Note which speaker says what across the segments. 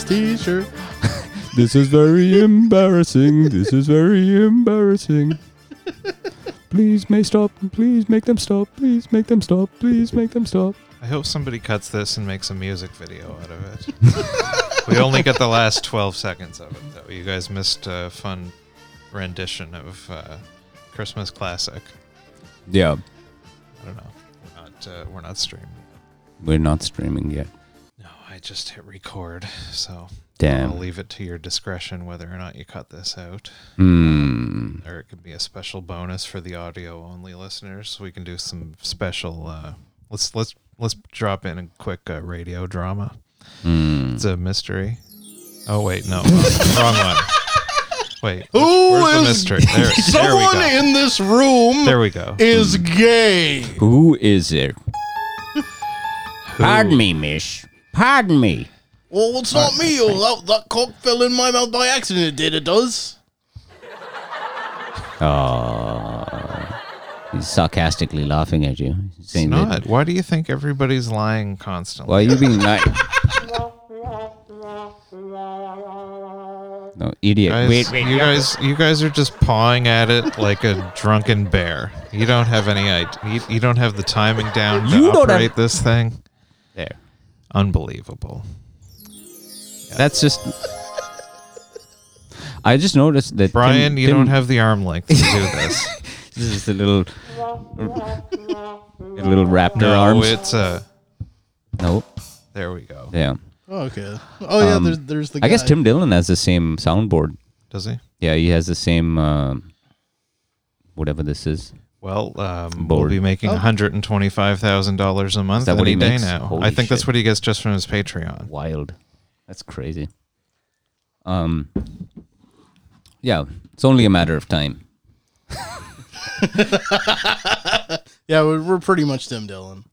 Speaker 1: T-shirt. this is very embarrassing. This is very embarrassing. Please may stop. Please make them stop. Please make them stop. Please make them stop.
Speaker 2: I hope somebody cuts this and makes a music video out of it. we only get the last 12 seconds of it, though. You guys missed a fun rendition of uh, Christmas Classic.
Speaker 1: Yeah,
Speaker 2: I don't know. We're not, uh, we're not streaming.
Speaker 1: we're not streaming yet.
Speaker 2: No, I just hit record, so I'll
Speaker 1: Damn.
Speaker 2: leave it to your discretion whether or not you cut this out.
Speaker 1: Hmm.
Speaker 2: Or it could be a special bonus for the audio only listeners. We can do some special. Uh, let's let's let's drop in a quick uh, radio drama.
Speaker 1: Hmm.
Speaker 2: It's a mystery. Oh wait, no, wrong one. Wait, Ooh, where's the mystery? There, there we
Speaker 3: Someone
Speaker 2: go.
Speaker 3: in this room
Speaker 2: There we Mm. go.
Speaker 3: is gay.
Speaker 1: Who is it? Pardon me, miss. Pardon me.
Speaker 3: Well, it's not me. Oh, that, that cock fell in my mouth by accident. It did. It does.
Speaker 1: He's sarcastically laughing at you.
Speaker 2: It's
Speaker 1: Saying that-
Speaker 2: not. Why do you think everybody's lying constantly?
Speaker 1: Well, you being like. No, idiot.
Speaker 2: Guys,
Speaker 1: wait, wait.
Speaker 2: you guys, you guys are just pawing at it like a drunken bear. You don't have any idea. You, you don't have the timing down to
Speaker 1: You don't have-
Speaker 2: operate this thing.
Speaker 1: There.
Speaker 2: Unbelievable.
Speaker 1: That's just. I just noticed that. Tim-
Speaker 2: Brian, you
Speaker 1: Tim-
Speaker 2: don't have the arm length to do this.
Speaker 1: This is a little. A little raptor
Speaker 2: no,
Speaker 1: arms.
Speaker 2: it's a.
Speaker 1: Nope.
Speaker 2: There we go.
Speaker 1: Yeah.
Speaker 3: Oh, okay. Oh
Speaker 2: Um,
Speaker 3: yeah. there's there's the.
Speaker 1: I guess
Speaker 3: guy.
Speaker 1: Tim Dillon has the same soundboard.
Speaker 2: Does he?
Speaker 1: Yeah, he has the same. um whatever this is.
Speaker 2: Well, um, we'll
Speaker 1: Bored.
Speaker 2: be
Speaker 3: Oh.
Speaker 2: making $125,000 a month
Speaker 1: that what
Speaker 2: any
Speaker 1: he
Speaker 2: day
Speaker 1: makes?
Speaker 2: now.
Speaker 1: Holy
Speaker 2: I think that's
Speaker 1: shit.
Speaker 2: what he gets just from his Patreon.
Speaker 1: Wild. That's crazy. Um. Yeah, it's only a matter of time.
Speaker 3: Yeah, we're, we're pretty much Tim Dillon.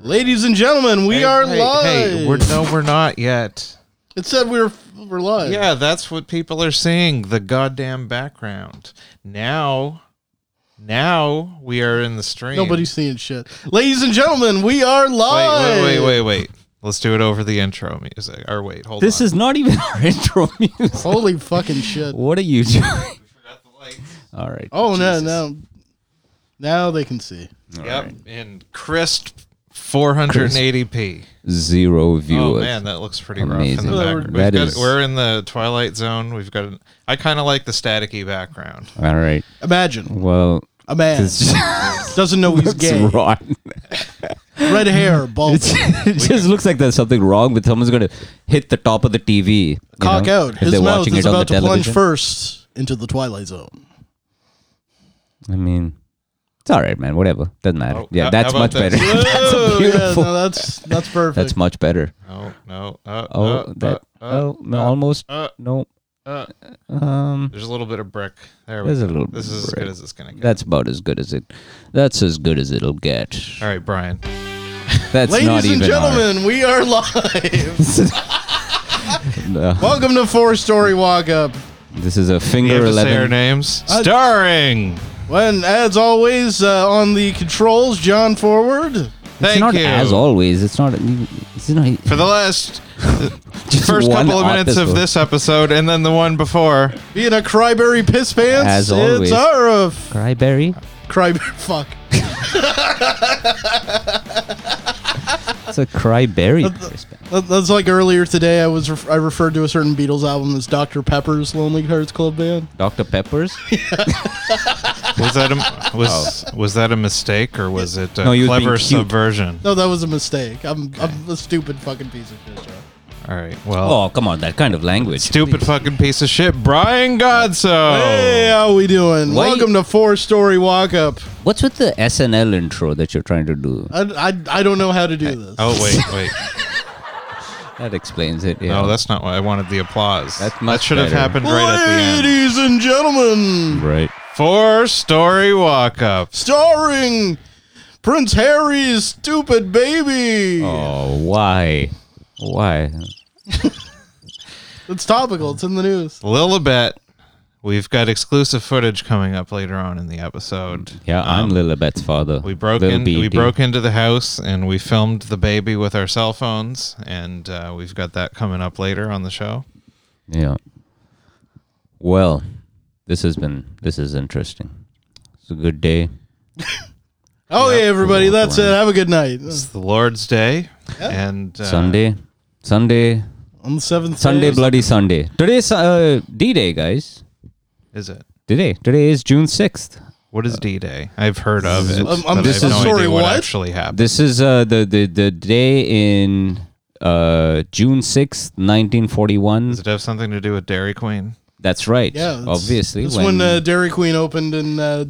Speaker 3: Ladies and gentlemen, we
Speaker 2: Hey,
Speaker 3: are
Speaker 2: hey,
Speaker 3: live.
Speaker 2: Hey, we're, no, we're not yet.
Speaker 3: it said we were we're live.
Speaker 2: Yeah, that's what people are seeing. The goddamn background. Now, now we are in the stream.
Speaker 3: Nobody's seeing shit. Ladies and gentlemen, we are
Speaker 2: Wait,
Speaker 3: live.
Speaker 2: wait, wait, wait, wait. Let's do it over the intro music. Or wait, hold
Speaker 1: This
Speaker 2: on.
Speaker 1: is not even our intro music.
Speaker 3: Holy fucking shit.
Speaker 1: What are you doing?
Speaker 2: We forgot the lights.
Speaker 1: All right.
Speaker 3: Oh
Speaker 1: Jesus.
Speaker 3: no, no. Now they can see.
Speaker 2: Yep, in crisp 480p.
Speaker 1: Zero viewers.
Speaker 2: Oh man, that looks pretty
Speaker 1: Amazing.
Speaker 2: rough in the
Speaker 3: That
Speaker 2: background. We've got,
Speaker 1: is-
Speaker 2: We're in the twilight zone. We've got. An, I kind of like the staticky background.
Speaker 1: All right.
Speaker 3: Imagine
Speaker 1: Well,
Speaker 3: a man
Speaker 1: it's just
Speaker 3: doesn't know he's
Speaker 1: it's
Speaker 3: gay.
Speaker 1: rotten.
Speaker 3: Red hair, bald,
Speaker 1: It's, it just looks like there's something wrong with someone's going to hit the top of the TV. you
Speaker 3: cock
Speaker 1: know,
Speaker 3: out.
Speaker 1: if
Speaker 3: His
Speaker 1: they're
Speaker 3: mouth
Speaker 1: watching
Speaker 3: is
Speaker 1: it on
Speaker 3: about
Speaker 1: the
Speaker 3: to plunge
Speaker 1: television.
Speaker 3: first into the twilight zone.
Speaker 1: I mean, it's all right, man. Whatever. Doesn't matter.
Speaker 2: Oh,
Speaker 1: yeah,
Speaker 2: how-
Speaker 1: that's
Speaker 2: how
Speaker 1: much
Speaker 2: about
Speaker 1: better.
Speaker 2: this?
Speaker 1: that's a
Speaker 3: Oh,
Speaker 1: beautiful.
Speaker 3: Yeah, no, that's that's perfect.
Speaker 1: that's much better.
Speaker 2: Oh no! Uh,
Speaker 1: Oh,
Speaker 2: uh,
Speaker 1: that.
Speaker 2: uh, uh,
Speaker 1: oh, no, almost.
Speaker 2: uh,
Speaker 1: no.
Speaker 2: uh.
Speaker 1: Um,
Speaker 2: There's a little bit of brick. There we
Speaker 1: There's
Speaker 2: go.
Speaker 1: a little
Speaker 2: This
Speaker 1: bit of
Speaker 2: is as
Speaker 1: brick.
Speaker 2: good as it's gonna get.
Speaker 1: that's about as good as it. That's as good as it'll get.
Speaker 2: All right, Brian.
Speaker 1: That's not
Speaker 3: Ladies and
Speaker 1: even our-
Speaker 3: gentlemen, we are live.
Speaker 1: No.
Speaker 3: Welcome to Four Story Walk Up.
Speaker 1: This is a
Speaker 2: You
Speaker 1: finger
Speaker 2: have to say our
Speaker 1: eleven. Uh,
Speaker 2: names. Starring.
Speaker 3: When, as always, uh, on the controls, John Forward.
Speaker 2: Thank
Speaker 1: it's not
Speaker 2: you.
Speaker 1: as always. It's not. It's not.
Speaker 2: For the last
Speaker 1: Just
Speaker 2: first
Speaker 1: one
Speaker 2: couple of
Speaker 1: odd
Speaker 2: minutes of
Speaker 1: episode.
Speaker 2: this episode, and then the one before.
Speaker 3: Being a Cryberry Piss Pants,
Speaker 1: As always.
Speaker 3: it's Arif.
Speaker 1: Cryberry.
Speaker 3: Cryberry, fuck.
Speaker 1: It's a cryberry. crisp.
Speaker 3: That- That's like earlier today. I was ref- I referred to a certain Beatles album as Dr. Pepper's Lonely Hearts Club Band.
Speaker 1: Dr. Peppers.
Speaker 2: Was that a was was that a mistake or was it a
Speaker 1: No, you were being
Speaker 2: clever
Speaker 1: cute.
Speaker 2: subversion?
Speaker 3: No, that was a mistake. I'm I'm a stupid fucking piece of shit. John.
Speaker 2: All right. Well.
Speaker 1: Oh, come on, that kind of language.
Speaker 2: Stupid fucking piece of shit, Brian Godso.
Speaker 3: Hey, how we doing?
Speaker 1: Why-
Speaker 3: Welcome to Four Story Walk Up.
Speaker 1: What's with the SNL intro that you're trying to do?
Speaker 3: I, I, I don't know how to do this.
Speaker 2: Oh wait, wait.
Speaker 1: That explains it. Yeah.
Speaker 2: No, Oh, that's not why I wanted the applause.
Speaker 1: That's
Speaker 2: that
Speaker 1: much
Speaker 2: should have
Speaker 1: better.
Speaker 2: happened right at the end.
Speaker 3: Ladies and gentlemen,
Speaker 1: right.
Speaker 2: Four story walk up.
Speaker 3: starring Prince Harry's stupid baby.
Speaker 1: Oh, why? Why?
Speaker 3: It's topical. It's in the news.
Speaker 2: Lilibet We've got exclusive footage coming up later on in the episode.
Speaker 1: Yeah, I'm
Speaker 2: Um,
Speaker 1: Lilibet's father.
Speaker 2: We broke
Speaker 1: Little
Speaker 2: in. We
Speaker 1: BB.
Speaker 2: broke into the house and we filmed the baby with our cell phones, and uh, we've got that coming up later on the show.
Speaker 1: Yeah. Well, this has been this is interesting. It's a good day.
Speaker 3: Oh yeah, everybody. That's it. Have a good night.
Speaker 2: It's the Lord's Day, and uh,
Speaker 1: Sunday, Sunday,
Speaker 3: On the seventh.
Speaker 1: Sunday,
Speaker 3: day.
Speaker 1: bloody Sunday. Today's uh, D-Day, guys.
Speaker 2: is it?
Speaker 1: Today, today is June sixth.
Speaker 2: What is D Day? I've heard of it.
Speaker 3: Um, um,
Speaker 2: but I have
Speaker 1: this
Speaker 2: no
Speaker 1: is-
Speaker 3: sorry,
Speaker 2: idea what,
Speaker 3: what?
Speaker 2: actually happened.
Speaker 1: This is uh, the the the day in uh, June sixth, nineteen forty one.
Speaker 2: Does it have something to do with Dairy Queen?
Speaker 1: That's right.
Speaker 3: Yeah, that's-
Speaker 1: obviously.
Speaker 3: That's when, uh, Dairy Queen opened in uh,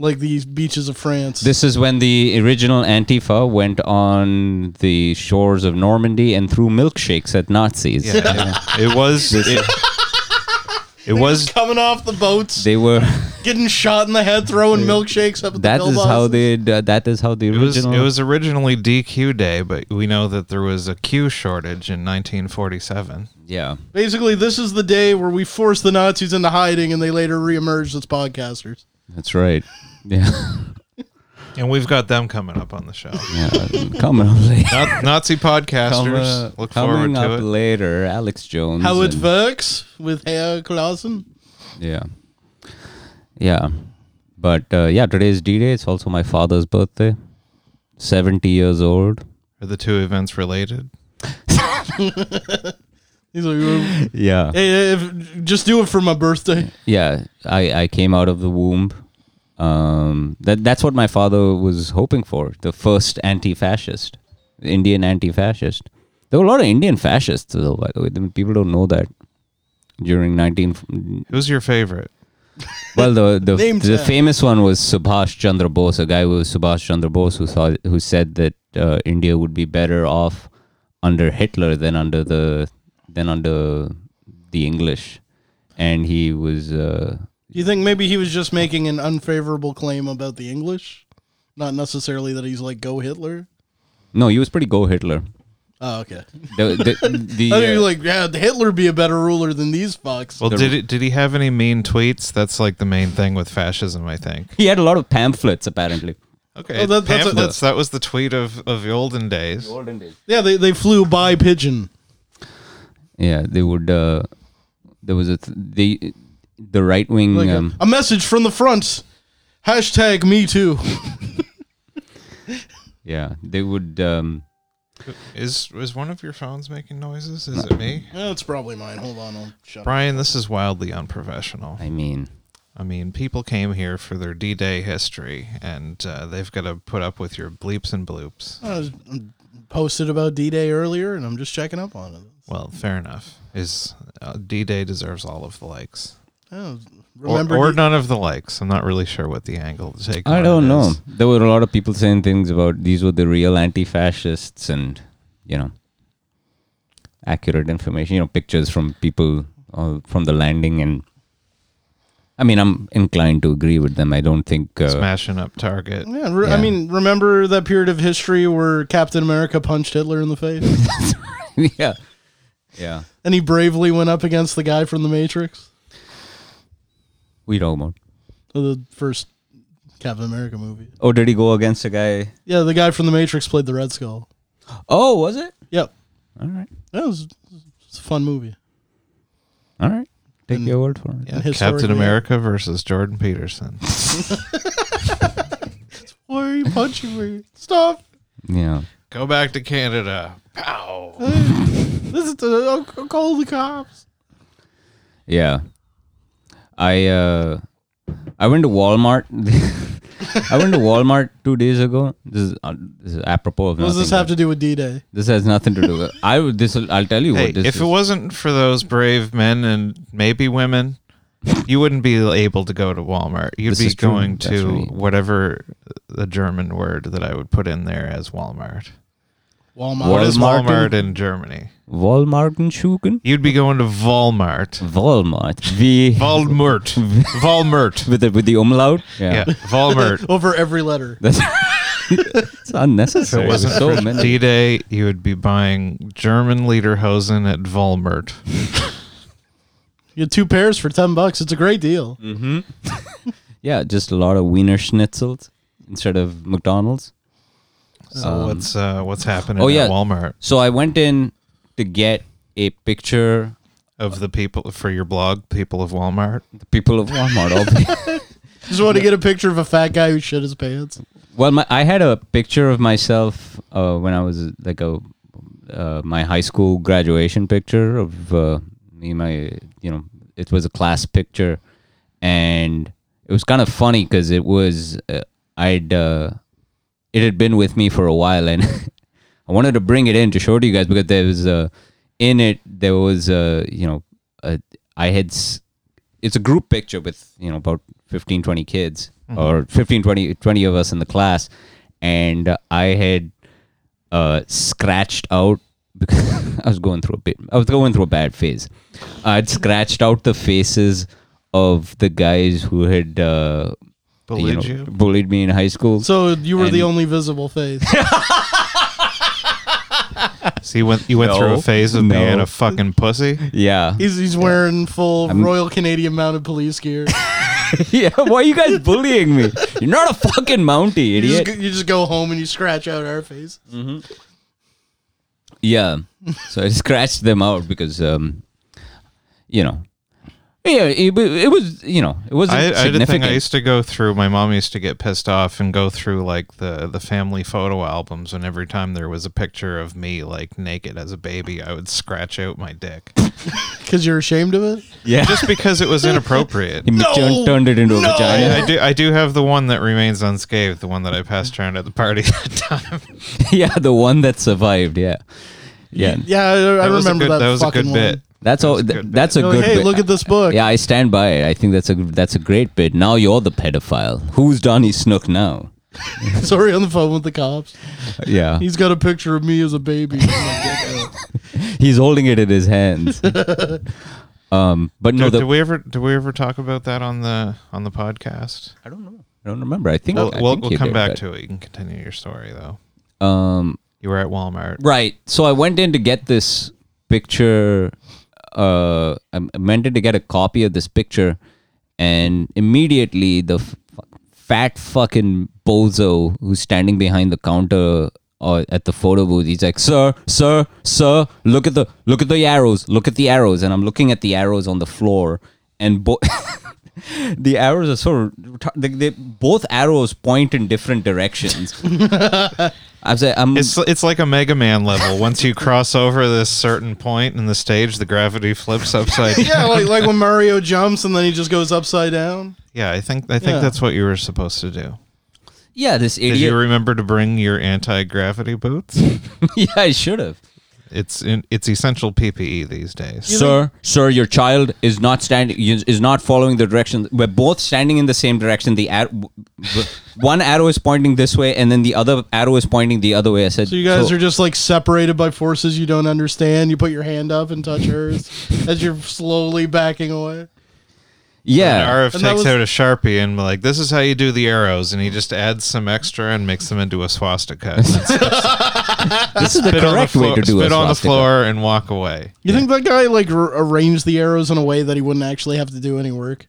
Speaker 3: like these beaches of France.
Speaker 1: This is when the original Antifa went on the shores of Normandy and threw milkshakes at Nazis.
Speaker 2: Yeah, It, it was. It, it was.
Speaker 3: coming off the boats,
Speaker 1: They were.
Speaker 3: getting shot in the head, throwing milkshakes up at
Speaker 1: That
Speaker 3: the
Speaker 1: is
Speaker 3: mailboxes.
Speaker 1: how they. That is how the
Speaker 2: It was,
Speaker 1: original.
Speaker 2: it was originally DQ Day, but we know that there was a Q shortage in 1947.
Speaker 1: yeah.
Speaker 3: Basically, this is the day where we forced the Nazis into hiding, and they later reemerged as podcasters.
Speaker 1: That's right. Yeah.
Speaker 2: And we've got them coming up on the show.
Speaker 1: yeah. Coming up later.
Speaker 2: Not, Nazi podcasters.
Speaker 1: Coming-
Speaker 2: Look
Speaker 1: coming
Speaker 2: forward to
Speaker 1: up
Speaker 2: it.
Speaker 1: later, Alex Jones.
Speaker 3: How it
Speaker 1: and-
Speaker 3: works with Herr Clausen.
Speaker 1: Yeah. Yeah. But uh, yeah, today's D Day. It's also my father's birthday. 70 years old.
Speaker 2: Are the two events related?
Speaker 3: He's like,
Speaker 1: Yeah.
Speaker 3: hey, if, just do it for my birthday.
Speaker 1: Yeah. I, I came out of the womb. Um, that That's what my father was hoping for the first anti fascist, Indian anti fascist. There were a lot of Indian fascists, though, by the way. People don't know that during 19,
Speaker 2: Who's your favorite?
Speaker 1: Well, the the,
Speaker 3: Name
Speaker 1: the
Speaker 3: tag.
Speaker 1: famous one was Subhash Chandra Bose, a guy who was Subhash Chandra Bose who saw who said that uh, India would be better off under Hitler than under the than under the English, and he was uh,
Speaker 3: Do you think maybe he was just making an unfavorable claim about the English? Not necessarily that he's like, go Hitler.
Speaker 1: no, he was pretty go Hitler.
Speaker 3: Oh, okay.
Speaker 1: The, the, the,
Speaker 3: I mean,
Speaker 1: uh,
Speaker 3: like, yeah, Hitler be a better ruler than these fucks.
Speaker 2: Well,
Speaker 1: The-
Speaker 2: did it, did he have any mean tweets? That's like the main thing with fascism, I think.
Speaker 1: he had a lot of pamphlets apparently.
Speaker 2: Okay,
Speaker 3: Oh, that- that's a-
Speaker 2: pamphlets. that was the tweet of of the olden days.
Speaker 3: yeah, they, they flew by pigeon.
Speaker 1: Yeah, they would. Uh, there was a th- the the right wing.
Speaker 3: Like a-
Speaker 1: um,
Speaker 3: a, message from the front. Hashtag me too.
Speaker 1: yeah, they would. Um,
Speaker 2: Is is one of your phones making noises? Is it me?
Speaker 3: That's probably mine. Hold on. I'll shut up.
Speaker 2: Brian, this is wildly unprofessional.
Speaker 1: I mean,
Speaker 2: I mean, people came here for their D-Day history, and uh, they've got to put up with your bleeps and bloops.
Speaker 3: I was- um, posted about D Day earlier and I'm just checking up on it.
Speaker 2: Well, fair enough. Is uh, D-Day deserves all of the likes,
Speaker 3: Oh,
Speaker 2: or,
Speaker 3: remember
Speaker 2: or
Speaker 3: D-
Speaker 2: none of the likes? I'm not really sure what the angle to take.
Speaker 1: I
Speaker 2: on
Speaker 1: don't
Speaker 2: it
Speaker 1: know.
Speaker 2: is.
Speaker 1: There were a lot of people saying things about these were the real anti-fascists, and you know, accurate information. You know, pictures from people uh, from the landing, and I mean, I'm inclined to agree with them. I don't think. Uh,
Speaker 2: Smashing up Target.
Speaker 3: Yeah, re- I
Speaker 1: Yeah.
Speaker 3: mean, remember that period of history where Captain America punched Hitler in the face
Speaker 1: yeah, yeah.
Speaker 3: and he bravely went up against the guy from the Matrix?
Speaker 1: We don't know.
Speaker 3: The first Captain America movie.
Speaker 1: Oh, did he go against a guy?
Speaker 3: Yeah, the guy from the Matrix played the Red Skull.
Speaker 1: Oh, was it?
Speaker 3: Yep.
Speaker 1: All right,
Speaker 3: That was, it's a fun movie.
Speaker 1: all right. Take
Speaker 3: And-
Speaker 1: your word for it.
Speaker 2: Yeah, Captain
Speaker 3: Historically-
Speaker 2: America versus Jordan Peterson.
Speaker 3: Why are you punching me? Stop.
Speaker 1: Yeah.
Speaker 2: Go back to Canada. Pow.
Speaker 3: This is the, I'll, I'll call the cops.
Speaker 1: Yeah. I uh I went to Walmart. I went to Walmart 2 days ago. This is, uh, this is apropos of
Speaker 3: What does
Speaker 1: nothing.
Speaker 3: this have to do with D Day?
Speaker 1: this has nothing to do with I would- this will- I'll tell you
Speaker 2: Hey,
Speaker 1: what this
Speaker 2: if
Speaker 1: is.
Speaker 2: it wasn't for those brave men and maybe women, you wouldn't be able to go to Walmart. You'd
Speaker 1: This
Speaker 2: be
Speaker 1: is true.
Speaker 2: going
Speaker 1: That's
Speaker 2: to
Speaker 1: right.
Speaker 2: whatever the German word that I would put in there as Walmart.
Speaker 3: Walmart.
Speaker 2: What is
Speaker 1: Walmart in-
Speaker 2: Walmart in Germany?
Speaker 1: Walmart and Schugen?
Speaker 2: You'd be going to Walmart.
Speaker 1: Walmart. V
Speaker 2: Walmart. Walmart.
Speaker 1: with the with the umlaut.
Speaker 2: Yeah, Walmart.
Speaker 3: Over every letter.
Speaker 1: That's it's
Speaker 2: If
Speaker 1: unnecessary.
Speaker 2: it wasn't
Speaker 1: There's so
Speaker 2: for
Speaker 1: many.
Speaker 2: D-Day, you would be buying German lederhosen at Walmart.
Speaker 3: You get two pairs for 10 bucks. It's a great deal.
Speaker 2: Mm.
Speaker 1: Mm-hmm. yeah, just a lot of Wiener Schnitzels instead of McDonald's.
Speaker 2: So
Speaker 1: Um,
Speaker 2: what's uh, what's happening
Speaker 1: oh, yeah.
Speaker 2: at Walmart
Speaker 1: So I went in to get a picture.
Speaker 2: of the people for your blog, people of Walmart?
Speaker 1: The people of Walmart. obvi-
Speaker 3: Just want to get a picture of a fat guy who shit his pants.
Speaker 1: well, my, I had a picture of myself uh, when I was like a uh, my high school graduation picture of uh, me. My you know it was a class picture, and it was kind of funny because it was uh, I'd uh, it had been with me for a while, and I wanted to bring it in to show it to you guys because there was a in it there was a you know a, I had s- it's a group picture with you know about 15 20 kids or 15 20 20 of us in the class and uh, I had uh, scratched out because I was going through a bit I was going through a bad phase I'd scratched out the faces of the guys who had uh,
Speaker 2: Bullied
Speaker 1: know,
Speaker 2: you?
Speaker 1: bullied me in high school
Speaker 3: So you were the
Speaker 1: And-
Speaker 3: only visible face.
Speaker 2: So you went you went through
Speaker 1: No.
Speaker 2: a phase of
Speaker 1: No.
Speaker 2: being a fucking pussy.
Speaker 1: yeah
Speaker 3: He's, he's wearing full
Speaker 1: I'm-
Speaker 3: Royal Canadian Mounted Police gear.
Speaker 1: yeah why are you guys bullying me you're not a fucking mountie
Speaker 3: You just,
Speaker 1: idiot
Speaker 3: go- you just go home and you scratch out our face.
Speaker 1: Yeah. So I scratched them out because, um, you know, yeah, it, wa- it was, you know, it wasn't
Speaker 2: I, I did a thing
Speaker 1: significant.
Speaker 2: I used to go through. My mom used to get pissed off and go through like the the family photo albums, and every time there was a picture of me like naked as a baby, I would scratch out my dick
Speaker 3: Because you're ashamed of it?
Speaker 1: yeah.
Speaker 2: just because it was inappropriate.
Speaker 1: He turned, turned it into a
Speaker 3: No!
Speaker 1: vagina.
Speaker 2: I, I do I do have the one that remains unscathed, the one that I passed around at the party that time.
Speaker 1: yeah, the one that survived. Yeah. Yeah.
Speaker 3: Yeah, I, I
Speaker 2: That was a
Speaker 3: remember
Speaker 2: good-
Speaker 3: that,
Speaker 2: that was a
Speaker 3: fucking
Speaker 2: good
Speaker 3: one.
Speaker 2: bit.
Speaker 1: That's all.
Speaker 2: That's a
Speaker 1: th-
Speaker 2: good
Speaker 1: that's a
Speaker 3: You're
Speaker 1: good.
Speaker 3: like, hey,
Speaker 1: bit.
Speaker 3: look at this book.
Speaker 1: Yeah, I stand by it. I think that's a that's a great bit. Now you're the pedophile. Who's Donny Snook now?
Speaker 3: Sorry on the phone with the cops.
Speaker 1: Yeah,
Speaker 3: He's got a picture of me as a baby. I'm like, "Okay."
Speaker 1: he's holding it in his hands. um, but no,
Speaker 2: Do,
Speaker 1: the,
Speaker 2: do we ever do we ever talk about that on the on the podcast?
Speaker 1: I don't know. I don't remember. I think
Speaker 2: We'll
Speaker 1: I
Speaker 2: we'll,
Speaker 1: think
Speaker 2: we'll
Speaker 1: you
Speaker 2: come
Speaker 1: did,
Speaker 2: back
Speaker 1: but,
Speaker 2: to it. You can continue your story though.
Speaker 1: Um,
Speaker 2: You were at Walmart.
Speaker 1: Right. So I went in to get this picture. Uh, I I meant to get a copy of this picture, and immediately the f- fat fucking bozo who's standing behind the counter uh, at the photo booth, he's like, "Sir, sir, sir, look at the look at the arrows, look at the arrows," and I'm looking at the arrows on the floor, and bo- the arrows are so retar- they, they both arrows point in different directions. I was like, um, I'm
Speaker 2: It's it's like a Mega Man level. Once you cross over this certain point in the stage, the gravity flips upside. down.
Speaker 3: yeah, like, like when Mario jumps and then he just goes upside down.
Speaker 2: Yeah, I think I think
Speaker 3: Yeah.
Speaker 2: that's what you were supposed to do.
Speaker 1: Yeah, this
Speaker 2: Did
Speaker 1: idiot.
Speaker 2: you remember to bring your anti gravity boots?
Speaker 1: yeah, I should have.
Speaker 2: it's in, it's essential PPE these days.
Speaker 1: Sir, sir, your child is not standing, is not following the direction. We're both standing in the same direction. The ar- w- w- one arrow is pointing this way, and then the other arrow is pointing the other way. I said,
Speaker 3: So you guys are just like separated by forces you don't understand. You put your hand up and touch hers as you're slowly backing away.
Speaker 1: yeah,
Speaker 2: And RF
Speaker 3: And that
Speaker 2: takes
Speaker 3: was-
Speaker 2: out a sharpie and like this is how you do the arrows, and he just adds some extra and makes them into a swastika. And then
Speaker 1: this is the
Speaker 2: spit on the
Speaker 1: correct way
Speaker 2: floor-
Speaker 1: to do
Speaker 2: spit
Speaker 1: a
Speaker 2: on the
Speaker 1: swastika.
Speaker 2: floor and walk away.
Speaker 3: You think that guy like r- arranged the arrows in a way that he wouldn't actually have to do any work?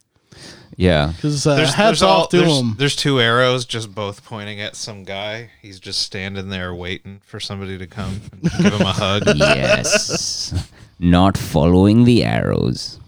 Speaker 1: Yeah,
Speaker 3: Because uh, hats off to
Speaker 2: there's,
Speaker 3: him.
Speaker 2: there's two arrows just both pointing at some guy. He's just standing there waiting for somebody to come and give him a hug.
Speaker 1: yes, not following the arrows.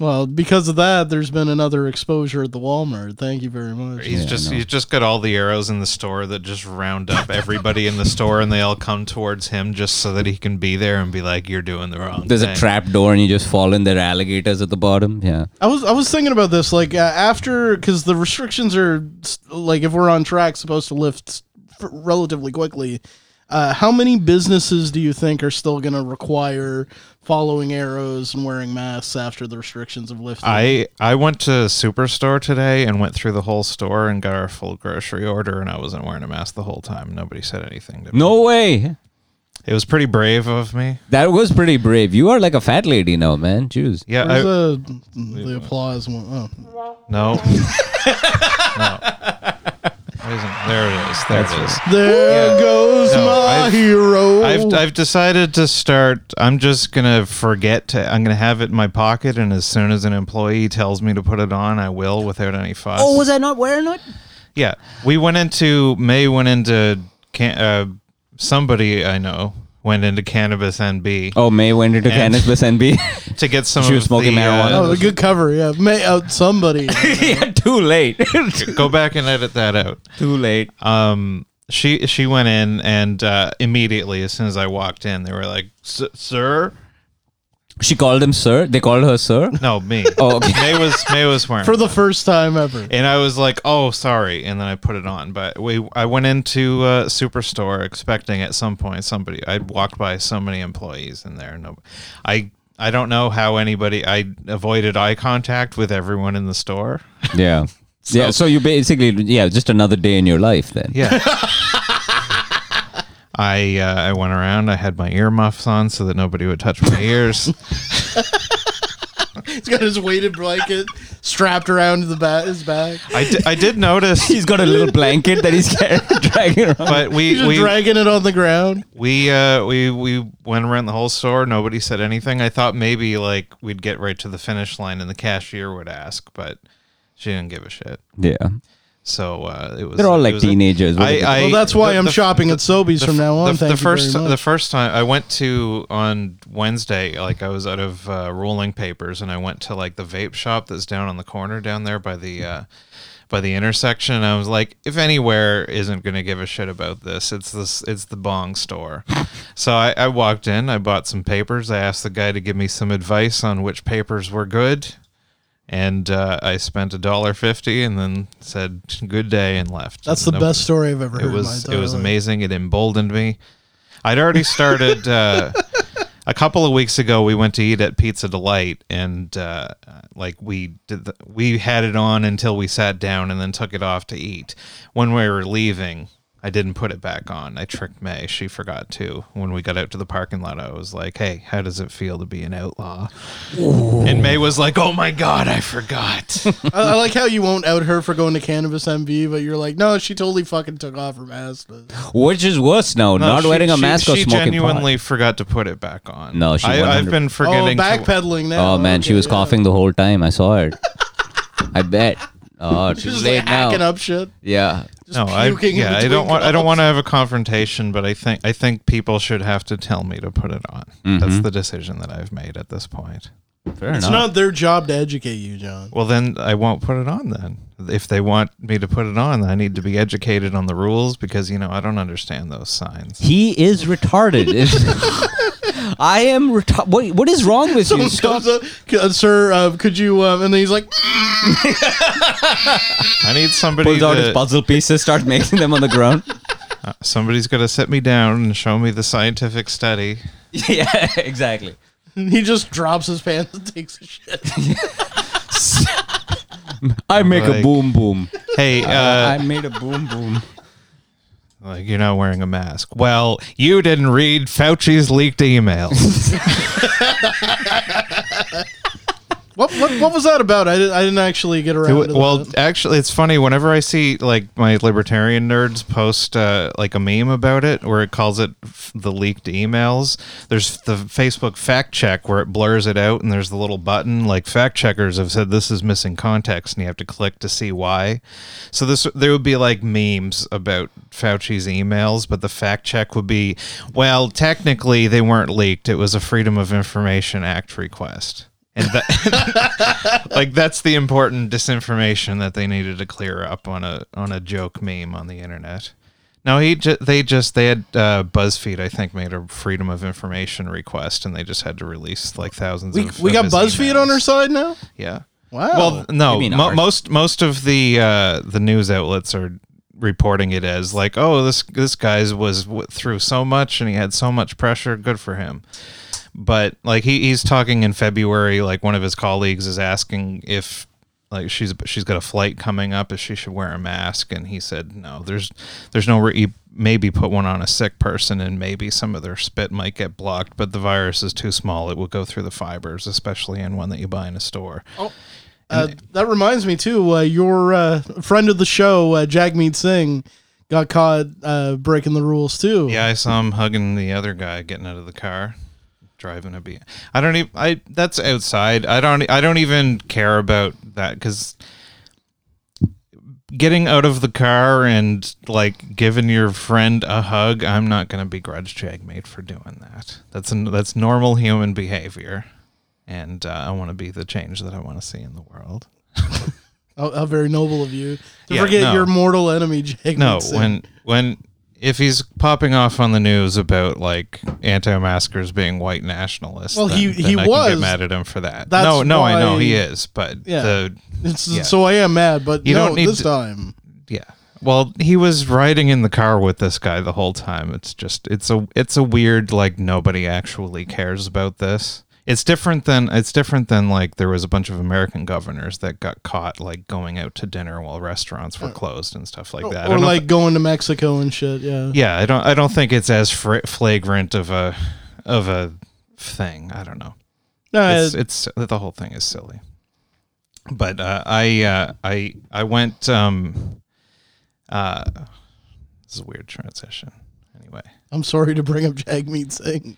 Speaker 3: Well, because of that, there's been another exposure at the Walmart. Thank you very much.
Speaker 2: He's just he's just got all the arrows in the store that just round up everybody in the store and they all come towards him just so that he can be there and be like, You're doing the wrong
Speaker 1: There's
Speaker 2: thing.
Speaker 1: a trap door, and you just fall in. There are alligators at the bottom. Yeah,
Speaker 3: I was I was thinking about this like uh, after because the restrictions are s- like if we're on track supposed to lift s- f- relatively quickly. Uh, how many businesses do you think are still going to require following arrows and wearing masks after the restrictions have lifted?
Speaker 2: I I went to Superstore today and went through the whole store and got our full grocery order and I wasn't wearing a mask the whole time. Nobody said anything to me.
Speaker 1: no way.
Speaker 2: It was pretty brave of me.
Speaker 1: That was pretty brave. You are like a fat lady now, man. Jews.
Speaker 2: Yeah, I,
Speaker 3: Where's uh, the applause? One? Oh.
Speaker 2: No. no. It isn't. There it is. There it is.
Speaker 3: There goes
Speaker 2: No,
Speaker 3: my
Speaker 2: I've-
Speaker 3: hero.
Speaker 2: I've, I've decided to start. I'm just gonna forget to. I'm gonna have it in my pocket, and as soon as an employee tells me to put it on, I will without any fuss.
Speaker 1: Oh, was I not wearing it?
Speaker 2: Yeah, we went into May went into can, uh, somebody I know went into cannabis NB
Speaker 1: Oh, May went into
Speaker 2: And-
Speaker 1: cannabis NB.
Speaker 2: to get some.
Speaker 1: She was
Speaker 2: of
Speaker 1: smoking
Speaker 2: the, uh,
Speaker 1: marijuana.
Speaker 3: oh, a good cover. Yeah, may out somebody.
Speaker 1: yeah, too late.
Speaker 2: Uh, go back and edit that out.
Speaker 1: too late.
Speaker 2: Um, she she went in and uh, immediately as soon as I walked in, they were like, "S- "Sir."
Speaker 1: She called him sir. They called her sir.
Speaker 2: No, me.
Speaker 1: Oh, okay.
Speaker 2: May was May was wearing
Speaker 3: for the first time ever.
Speaker 2: and I was like, "Oh, sorry," and then I put it on. But we, I went into uh, superstore expecting at some point somebody. I walked by so many employees in there. No, I, I don't know how anybody. I avoided eye contact with everyone in the store.
Speaker 1: Yeah. yeah. So you basically yeah, just another day in your life then.
Speaker 2: Yeah. I uh, I went around. I had my earmuffs on so that nobody would touch my ears.
Speaker 3: He's got his weighted blanket strapped around the back, his back.
Speaker 2: I, di- I did notice,
Speaker 1: He's got a little blanket that he's carrying, dragging around.
Speaker 2: but
Speaker 3: He's
Speaker 2: we
Speaker 3: just
Speaker 2: we
Speaker 3: dragging it on the ground.
Speaker 2: We uh we we went around the whole store. Nobody said anything. I thought maybe like we'd get right to the finish line and the cashier would ask, but she didn't give a shit.
Speaker 1: yeah.
Speaker 2: So uh, it was.
Speaker 1: They're all
Speaker 2: it
Speaker 1: like
Speaker 2: was a-
Speaker 1: teenagers. What
Speaker 2: I-
Speaker 1: are they-
Speaker 2: I-
Speaker 3: Well, that's why
Speaker 2: the-
Speaker 3: I'm
Speaker 2: the-
Speaker 3: shopping at Sobeys
Speaker 2: the
Speaker 3: from
Speaker 2: f-
Speaker 3: now on. Thank
Speaker 2: The, the
Speaker 3: you very
Speaker 2: first uh,
Speaker 3: much.
Speaker 2: the first time I went to on Wednesday, like I was out of uh, rolling papers, and I went to like the vape shop that's down on the corner down there by the. Uh, by the intersection, I was like, if anywhere isn't going to give a shit about this, it's this, it's the bong store. so I, I walked in, I bought some papers. I asked the guy to give me some advice on which papers were good, and uh, I spent a dollar fifty, and then said good day and left.
Speaker 3: That's the
Speaker 2: And no-
Speaker 3: best story I've ever
Speaker 2: it
Speaker 3: heard. in my
Speaker 2: was it
Speaker 3: entire
Speaker 2: was
Speaker 3: life.
Speaker 2: amazing. It emboldened me. I'd already started uh, a couple of weeks ago. We went to eat at Pizza Delight, and uh, like we did, the, we had it on until we sat down, and then took it off to eat. When we were leaving, I didn't put it back on. I tricked May; she forgot too. When we got out to the parking lot, I was like, "Hey, how does it feel to be an outlaw?" And May was like, "Oh my god, I forgot."
Speaker 3: I, I like how you won't out her for going to Cannabis MV, but you're like, no, she totally fucking took off her mask. Oh,
Speaker 1: Which is worse now,
Speaker 2: No,
Speaker 1: not
Speaker 2: she-
Speaker 1: wearing a
Speaker 2: she-
Speaker 1: mask or
Speaker 2: She
Speaker 1: smoking
Speaker 2: genuinely forgot to put it back on.
Speaker 1: No, she
Speaker 2: I, I've
Speaker 1: 100
Speaker 2: been
Speaker 3: Oh,
Speaker 2: forgetting. to-
Speaker 3: backpedaling
Speaker 1: pot.
Speaker 3: now.
Speaker 1: Oh man, she
Speaker 3: Okay,
Speaker 1: was
Speaker 3: yeah.
Speaker 1: coughing the whole time. I saw it. I bet. Oh,
Speaker 3: She
Speaker 1: too
Speaker 3: was
Speaker 1: late
Speaker 3: like hacking
Speaker 1: now.
Speaker 3: up shit.
Speaker 1: Yeah.
Speaker 3: Just
Speaker 2: no, I,
Speaker 3: puking in
Speaker 2: yeah, I
Speaker 3: between
Speaker 2: don't want. I
Speaker 3: coughs.
Speaker 2: don't want to have a confrontation, but I think I think people should have to tell me to put it on.
Speaker 1: Mm-hmm.
Speaker 2: That's the decision that I've made at this point.
Speaker 1: Fair
Speaker 3: It's
Speaker 1: enough.
Speaker 3: not their job to educate you, John.
Speaker 2: Well, then I won't put it on. Then if they want me to put it on, I need to be educated on the rules because you know I don't understand those signs.
Speaker 1: he is retarded. Is- I am retarded. What, what is wrong with you?
Speaker 3: Someone
Speaker 1: Stop.
Speaker 3: comes up, "C- uh, sir. Uh, could you? Um, and then he's like,
Speaker 2: I need somebody.
Speaker 1: Pulls out his
Speaker 2: To,
Speaker 1: puzzle pieces, starts making them on the ground.
Speaker 2: somebody's gonna sit me down and show me the scientific study.
Speaker 1: yeah, exactly.
Speaker 3: he just drops his pants and takes a shit.
Speaker 1: I make a
Speaker 2: Like-
Speaker 1: boom boom.
Speaker 2: Hey, uh,
Speaker 1: I made a boom boom.
Speaker 2: Like you're not wearing a mask. Well, you didn't read Fauci's leaked email.
Speaker 3: What, what, what was that about? I didn't, I didn't actually get around. to
Speaker 2: well,
Speaker 3: that.
Speaker 2: actually, it's funny. Whenever I see like my libertarian nerds post uh, like a meme about it, where it calls it f- the leaked emails. There's the Facebook fact check where it blurs it out, and there's the little button like fact checkers have said this is missing context, and you have to click to see why. So this there would be like memes about Fauci's emails, but the fact check would be, well, technically they weren't leaked. It was a Freedom of Information Act request. And that, like that's the important disinformation that they needed to clear up on a on a joke meme on the internet. No, he ju- they just they had uh, BuzzFeed I think made a freedom of information request and they just had to release like thousands
Speaker 3: we,
Speaker 2: of
Speaker 3: we
Speaker 2: of
Speaker 3: got
Speaker 2: his
Speaker 3: BuzzFeed on
Speaker 2: emails.
Speaker 3: our side now.
Speaker 2: Yeah.
Speaker 3: Wow.
Speaker 2: Well, no.
Speaker 1: You mean
Speaker 2: Mo-
Speaker 1: ours.
Speaker 2: most most of the uh, the news outlets are reporting it as like, oh, this this guy's was w- through so much and he had so much pressure. Good for him. But like he, he's talking in February. Like one of his colleagues is asking if like she's she's got a flight coming up if she should wear a mask, and he said no. There's there's no re- maybe put one on a sick person and maybe some of their spit might get blocked, but the virus is too small. It will go through the fibers, especially in one that you buy in a store.
Speaker 3: Uh, that reminds me too. Uh, your uh, friend of the show, uh, Jagmeet Singh, got caught uh, breaking the rules too.
Speaker 2: Yeah, I saw him hugging the other guy getting out of the car, driving a B. I don't even. I that's outside. I don't. I don't even care about that because getting out of the car and like giving your friend a hug. I'm not gonna begrudge Jagmate for doing that. That's an, that's normal human behavior, and uh, I want to be the change that I want to see in the world.
Speaker 3: How, how very noble of you to
Speaker 2: Yeah,
Speaker 3: forget
Speaker 2: no.
Speaker 3: your mortal enemy, Jake.
Speaker 2: No,
Speaker 3: Nixon.
Speaker 2: when when if he's popping off on the news about like anti-maskers being white nationalists,
Speaker 3: Well,
Speaker 2: then-
Speaker 3: he-
Speaker 2: then
Speaker 3: he
Speaker 2: I can
Speaker 3: was.
Speaker 2: get mad at him for that.
Speaker 3: That's
Speaker 2: no, no, I know
Speaker 3: why-
Speaker 2: he is, but
Speaker 3: Yeah.
Speaker 2: the
Speaker 3: It's,
Speaker 2: yeah.
Speaker 3: so I am mad, but
Speaker 2: You
Speaker 3: no,
Speaker 2: don't need
Speaker 3: this
Speaker 2: to-
Speaker 3: time.
Speaker 2: yeah. Well, he was riding in the car with this guy the whole time. It's just it's a it's a weird like nobody actually cares about this. It's different than it's different than like there was a bunch of American governors that got caught like going out to dinner while restaurants were closed and stuff like that.
Speaker 3: Uh,
Speaker 2: I
Speaker 3: oh, or
Speaker 2: don't know if-
Speaker 3: like going to Mexico and shit. Yeah.
Speaker 2: yeah i don't i don't think it's as fr- flagrant of a of a thing i don't know
Speaker 3: No,
Speaker 2: it's,
Speaker 3: it-
Speaker 2: it's the whole thing is silly but uh, i uh, i i went um uh this is a weird transition anyway
Speaker 3: I'm sorry to bring up Jagmeet Singh.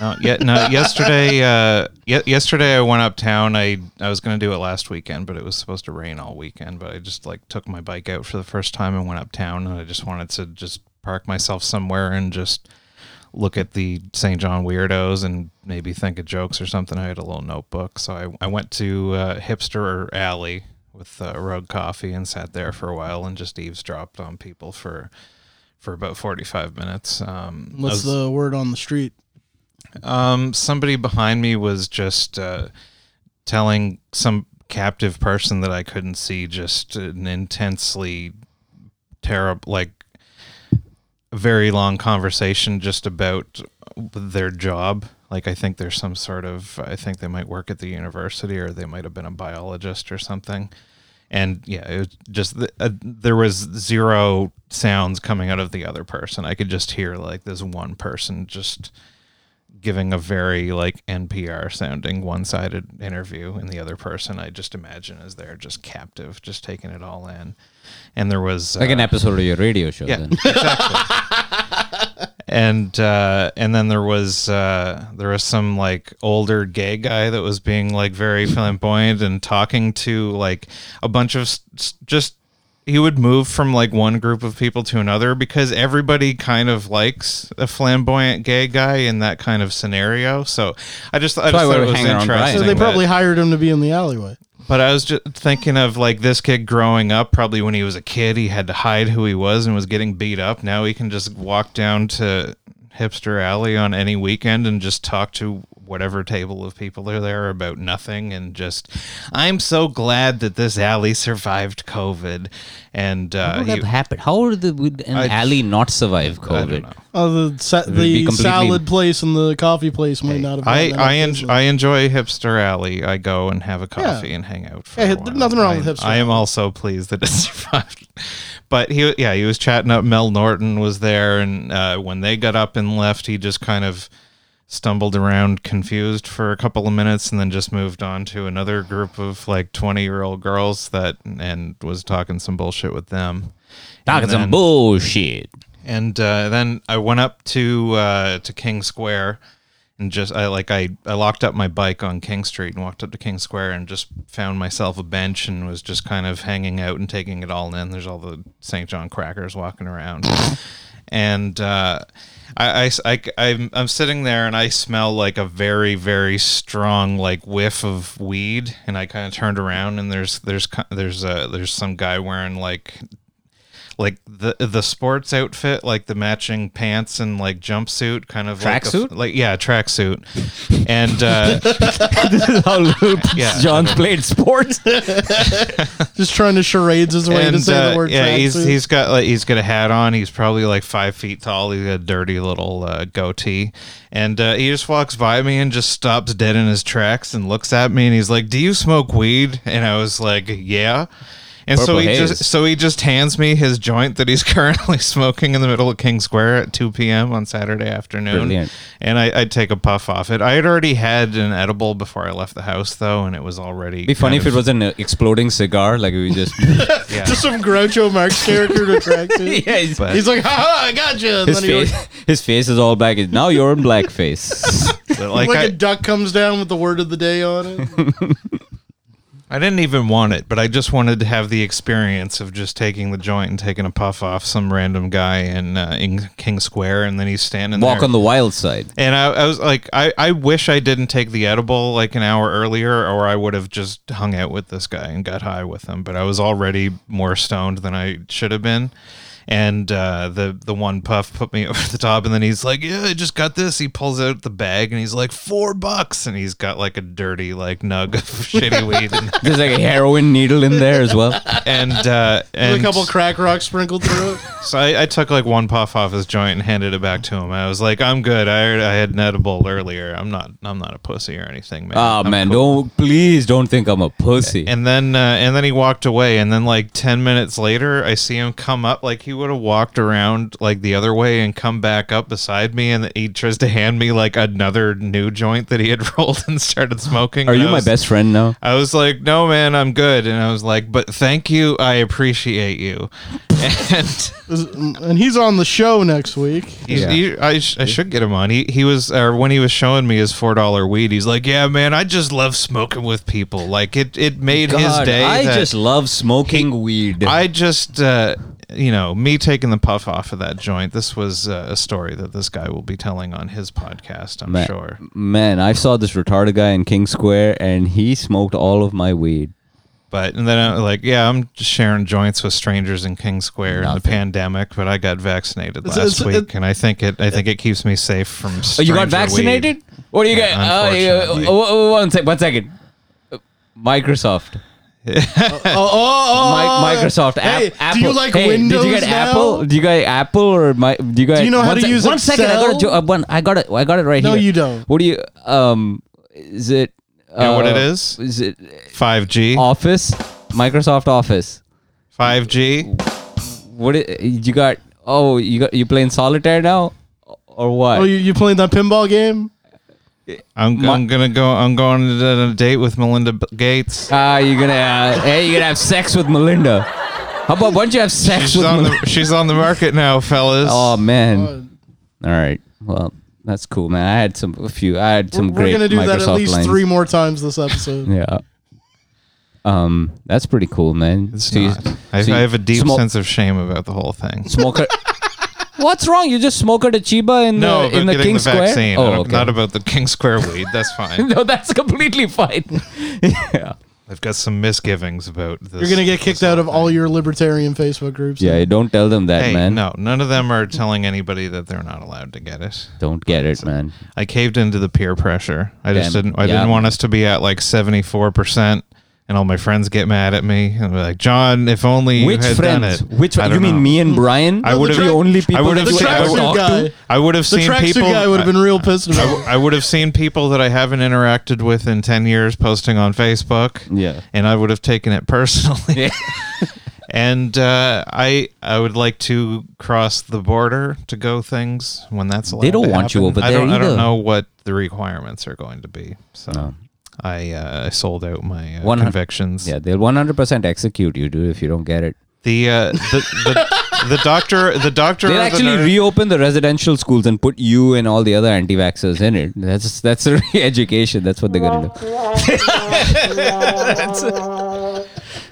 Speaker 2: no, ye- no yesterday uh ye- yesterday i went uptown i i was going to do it last weekend but it was supposed to rain all weekend but i just like took my bike out for the first time and went uptown and i just wanted to just park myself somewhere and just look at the st john weirdos and maybe think of jokes or something i had a little notebook so i, I went to uh, hipster alley with uh, rug coffee and sat there for a while and just eavesdropped on people for for about 45 minutes um I
Speaker 3: What's
Speaker 2: was-
Speaker 3: the word on the street?
Speaker 2: um, somebody behind me was just uh, telling some captive person that I couldn't see just an intensely terrible, like very long conversation just about their job. Like I think there's some sort of I think they might work at the university or they might have been a biologist or something. And yeah, it was just the, uh, there was zero sounds coming out of the other person. I could just hear like this one person just giving a very like NPR sounding one sided interview, and the other person I just imagine is there just captive, just taking it all in. And there was
Speaker 1: Like
Speaker 2: uh,
Speaker 1: an episode of your radio show.
Speaker 2: yeah,
Speaker 1: Then.
Speaker 2: exactly. and uh, and then there was uh, there was some like older gay guy that was being like very flamboyant and talking to like a bunch of s- s- just he would move from like one group of people to another because everybody kind of likes a flamboyant gay guy in that kind of scenario. So I just I
Speaker 1: So I
Speaker 2: just thought
Speaker 1: would
Speaker 2: it was
Speaker 1: hang around
Speaker 2: interesting.
Speaker 1: Brian.
Speaker 3: So
Speaker 1: Thing
Speaker 3: they
Speaker 2: that-
Speaker 3: probably hired him to be in the alleyway.
Speaker 2: but I was just thinking of like this kid growing up. Probably when he was a kid, he had to hide who he was and was getting beat up. Now he can just walk down to Hipster Alley on any weekend and just talk to whatever table of people are there about nothing and just. I'm so glad that this alley survived COVID, and
Speaker 1: How
Speaker 2: uh,
Speaker 1: would
Speaker 2: he,
Speaker 1: Oh, that happen? How would, the, would an
Speaker 2: I-
Speaker 1: alley not survive
Speaker 2: I don't
Speaker 1: COVID?
Speaker 2: know.
Speaker 3: Oh, the sa-
Speaker 1: would be
Speaker 3: the
Speaker 1: completely-
Speaker 3: salad place and the coffee place might not have.
Speaker 2: I
Speaker 3: gotten out of
Speaker 2: I, en-
Speaker 3: business.
Speaker 2: I enjoy hipster alley. I go and have a coffee and hang out. For
Speaker 3: Yeah,
Speaker 2: a
Speaker 3: there's
Speaker 2: while.
Speaker 3: nothing wrong
Speaker 2: I,
Speaker 3: with Hipster
Speaker 2: I am also pleased that it survived. But he, yeah, he was chatting up. Mel Norton was there, and uh, when they got up and left, he just kind of stumbled around confused for a couple of minutes and then just moved on to another group of like 20 year old girls that and was talking some bullshit with them
Speaker 1: Talking
Speaker 2: And
Speaker 1: some
Speaker 2: then-
Speaker 1: bullshit.
Speaker 2: and uh, then I went up to uh, to King Square and just I like I I locked up my bike on King Street and walked up to King Square and just found myself a bench and was just kind of hanging out and taking it all in. There's all the St. John crackers walking around, and uh, I, am I'm sitting there and I smell like a very very strong like whiff of weed and I kind of turned around and there's there's ki- there's uh, there's some guy wearing like like the the sports outfit, like the matching pants and like jumpsuit, kind of like a f-
Speaker 1: Tracksuit?
Speaker 2: like yeah, tracksuit, and uh,
Speaker 1: this is how little
Speaker 2: Yeah.
Speaker 1: John played sports.
Speaker 3: just trying to charades his way to
Speaker 2: and
Speaker 3: say the
Speaker 2: uh,
Speaker 3: word.
Speaker 2: yeah, he's
Speaker 3: tracksuit.
Speaker 2: he's got like he's got a hat on. He's probably like five feet tall. He's got a dirty little uh, goatee, and uh, he just walks by me and just stops dead in his tracks and looks at me and he's like, "Do you smoke weed?" And I was like, "Yeah." And so
Speaker 1: Purple
Speaker 2: he just
Speaker 1: haze.
Speaker 2: so he just hands me his joint that he's currently smoking in the middle of King Square at 2 p.m. on Saturday afternoon.
Speaker 1: Brilliant.
Speaker 2: And I, I take a puff off it. I had already had an edible before I left the house though, and it was already
Speaker 1: be funny
Speaker 2: kind
Speaker 1: if it
Speaker 2: of-
Speaker 1: was an uh, exploding cigar, like we just.
Speaker 2: yeah.
Speaker 3: Just some Groucho Marx character to track to.
Speaker 1: he's,
Speaker 2: But-
Speaker 3: He's like, haha, I got you. And
Speaker 1: his
Speaker 3: then he,
Speaker 1: face,
Speaker 3: like,
Speaker 1: his face is all black. Now you're in blackface.
Speaker 2: But, like,
Speaker 3: like
Speaker 2: I,
Speaker 3: a duck comes down with the word of the day on it.
Speaker 2: I didn't even want it, but I just wanted to have the experience of just taking the joint and taking a puff off some random guy in, uh, in King Square, and then he's standing
Speaker 1: Walk
Speaker 2: there.
Speaker 1: on the wild side.
Speaker 2: and I, I was like, I, I wish I didn't take the edible like an hour earlier, or I would have just hung out with this guy and got high with him. But I was already more stoned than I should have been. And uh, the the one puff put me over the top, and then he's like, "Yeah, I just got this." He pulls out the bag, and he's like, four bucks," and he's got like a dirty like nug of shitty weed. In
Speaker 1: There's like a heroin needle in there as well.
Speaker 2: and uh, and
Speaker 3: a couple crack rocks sprinkled through it.
Speaker 2: so I, I took like one puff off his joint and handed it back to him. I was like, "I'm good. I already- I had an edible earlier. I'm not I'm not a pussy or anything, man."
Speaker 1: Oh
Speaker 2: I'm
Speaker 1: man,
Speaker 2: cool."
Speaker 1: don't please don't think I'm a pussy.
Speaker 2: And then uh, and then he walked away. And then like ten minutes later, I see him come up like he would have walked around like the other way and come back up beside me, and he tries to hand me like another new joint that he had rolled and started smoking.
Speaker 1: Are
Speaker 2: And
Speaker 1: you
Speaker 2: I
Speaker 1: my
Speaker 2: was-
Speaker 1: best friend now?
Speaker 2: I was like, no, man, I'm good. And I was like, but thank you. I appreciate you. And
Speaker 3: And he's on the show next week.
Speaker 2: He's,
Speaker 1: Yeah.
Speaker 2: he- I, sh- I should get him on. He he was or when he was showing me his four dollar weed. He's like, yeah, man, I just love smoking with people. Like it it made his
Speaker 1: God,
Speaker 2: day.
Speaker 1: I
Speaker 2: that
Speaker 1: just love smoking weed.
Speaker 2: I just uh, you know me taking the puff off of that joint. This was uh, a story that this guy will be telling on his podcast. I'm
Speaker 1: Ma-
Speaker 2: sure.
Speaker 1: Man, I saw this retarded guy in King Square, and he smoked all of my weed.
Speaker 2: But and then I, like yeah, I'm just sharing joints with strangers in King Square in the
Speaker 1: Nothing.
Speaker 2: pandemic. But I got vaccinated
Speaker 3: It's-
Speaker 2: last
Speaker 3: it's-
Speaker 2: week,
Speaker 3: it-
Speaker 2: and I think it I think it keeps me safe from.
Speaker 1: Oh, you
Speaker 2: stranger
Speaker 1: got
Speaker 2: weed.
Speaker 1: vaccinated? What do you
Speaker 2: Yeah,
Speaker 1: get? Uh,
Speaker 2: unfortunately.
Speaker 1: yeah, oh, oh, one sec, one second. Uh, Microsoft.
Speaker 3: Oh,
Speaker 1: Mi-
Speaker 3: oh, oh,
Speaker 1: Microsoft.
Speaker 3: Hey,
Speaker 1: app, Apple.
Speaker 3: do you like
Speaker 1: Hey,
Speaker 3: Windows
Speaker 1: Did you get
Speaker 3: now?
Speaker 1: Apple? Do you get Apple or my? Do you guys?
Speaker 3: Do you know how to use
Speaker 1: One second, I got
Speaker 3: Excel?
Speaker 1: it. Uh, one, I got it. I got it right
Speaker 3: No,
Speaker 1: here.
Speaker 3: you don't.
Speaker 1: What do you? Um, is it?
Speaker 2: You know what it
Speaker 1: uh,
Speaker 2: is?
Speaker 1: Is it
Speaker 2: 5G.
Speaker 1: Office? Microsoft Office.
Speaker 2: 5G.
Speaker 1: What i- you got? Oh, you got you playing solitaire now, or what?
Speaker 3: Oh, you, you playing that pinball game?
Speaker 2: I'm, I'm gonna go. I'm going on a date with Melinda B- Gates.
Speaker 1: Ah, you're gonna uh, hey, you're gonna have sex with Melinda. How about why don't you have sex
Speaker 2: She's
Speaker 1: with
Speaker 2: on
Speaker 1: Melinda?
Speaker 2: the. She's on the market now, fellas.
Speaker 1: Oh
Speaker 3: Uh,
Speaker 1: man. All right. Well, that's cool, man. I had some a few. I had some
Speaker 3: we're
Speaker 1: great
Speaker 3: gonna do
Speaker 1: Microsoft
Speaker 3: that at least
Speaker 1: lines.
Speaker 3: three more times this episode.
Speaker 1: Yeah. Um, that's pretty cool, man.
Speaker 2: it's
Speaker 1: So you-
Speaker 2: not. I,
Speaker 1: so you
Speaker 2: I have a deep
Speaker 1: smoke-
Speaker 2: sense of shame about the whole thing.
Speaker 1: Smoke a- What's wrong? You just smoke at a Chiba in
Speaker 2: No,
Speaker 1: the
Speaker 2: about
Speaker 1: in the
Speaker 2: getting
Speaker 1: King
Speaker 2: the
Speaker 1: Square.
Speaker 2: vaccine.
Speaker 1: Oh,
Speaker 2: not-
Speaker 1: okay.
Speaker 2: Not about the King Square weed. That's fine.
Speaker 1: no, that's completely fine. yeah.
Speaker 2: I've got some misgivings about this.
Speaker 3: You're gonna get kicked out of all your libertarian Facebook groups.
Speaker 1: Yeah, don't tell them that,
Speaker 2: Hey,
Speaker 1: man.
Speaker 2: no, none of them are telling anybody that they're not allowed to get it.
Speaker 1: Don't get it, man.
Speaker 2: I caved into the peer pressure. I just
Speaker 1: Damn.
Speaker 2: didn't. I
Speaker 1: Yeah.
Speaker 2: didn't want us to be at like seventy four percent, and all my friends get mad at me and be like, "John, if only you
Speaker 1: Which
Speaker 2: had
Speaker 1: friends?
Speaker 2: done it."
Speaker 1: Which
Speaker 2: I
Speaker 1: you
Speaker 2: don't know. Hmm.
Speaker 1: mean me and Brian?
Speaker 2: I
Speaker 1: We're
Speaker 2: would have
Speaker 1: the only people
Speaker 2: I would
Speaker 1: that
Speaker 2: have
Speaker 1: you
Speaker 3: The
Speaker 1: ever
Speaker 3: tracksuit
Speaker 1: talked
Speaker 3: guy.
Speaker 1: to.
Speaker 2: I would have
Speaker 3: The
Speaker 2: seen
Speaker 3: tracksuit
Speaker 2: people.
Speaker 3: guy would have been real pissed about it.
Speaker 2: I would have seen people that I haven't interacted with in ten years posting on Facebook.
Speaker 1: Yeah.
Speaker 2: and I would have taken it personally.
Speaker 1: Yeah.
Speaker 2: and uh, I I would like to cross the border to go things when that's allowed.
Speaker 1: They don't
Speaker 2: to
Speaker 1: want you
Speaker 2: happen.
Speaker 1: over
Speaker 2: I don't,
Speaker 1: there
Speaker 2: I don't
Speaker 1: either.
Speaker 2: know what the requirements are going to be. So
Speaker 1: No.
Speaker 2: I uh, I sold out my uh,
Speaker 1: One hun-
Speaker 2: convictions.
Speaker 1: Yeah, they'll 100% execute you, dude, if you don't get it.
Speaker 2: The uh, the, the the doctor the doctor
Speaker 1: They'll
Speaker 2: or the
Speaker 1: actually
Speaker 2: nurse-
Speaker 1: reopen the residential schools and put you and all the other anti-vaxxers in it. That's that's a re-education. That's what they're gonna do.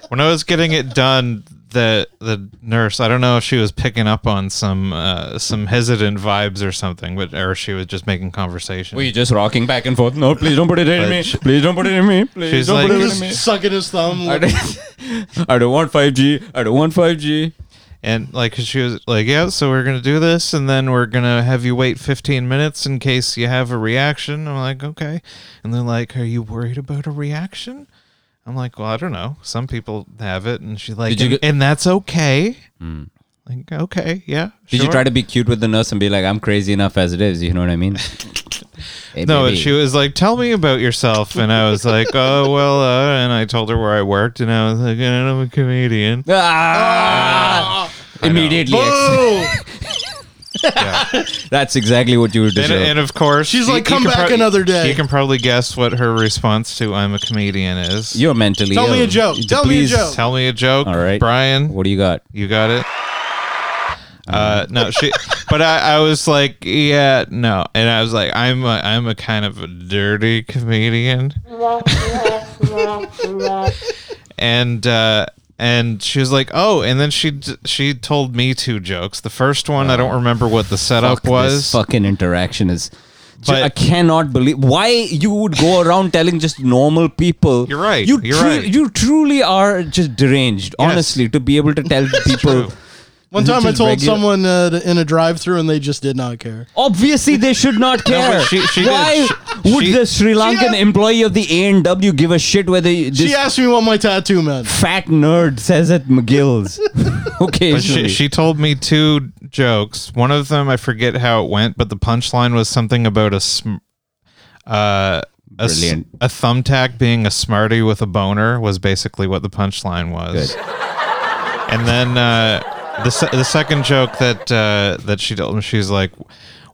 Speaker 2: when I was getting it done, the the nurse, I don't know if she was picking up on some uh, some hesitant vibes or something, but or she was just making conversation.
Speaker 1: just rocking back and forth. No, please don't put it in
Speaker 2: me.
Speaker 1: Please don't put it in me. Please
Speaker 2: She's like,
Speaker 3: He's just sucking his thumb.
Speaker 1: I
Speaker 3: like,
Speaker 1: don't, I don't want 5G. I don't want 5G.
Speaker 2: and like she was like, yeah, so we're gonna do this, and then we're gonna have you wait 15 minutes in case you have a reaction. I'm like, okay, and they're like, are you worried about a reaction? I'm like, well, I don't know. Some people have it, and she's like,
Speaker 1: Did you
Speaker 2: and,
Speaker 1: get- Hmm.
Speaker 2: and that's okay. Like, okay, yeah.
Speaker 1: Did you
Speaker 2: sure.
Speaker 1: try to be cute with the nurse and be like, I'm crazy enough as it is? You know what I mean? Hey,
Speaker 2: No, and
Speaker 1: baby.
Speaker 2: she was like, "Tell me about yourself," and I was like, "Oh well," uh, and I told her where I worked, and I was like, "And "I'm a comedian."
Speaker 1: Ah! Immediately. ex-
Speaker 3: Oh,
Speaker 1: That's exactly what you would
Speaker 2: And,
Speaker 1: deserve.
Speaker 2: and of course,
Speaker 3: She's like, "Come
Speaker 2: can
Speaker 3: back another day."
Speaker 2: You can probably guess what her response to "I'm a comedian" is.
Speaker 1: You're mentally
Speaker 3: Tell me
Speaker 1: ill.
Speaker 3: a joke.
Speaker 1: Please-
Speaker 3: Tell me a joke.
Speaker 2: Tell me a joke,
Speaker 1: All right.
Speaker 2: Brian.
Speaker 1: What do you got?
Speaker 2: You got it. Uh,
Speaker 1: Um.
Speaker 2: no, she. but I, I was like, yeah, no, and I was like, I'm a, I'm a kind of a dirty comedian. and uh, and she was like, oh, and then she d- she told me two jokes. The first one, I don't remember what the setup
Speaker 1: Oh. Fuck, this
Speaker 2: was.
Speaker 1: fucking interaction is. Ju-
Speaker 2: But-
Speaker 1: I cannot believe why you would go around telling just normal people.
Speaker 2: You're right,
Speaker 1: You
Speaker 2: you're right.
Speaker 1: You truly are just deranged. Honestly, to be able to tell people.
Speaker 2: true.
Speaker 3: one time I
Speaker 1: Just
Speaker 3: told
Speaker 1: regular-
Speaker 3: someone uh, in a drive-through and they just did not care.
Speaker 1: Obviously, they should not
Speaker 2: No,
Speaker 1: care.
Speaker 2: but she- she did.
Speaker 1: Why
Speaker 2: She-
Speaker 1: would
Speaker 2: she-
Speaker 1: the Sri Lankan employee of the A and W give a shit whether you- this
Speaker 3: She asked me what my tattoo meant.
Speaker 1: fat nerd says at McGill's?
Speaker 2: But
Speaker 1: Occasionally,
Speaker 2: she, she told me two jokes. One of them, I forget how it went, but the punchline was something about a sm- uh, a, s-
Speaker 1: Brilliant.
Speaker 2: a thumbtack being a smarty with a boner was basically what the punchline was. And then uh, the se- the second joke that uh, that she told me, she's like,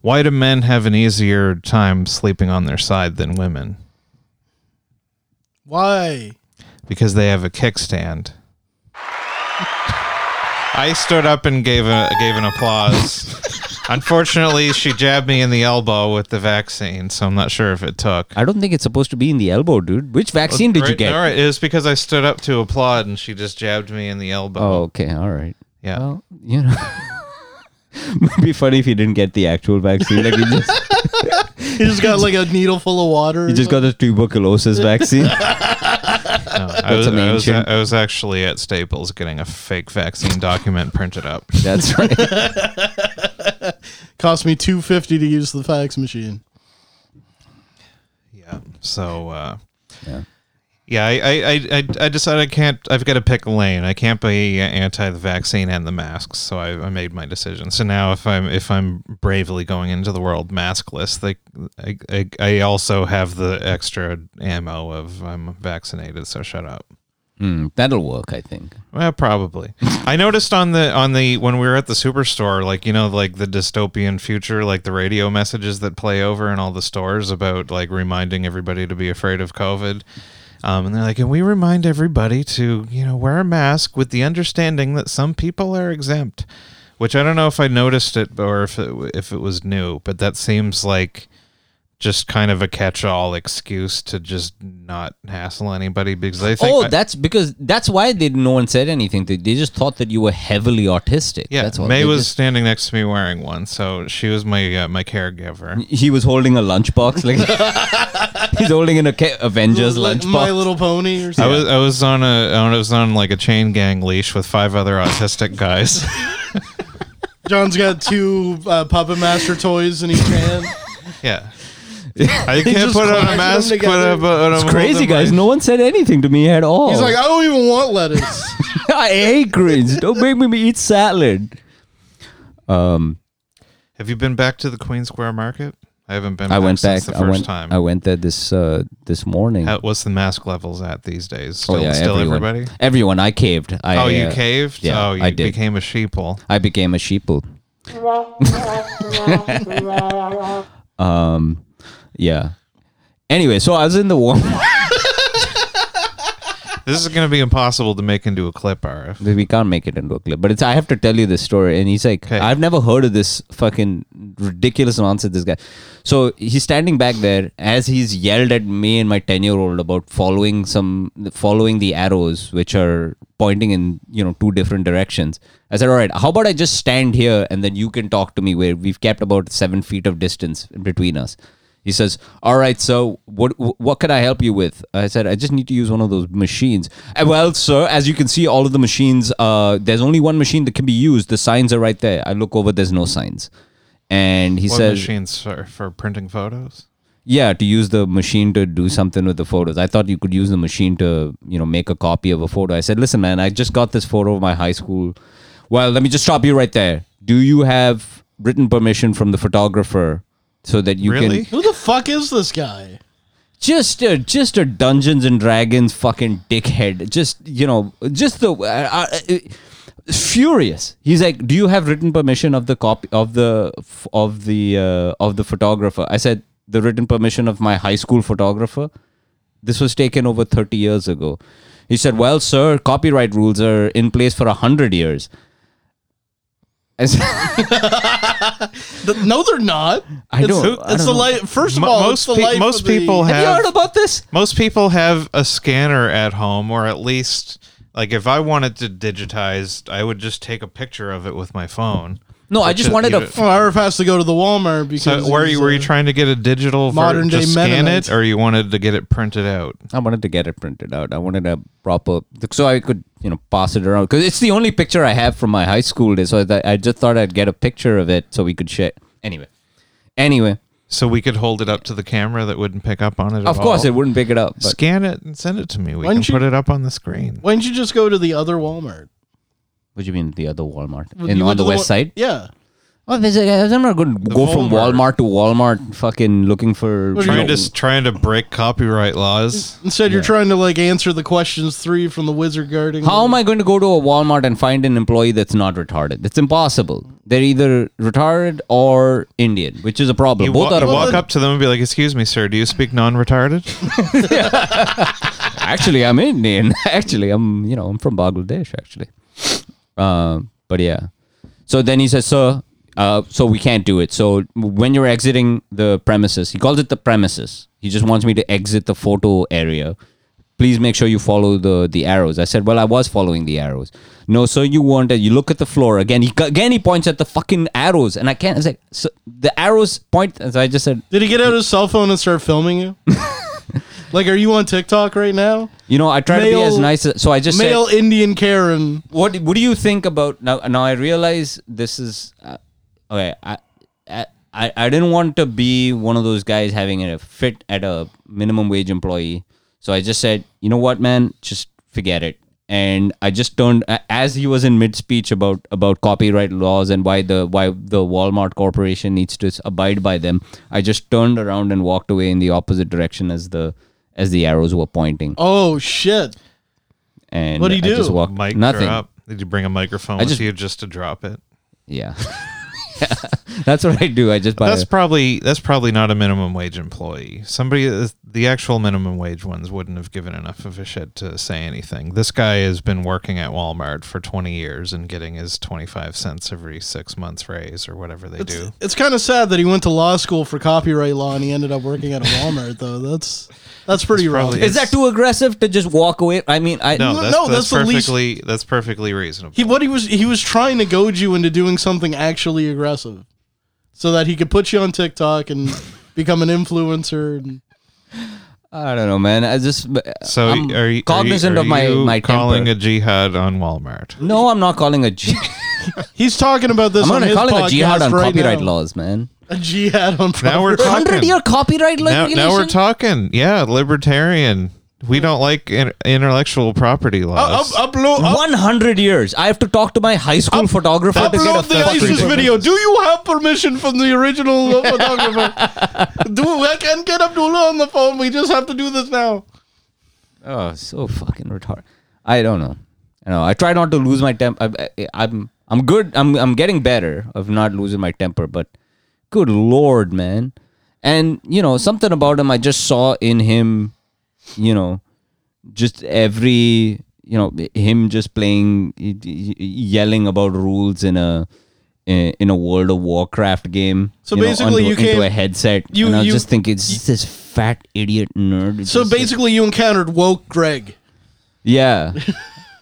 Speaker 2: "Why do men have an easier time sleeping on their side than women?
Speaker 3: Why?
Speaker 2: Because they have a kickstand." I stood up and gave a gave an applause. Unfortunately, she jabbed me in the elbow with the vaccine, so I'm not sure if it took.
Speaker 1: I don't think it's supposed to be in the elbow, dude. Which vaccine did you
Speaker 2: Oh, Right-
Speaker 1: get?
Speaker 2: All right, it was because I stood up to applaud and she just jabbed me in the elbow.
Speaker 1: Oh, okay, all right.
Speaker 2: yeah.
Speaker 1: Well, Oh, you know, would be funny if you didn't get the actual vaccine. Like you just
Speaker 3: He just got like a needle full of water. or
Speaker 1: you just got the tuberculosis vaccine.
Speaker 2: No, I, was,
Speaker 1: an
Speaker 2: I, was,
Speaker 1: ancient-
Speaker 2: I was actually at Staples getting a fake vaccine document printed up.
Speaker 1: That's right.
Speaker 3: Cost me two fifty to use the fax machine.
Speaker 2: Yeah. So, uh,
Speaker 1: Yeah.
Speaker 2: yeah, I, I, I, I- I decided I can't, I've got to pick a lane. I can't be anti the vaccine and the masks. So I, I made my decision. So now if I'm, if I'm bravely going into the world maskless, like I, I, I also have the extra ammo of I'm vaccinated. So shut up.
Speaker 1: Hmm, that'll work, I think.
Speaker 2: Well, probably. I noticed on the on the when we were at the superstore, like you know, like the dystopian future, like the radio messages that play over in all the stores about like reminding everybody to be afraid of COVID. Um, and they're like, and we remind everybody to you know wear a mask with the understanding that some people are exempt. Which I don't know if I noticed it or if it, w- if it was new, but that seems like just kind of a catch-all excuse to just not hassle anybody because I think
Speaker 1: Oh,
Speaker 2: I-
Speaker 1: that's because that's why they no one said anything. They, they just thought that you were heavily autistic.
Speaker 2: Yeah,
Speaker 1: that's all.
Speaker 2: May
Speaker 1: They
Speaker 2: was
Speaker 1: just-
Speaker 2: standing next to me wearing one, so she was my uh, my caregiver.
Speaker 1: he was holding a lunchbox, like he's holding an Aca- Avengers
Speaker 3: Like
Speaker 1: lunchbox.
Speaker 3: My Little Pony or
Speaker 2: I
Speaker 3: something.
Speaker 2: was I was on a I was on like a chain gang leash with five other autistic guys.
Speaker 3: John's got two uh, Puppet Master toys in each hand.
Speaker 2: yeah, I can't
Speaker 3: just
Speaker 2: put
Speaker 3: clashed
Speaker 2: on a
Speaker 3: them
Speaker 2: mask. Put
Speaker 3: together.
Speaker 2: up a,
Speaker 1: it's crazy, guys. No one said anything to me at all.
Speaker 2: Oh.
Speaker 3: He's like, I don't even want lettuce.
Speaker 1: I hate greens. Don't make me eat salad. Um,
Speaker 2: Have you been back to the Queen Square Market? I haven't been.
Speaker 1: I went back.
Speaker 2: since the
Speaker 1: I
Speaker 2: first
Speaker 1: went.
Speaker 2: time.
Speaker 1: I went there this uh, this morning.
Speaker 2: How, what's the mask levels at these days? Still,
Speaker 1: oh yeah,
Speaker 2: still
Speaker 1: everyone.
Speaker 2: everybody.
Speaker 1: Everyone. I caved. I,
Speaker 2: oh, you
Speaker 1: uh,
Speaker 2: caved.
Speaker 1: yeah,
Speaker 2: oh, you
Speaker 1: I did.
Speaker 2: became a sheeple.
Speaker 1: I became a sheeple. um, yeah. Anyway, so I was in the warm.
Speaker 2: This is going to be impossible to make into a clip, RF.
Speaker 1: we can't make it into a clip, but it's. I have to tell you this story. And he's like,
Speaker 2: Okay.
Speaker 1: I've never heard of this fucking ridiculous nonsense. This guy. So he's standing back there as he's yelled at me and my ten-year-old about following some, following the arrows which are pointing in you know two different directions. I said, all right, how about I just stand here and then you can talk to me where we've kept about seven feet of distance between us. He says, "All right, so what what can I help you with?" I said, "I just need to use one of those machines." "Uh, well, sir, as you can see, all of the machines. Uh, there's only one machine that can be used. The signs are right there. I look over. There's no signs. And he
Speaker 2: What
Speaker 1: says,
Speaker 2: machines for, for printing photos?
Speaker 1: "Yeah, to use the machine to do something with the photos. I thought you could use the machine to, you know, make a copy of a photo." I said, "Listen, man, I just got this photo of my high school. Well, let me just stop you right there. Do you have written permission from the photographer so that you
Speaker 2: Really?
Speaker 3: Who
Speaker 1: can
Speaker 3: the fuck is this guy?
Speaker 1: just a just a Dungeons and Dragons fucking dickhead. Just you know, just the uh, uh, furious. He's like, "Do you have written permission of the copy of the of the uh, of the photographer?" I said, "The written permission of my high school photographer." This was taken over 30 years ago. He said, "Well, sir, copyright rules are in place for 100 years." I said,
Speaker 3: Th- no, they're not.
Speaker 1: I
Speaker 3: it's,
Speaker 1: don't-
Speaker 2: Who-
Speaker 1: I
Speaker 3: it's
Speaker 1: don't
Speaker 3: the
Speaker 1: know.
Speaker 3: life. First of
Speaker 2: Mo-
Speaker 3: all,
Speaker 2: most
Speaker 3: it's the
Speaker 2: pe-
Speaker 3: life
Speaker 2: most
Speaker 3: of the-
Speaker 2: people
Speaker 1: "Have you
Speaker 2: Have-
Speaker 1: heard about this?"
Speaker 2: Most people have a scanner at home, or at least, like, if I wanted to digitize, I would just take a picture of it with my phone.
Speaker 1: No, I
Speaker 2: Which
Speaker 1: just
Speaker 2: is-
Speaker 1: wanted
Speaker 2: you-
Speaker 1: a
Speaker 3: Well, Irv has to go to the Walmart because.
Speaker 2: So, were you
Speaker 3: he's,
Speaker 2: were
Speaker 3: uh,
Speaker 2: you trying to get a digital
Speaker 3: modern
Speaker 2: modern
Speaker 3: day
Speaker 2: just scan
Speaker 3: Mennonite.
Speaker 2: it, or you wanted to get it printed out?
Speaker 1: I wanted to get it printed out. I wanted a proper, so I could, you know, pass it around. Because it's the only picture I have from my high school days. So I, th- I just thought I'd get a picture of it so we could share. Anyway. Anyway.
Speaker 2: So we could hold it up to the camera that wouldn't pick up on it. At
Speaker 1: Of course,
Speaker 2: all?
Speaker 1: it wouldn't pick it up. But
Speaker 2: Scan it and send it to me. We
Speaker 3: Why
Speaker 2: can
Speaker 3: don't you-
Speaker 2: put it up on the screen.
Speaker 3: Why didn't you just go to the other Walmart?
Speaker 1: what do you mean, the other Walmart?
Speaker 3: You
Speaker 1: In,
Speaker 3: went
Speaker 1: on
Speaker 3: to
Speaker 1: the west
Speaker 3: Wal-
Speaker 1: side?
Speaker 3: Yeah.
Speaker 1: Oh, there's a, I'm not going to go from Walmart
Speaker 2: Walmart.
Speaker 1: to Walmart fucking looking for.
Speaker 3: What are you
Speaker 2: Trying to s- trying to break copyright laws.
Speaker 3: Instead, you're trying to like answer the questions three from the wizard guarding.
Speaker 1: How am I going to go to a Walmart and find an employee that's not retarded? It's impossible. They're either retarded or Indian, which is a problem.
Speaker 2: You
Speaker 1: Both
Speaker 2: wa-
Speaker 1: are a
Speaker 2: walk
Speaker 1: problem.
Speaker 2: up to them and be like, "Excuse me, sir. Do you speak non-retarded?"
Speaker 1: actually i'm indian actually i'm you know i'm from bangladesh actually um but yeah so then he says sir uh, so we can't do it so when you're exiting the premises he calls it the premises he just wants me to exit the photo area please make sure you follow the the arrows i said well i was following the arrows no sir you weren't you look at the floor again he again he points at the fucking arrows and i can't it's like so the arrows point as i just said
Speaker 3: Did he get out his cell phone and start filming you? like, are you on TikTok right now?
Speaker 1: you know i try to be as
Speaker 3: Male-
Speaker 1: nice as so i just said,
Speaker 3: Male Indian Karen.
Speaker 1: what what do you think about now now i realize this is uh, okay I, I i I didn't want to be one of those guys having a fit at a minimum wage employee so i just said you know what man just forget it and i just turned a- as he was in mid speech about about copyright laws and why the why the walmart corporation needs to s- abide by them i just turned around and walked away in the opposite direction as the as the arrows were pointing
Speaker 3: Oh shit!
Speaker 1: and
Speaker 3: what'd he
Speaker 1: I just
Speaker 3: do?
Speaker 1: walked
Speaker 2: Mic
Speaker 1: nothing
Speaker 2: drop. Did you bring a microphone
Speaker 1: I
Speaker 2: with
Speaker 1: just-
Speaker 2: you just to drop it?
Speaker 1: Yeah. That's what I do. I just buy
Speaker 2: That's
Speaker 1: a-
Speaker 2: probably that's probably not a minimum wage employee. Somebody that- the actual minimum wage ones wouldn't have given enough of a shit to say anything. This guy has been working at Walmart for 20 years and getting his 25 cents every 6 months raise or whatever they do.
Speaker 3: It's kind of sad that he went to law school for copyright law and he ended up working at a Walmart though. That's that's pretty
Speaker 2: That's
Speaker 3: rough.
Speaker 2: probably-
Speaker 1: Is that too aggressive to just walk away? I mean, I
Speaker 2: No,
Speaker 3: No,
Speaker 2: that's,
Speaker 3: no, that's
Speaker 2: that's,
Speaker 3: the least-
Speaker 2: perfectly that's perfectly reasonable.
Speaker 3: He what he was he was trying to goad you into doing something actually aggressive, so that he could put you on TikTok and become an influencer. And,
Speaker 1: I don't know, man. I just
Speaker 2: so
Speaker 1: I'm
Speaker 2: are you
Speaker 1: cognizant
Speaker 2: are
Speaker 1: of my
Speaker 2: you
Speaker 1: my
Speaker 2: calling
Speaker 1: temper.
Speaker 2: a jihad on Walmart?
Speaker 1: no, I'm not calling a. G-
Speaker 3: he's talking about this
Speaker 1: I'm
Speaker 3: on
Speaker 1: not
Speaker 3: his
Speaker 1: calling
Speaker 3: podcast
Speaker 1: a jihad on
Speaker 3: right
Speaker 1: copyright
Speaker 3: now.
Speaker 1: laws, man.
Speaker 3: A jihad on
Speaker 2: Now we're
Speaker 3: copyright-
Speaker 2: talking.
Speaker 1: Hundred year copyright law.
Speaker 2: now, now we're talking. Yeah, libertarian. We don't like in- intellectual property
Speaker 1: Oh,
Speaker 2: laws.
Speaker 3: Uh, Up- upload
Speaker 2: Oh.
Speaker 3: up-
Speaker 1: One hundred years. I have to talk to my high school photographer to get a
Speaker 3: upload the
Speaker 1: fucking
Speaker 3: ISIS
Speaker 1: picture.
Speaker 3: video. Do you have permission from the original photographer? Do I can get Abdullah on the phone? We just have to do this now.
Speaker 1: Oh, so fucking retarded. I don't know. I know. I try not to lose my temper. I, I, I'm I'm good. I'm I'm getting better of not losing my temper. But good lord, man. And you know something about him. I just saw in him, you know, just every you know him just playing, y- y- yelling about rules in a in a World of Warcraft game.
Speaker 3: So
Speaker 1: you know,
Speaker 3: basically
Speaker 1: onto-
Speaker 3: you
Speaker 1: into
Speaker 3: came-
Speaker 1: a headset.
Speaker 3: you-
Speaker 1: and I was
Speaker 3: you-
Speaker 1: just think it's just this fat idiot nerd. It's
Speaker 3: So
Speaker 1: just like-
Speaker 3: basically, you encountered woke Greg.
Speaker 1: yeah.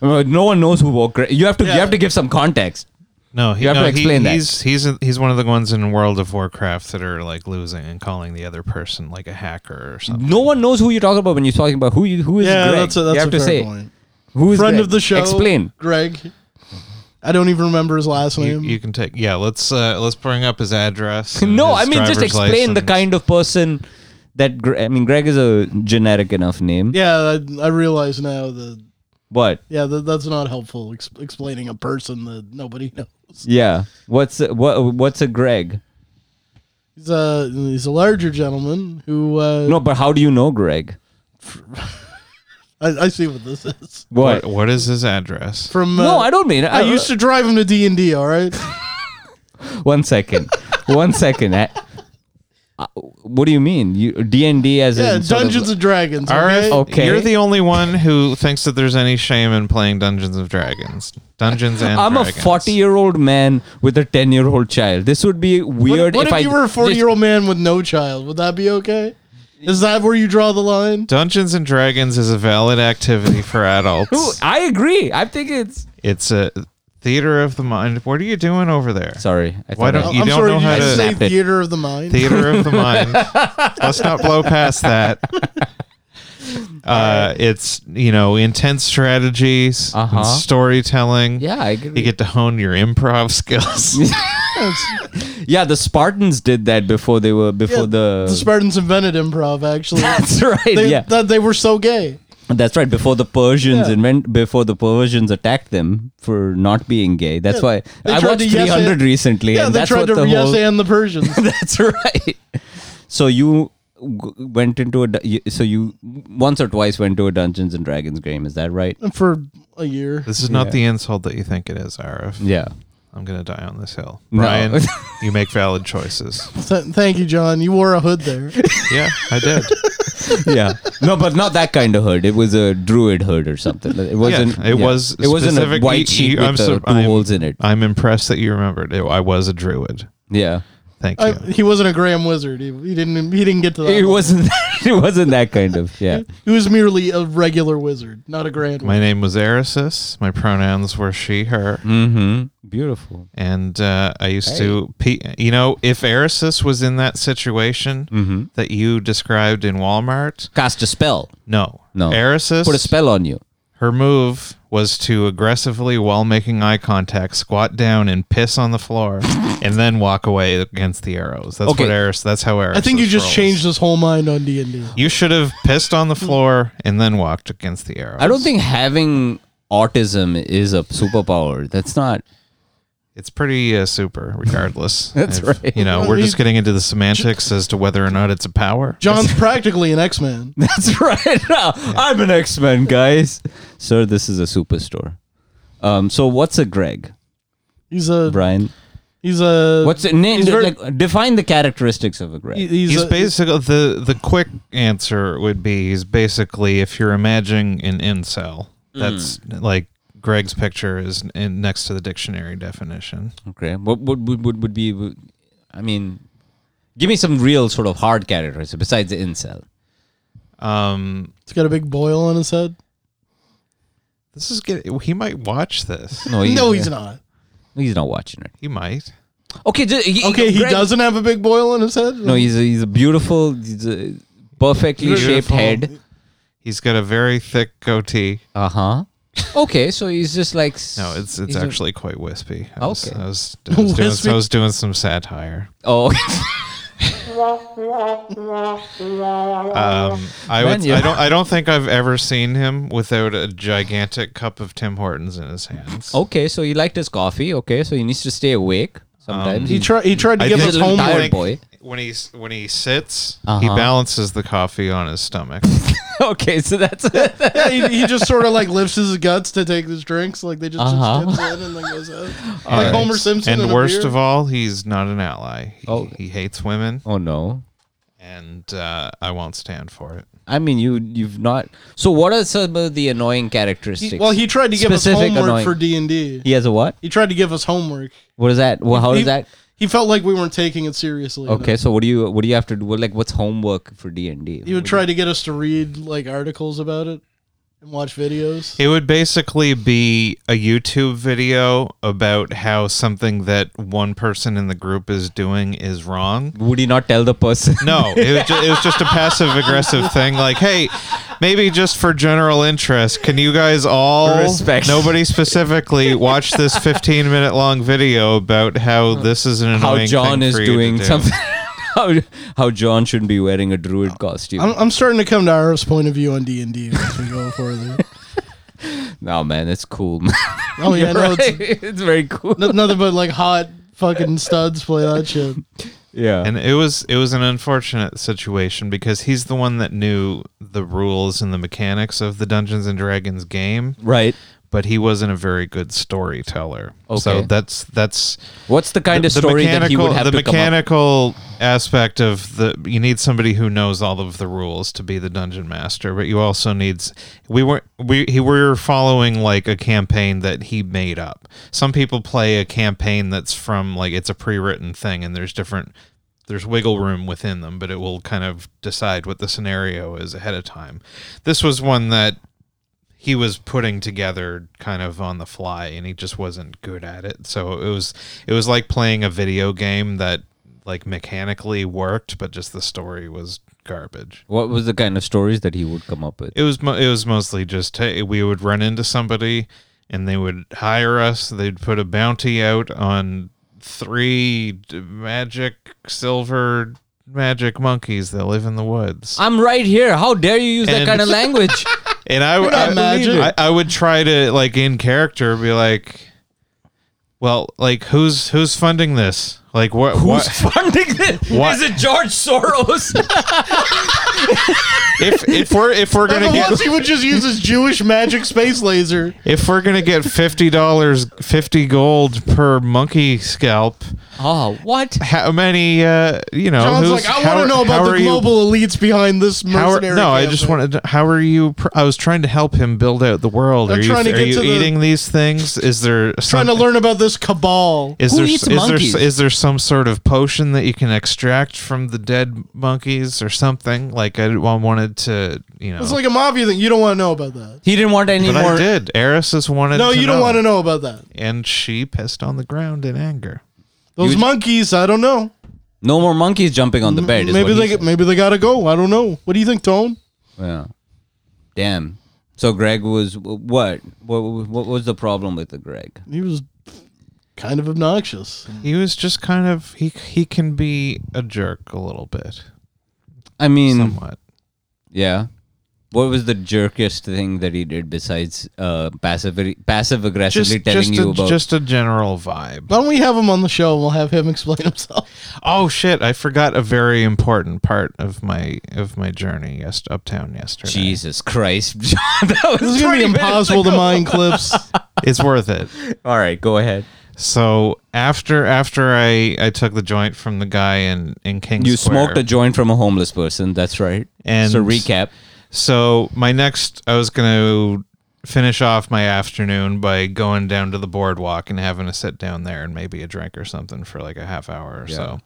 Speaker 1: Uh, no one knows who Walker. You have to you have to give some context.
Speaker 2: No, he,
Speaker 1: You have
Speaker 2: no,
Speaker 1: to explain
Speaker 2: he,
Speaker 1: that.
Speaker 2: He's he's he's one of the ones in World of Warcraft that are like losing and calling the other person like a hacker or something.
Speaker 1: No one knows who you're talking about when you're talking about who you, who is Greg. you have to say who is
Speaker 3: Friend
Speaker 1: Greg?
Speaker 3: of the show.
Speaker 1: Explain.
Speaker 3: Greg. I don't even remember his last
Speaker 2: You,
Speaker 3: name.
Speaker 2: you can take yeah. Let's uh, let's bring up his address. and
Speaker 1: No, I
Speaker 2: his
Speaker 1: mean just
Speaker 2: driver's
Speaker 1: explain the
Speaker 2: license.
Speaker 1: kind of person that Gre- I mean Greg is a generic enough name.
Speaker 3: yeah, I, I realize now that.
Speaker 1: But
Speaker 3: Yeah, that, that's not helpful. Ex- explaining a person that nobody knows.
Speaker 1: yeah, what's a, what what's a Greg?
Speaker 3: He's a he's a larger gentleman who. Uh,
Speaker 1: No, but how do you know Greg?
Speaker 3: I, I see what this is.
Speaker 2: What, what is his address?
Speaker 3: From uh,
Speaker 1: No, I don't mean.
Speaker 3: I used to drive him to D and D. All right.
Speaker 1: One second. One second. I- uh, what do you mean? You D and D as
Speaker 3: Yeah,
Speaker 1: in sort of-
Speaker 3: Dungeons and Dragons. Okay?
Speaker 2: RF,
Speaker 1: Okay.
Speaker 2: you're the only one who thinks that there's any shame in playing Dungeons of Dragons. Dungeons and
Speaker 1: I'm a
Speaker 2: Dragons.
Speaker 1: 40 year old man with a 10 year old child. This would be
Speaker 3: What,
Speaker 1: weird
Speaker 3: what if,
Speaker 1: I
Speaker 3: you were a forty year old man with no child? Would that be okay? Is that where you draw the line?
Speaker 2: Dungeons and Dragons is a valid activity for adults.
Speaker 1: I agree. I think it's
Speaker 2: it's a theater of the mind. What are you doing over there?
Speaker 1: sorry. I thought
Speaker 2: Why don't
Speaker 1: I-
Speaker 2: You
Speaker 3: I'm sorry,
Speaker 2: know how
Speaker 3: did you
Speaker 2: to-
Speaker 3: say
Speaker 1: Snap it.
Speaker 3: theater of the mind?
Speaker 2: Theater of the mind. Let's not blow past that. Uh, it's you know intense strategies, and
Speaker 1: Uh-huh.
Speaker 2: storytelling.
Speaker 1: Yeah, I
Speaker 2: You
Speaker 1: agree.
Speaker 2: get to hone your improv skills.
Speaker 1: yeah, the Spartans did that before they were before
Speaker 3: Yeah,
Speaker 1: the.
Speaker 3: the Spartans invented improv. Actually,
Speaker 1: that's right.
Speaker 3: they,
Speaker 1: yeah,
Speaker 3: that they were so gay.
Speaker 1: that's right. Before the Persians
Speaker 3: Yeah.
Speaker 1: and when, before the Persians attacked them for not being gay. That's
Speaker 3: Yeah,
Speaker 1: why
Speaker 3: they
Speaker 1: I
Speaker 3: tried
Speaker 1: watched
Speaker 3: to yes
Speaker 1: 300
Speaker 3: and-
Speaker 1: recently,
Speaker 3: Yeah,
Speaker 1: and
Speaker 3: they
Speaker 1: that's
Speaker 3: tried
Speaker 1: what
Speaker 3: to
Speaker 1: the
Speaker 3: yes
Speaker 1: whole.
Speaker 3: and the Persians.
Speaker 1: That's right. So you g- went into a du- you- so you once or twice went to a Dungeons and Dragons game. Is that right?
Speaker 3: for a year.
Speaker 2: this is not
Speaker 1: Yeah.
Speaker 2: the insult that you think it is, Arif.
Speaker 1: Yeah.
Speaker 2: I'm gonna die on this hill,
Speaker 1: No.
Speaker 2: Ryan. you make valid choices.
Speaker 3: Th- thank you, John. You wore a hood there.
Speaker 2: Yeah, I did.
Speaker 1: yeah. No, but not that kind of herd. It was a druid herd or something. It wasn't.
Speaker 2: it was
Speaker 1: It wasn't a
Speaker 2: specifically-
Speaker 1: white sheep
Speaker 2: I'm
Speaker 1: with uh,
Speaker 2: sur-
Speaker 1: 2
Speaker 2: I'm-
Speaker 1: holes in it.
Speaker 2: I'm impressed that you remembered. It, I was a druid.
Speaker 1: Yeah.
Speaker 2: Thank you.
Speaker 3: I, he wasn't a Graham Wizard. He, he didn't. He didn't get to that.
Speaker 1: It
Speaker 3: level.
Speaker 1: wasn't. it wasn't that kind of. Yeah.
Speaker 3: He was merely a regular wizard, not a grand.
Speaker 2: My name was Eresis. My pronouns were she, her.
Speaker 1: Mm-hmm. Beautiful.
Speaker 2: And uh, I used to, pe- you know, if Eresis was in that situation
Speaker 1: Mm-hmm.
Speaker 2: that you described in Walmart,
Speaker 1: Cast a spell.
Speaker 2: no.
Speaker 1: No.
Speaker 2: Eresis,
Speaker 1: Put a spell on you.
Speaker 2: her move was to aggressively, while making eye contact, squat down and piss on the floor and then walk away against the arrows. That's
Speaker 1: Okay.
Speaker 2: what Eris, that's how Eresis
Speaker 3: I think you just
Speaker 2: rolls.
Speaker 3: changed his whole mind on D and D.
Speaker 2: You should have pissed on the floor and then walked against the arrows.
Speaker 1: I don't think having autism is a superpower. That's not.
Speaker 2: It's pretty uh, super, regardless.
Speaker 1: That's
Speaker 2: If-
Speaker 1: right.
Speaker 2: You know,
Speaker 3: Well,
Speaker 2: we're
Speaker 3: he-
Speaker 2: just getting into the semantics as to whether or not it's a power.
Speaker 3: John's practically an X Man.
Speaker 1: That's right. I'm an X Men, guys. Sir, this is a superstore. Um. So what's a Greg,
Speaker 3: He's a.
Speaker 1: Brian?
Speaker 3: He's a.
Speaker 1: What's the name?
Speaker 3: he's very-
Speaker 1: like, define the characteristics of a Greg.
Speaker 3: he- He's,
Speaker 2: He's
Speaker 3: a,
Speaker 2: basically the the quick answer would be he's basically if you're imagining an incel, that's
Speaker 1: Hmm.
Speaker 2: like Greg's picture is in, next to the dictionary definition.
Speaker 1: Okay. What what would would, would be? would- I mean, give me some real sort of hard characteristics besides the incel.
Speaker 2: Um,
Speaker 3: He's got a big boil on his head.
Speaker 2: this is getting he might watch this.
Speaker 1: No,
Speaker 3: no, he's not.
Speaker 1: He's not watching it.
Speaker 2: He might.
Speaker 1: Okay. ju- he-
Speaker 3: Okay, he
Speaker 1: Greg-
Speaker 3: doesn't have a big boil on his head.
Speaker 1: No, he's a, he's a beautiful, he's a perfectly shaped
Speaker 2: Beautiful.
Speaker 1: head.
Speaker 2: He's got a very thick goatee.
Speaker 1: Uh huh. Okay, so he's just like s-
Speaker 2: No, it's it's
Speaker 1: he's a-
Speaker 2: actually quite wispy. I was,
Speaker 1: Okay.
Speaker 2: I was, I was,
Speaker 3: Wispy.
Speaker 2: doing, I was doing some satire.
Speaker 1: oh,
Speaker 2: Um, I
Speaker 1: Man,
Speaker 2: would.
Speaker 1: you-
Speaker 2: I don't. I don't think I've ever seen him without a gigantic cup of Tim Hortons in his hands.
Speaker 1: okay. So he liked his coffee. Okay, so he needs to stay awake sometimes.
Speaker 3: He tried. He tried to
Speaker 2: I
Speaker 3: give
Speaker 2: think-
Speaker 3: us homework.
Speaker 1: tired
Speaker 2: think
Speaker 1: boy.
Speaker 2: When he when he sits, he
Speaker 1: Uh-huh.
Speaker 2: balances the coffee on his stomach.
Speaker 1: okay, so that's
Speaker 3: Yeah, he, he just sort of like lifts his guts to take his drinks. Like they just
Speaker 1: Uh-huh.
Speaker 3: just dips in and then goes out. Like
Speaker 2: All right.
Speaker 3: Homer Simpson.
Speaker 2: And
Speaker 3: in a
Speaker 2: worst
Speaker 3: beer.
Speaker 2: of all, he's not an ally. He,
Speaker 1: Oh.
Speaker 2: he hates women,
Speaker 1: oh no.
Speaker 2: and uh, I won't stand for it.
Speaker 1: I mean, you you've not. So what are some of the annoying characteristics?
Speaker 3: He- well, he tried to give us
Speaker 1: Specific
Speaker 3: homework
Speaker 1: annoying-
Speaker 3: for D and D.
Speaker 1: he has a what?
Speaker 3: He tried to give us homework.
Speaker 1: What is that? Well, how
Speaker 3: he,
Speaker 1: is that?
Speaker 3: He felt like we weren't taking it seriously. enough.
Speaker 1: Okay, so what do you what do you have to do? Well, like, what's homework for D and D?
Speaker 3: He would try to get us to read like articles about it and watch videos.
Speaker 2: It would basically be a YouTube video about how something that one person in the group is doing is wrong,
Speaker 1: Would he not tell the person?
Speaker 2: No, it was, ju- it was just a passive aggressive thing. Like, hey, maybe just for general interest, can you guys all,
Speaker 1: Respect.
Speaker 2: nobody specifically, watch this 15 minute long video about how this is an annoying
Speaker 1: how John
Speaker 2: thing
Speaker 1: is
Speaker 2: for you to
Speaker 1: doing
Speaker 2: do.
Speaker 1: something. How, how John shouldn't be wearing a druid costume.
Speaker 3: I'm, I'm starting to come to Arif's point of view on D and D as we go further.
Speaker 1: no, man, it's cool. man.
Speaker 3: Oh yeah,
Speaker 1: You're
Speaker 3: no,
Speaker 1: right.
Speaker 3: it's
Speaker 1: it's, very cool.
Speaker 3: no- nothing but like hot fucking studs play that shit.
Speaker 4: Yeah.
Speaker 2: And it was it was an unfortunate situation because he's the one that knew the rules and the mechanics of the Dungeons and Dragons game,
Speaker 1: Right.
Speaker 2: but he wasn't a very good storyteller. So
Speaker 1: Okay.
Speaker 2: that's that's
Speaker 1: What's the kind
Speaker 2: the-
Speaker 1: of
Speaker 2: the
Speaker 1: story that he would
Speaker 2: mechanical-
Speaker 1: have
Speaker 2: the
Speaker 1: to come up?
Speaker 2: mechanical aspect of the you need somebody who knows all of the rules to be the dungeon master but you also needs we were we he were following like a campaign that he made up some people play a campaign that's from like it's a pre-written thing and there's different there's wiggle room within them but it will kind of decide what the scenario is ahead of time this was one that he was putting together kind of on the fly and he just wasn't good at it so it was it was like playing a video game that like mechanically worked but just the story was garbage
Speaker 1: What was the kind of stories that he would come up with?
Speaker 2: it was mo- it was mostly just hey, we would run into somebody and they would hire us they'd put a bounty out on three d- magic silver magic monkeys that live in the woods
Speaker 1: I'm right here. How dare you use that
Speaker 2: And-
Speaker 1: kind of language?
Speaker 2: And I, would
Speaker 3: not
Speaker 2: I,
Speaker 3: magic.
Speaker 2: I, I would try to like in character be like, well, like who's who's funding this? Like what?
Speaker 1: Who's
Speaker 2: what?
Speaker 1: funding this? Is
Speaker 2: What?
Speaker 1: it George Soros?
Speaker 2: If if we're if we're gonna
Speaker 3: the
Speaker 2: get
Speaker 3: ones he would just use his Jewish magic space laser.
Speaker 2: if we're gonna get fifty dollars fifty gold per monkey scalp,
Speaker 1: oh, what?
Speaker 2: how many? Uh, you know,
Speaker 3: John's
Speaker 2: who's-
Speaker 3: like, I
Speaker 2: how-
Speaker 3: want to know
Speaker 2: how
Speaker 3: about
Speaker 2: are
Speaker 3: the
Speaker 2: you-
Speaker 3: global elites behind this
Speaker 2: how are, no,
Speaker 3: mercenary.
Speaker 2: I just
Speaker 3: campaign."
Speaker 2: wanted. To, how are you? Pr- I was trying to help him build out the world.
Speaker 3: I'm
Speaker 2: are you,
Speaker 3: trying to
Speaker 2: are
Speaker 3: get
Speaker 2: you
Speaker 3: to the-
Speaker 2: eating these things? Is there
Speaker 3: trying to
Speaker 2: something-
Speaker 3: learn about this cabal.
Speaker 2: Is
Speaker 1: Who
Speaker 2: there,
Speaker 1: eats
Speaker 2: is there
Speaker 1: monkeys?
Speaker 2: is there some sort of potion that you can extract from the dead monkeys or something? Like I wanted to, you know.
Speaker 3: It's like a mafia thing. You don't want to know about that.
Speaker 1: He didn't want any
Speaker 2: but I
Speaker 1: more.
Speaker 2: did. Eris wanted.
Speaker 3: No,
Speaker 2: to
Speaker 3: you don't want to know about that.
Speaker 2: And she pissed on the ground in anger.
Speaker 3: Those
Speaker 1: You-
Speaker 3: monkeys, I don't know.
Speaker 1: No more monkeys jumping on the bed. Is
Speaker 3: maybe
Speaker 1: what
Speaker 3: they
Speaker 1: he said.
Speaker 3: maybe they gotta go. I don't know. What do you think, Tone?
Speaker 1: Yeah. Damn. So Greg was what? What, what was the problem with the Greg?
Speaker 3: He was kind of obnoxious.
Speaker 2: He was just kind of he he can be a jerk a little bit,
Speaker 1: I
Speaker 3: Mm.
Speaker 1: mean,
Speaker 2: somewhat.
Speaker 1: yeah. What was the jerkiest thing that he did besides uh, passive passive aggressively
Speaker 2: Just
Speaker 1: telling
Speaker 2: just
Speaker 1: you
Speaker 2: a,
Speaker 1: about?
Speaker 2: just a general vibe.
Speaker 3: Why don't we have him on the show and we'll have him explain himself?
Speaker 2: Oh shit! I forgot a very important part of my of my journey yes uptown yesterday.
Speaker 1: Jesus Christ! that
Speaker 3: This is
Speaker 1: was
Speaker 3: gonna be
Speaker 1: 20 minutes
Speaker 3: impossible to
Speaker 1: ago.
Speaker 3: mine clips.
Speaker 2: It's worth it.
Speaker 1: All right, go ahead.
Speaker 2: So after after I I took the joint from the guy in in King
Speaker 1: You
Speaker 2: Square,
Speaker 1: smoked a joint from a homeless person. That's right.
Speaker 2: And-
Speaker 1: so recap.
Speaker 2: so my next I was gonna finish off my afternoon by going down to the boardwalk and having a sit down there and maybe a drink or something for like a half hour or so.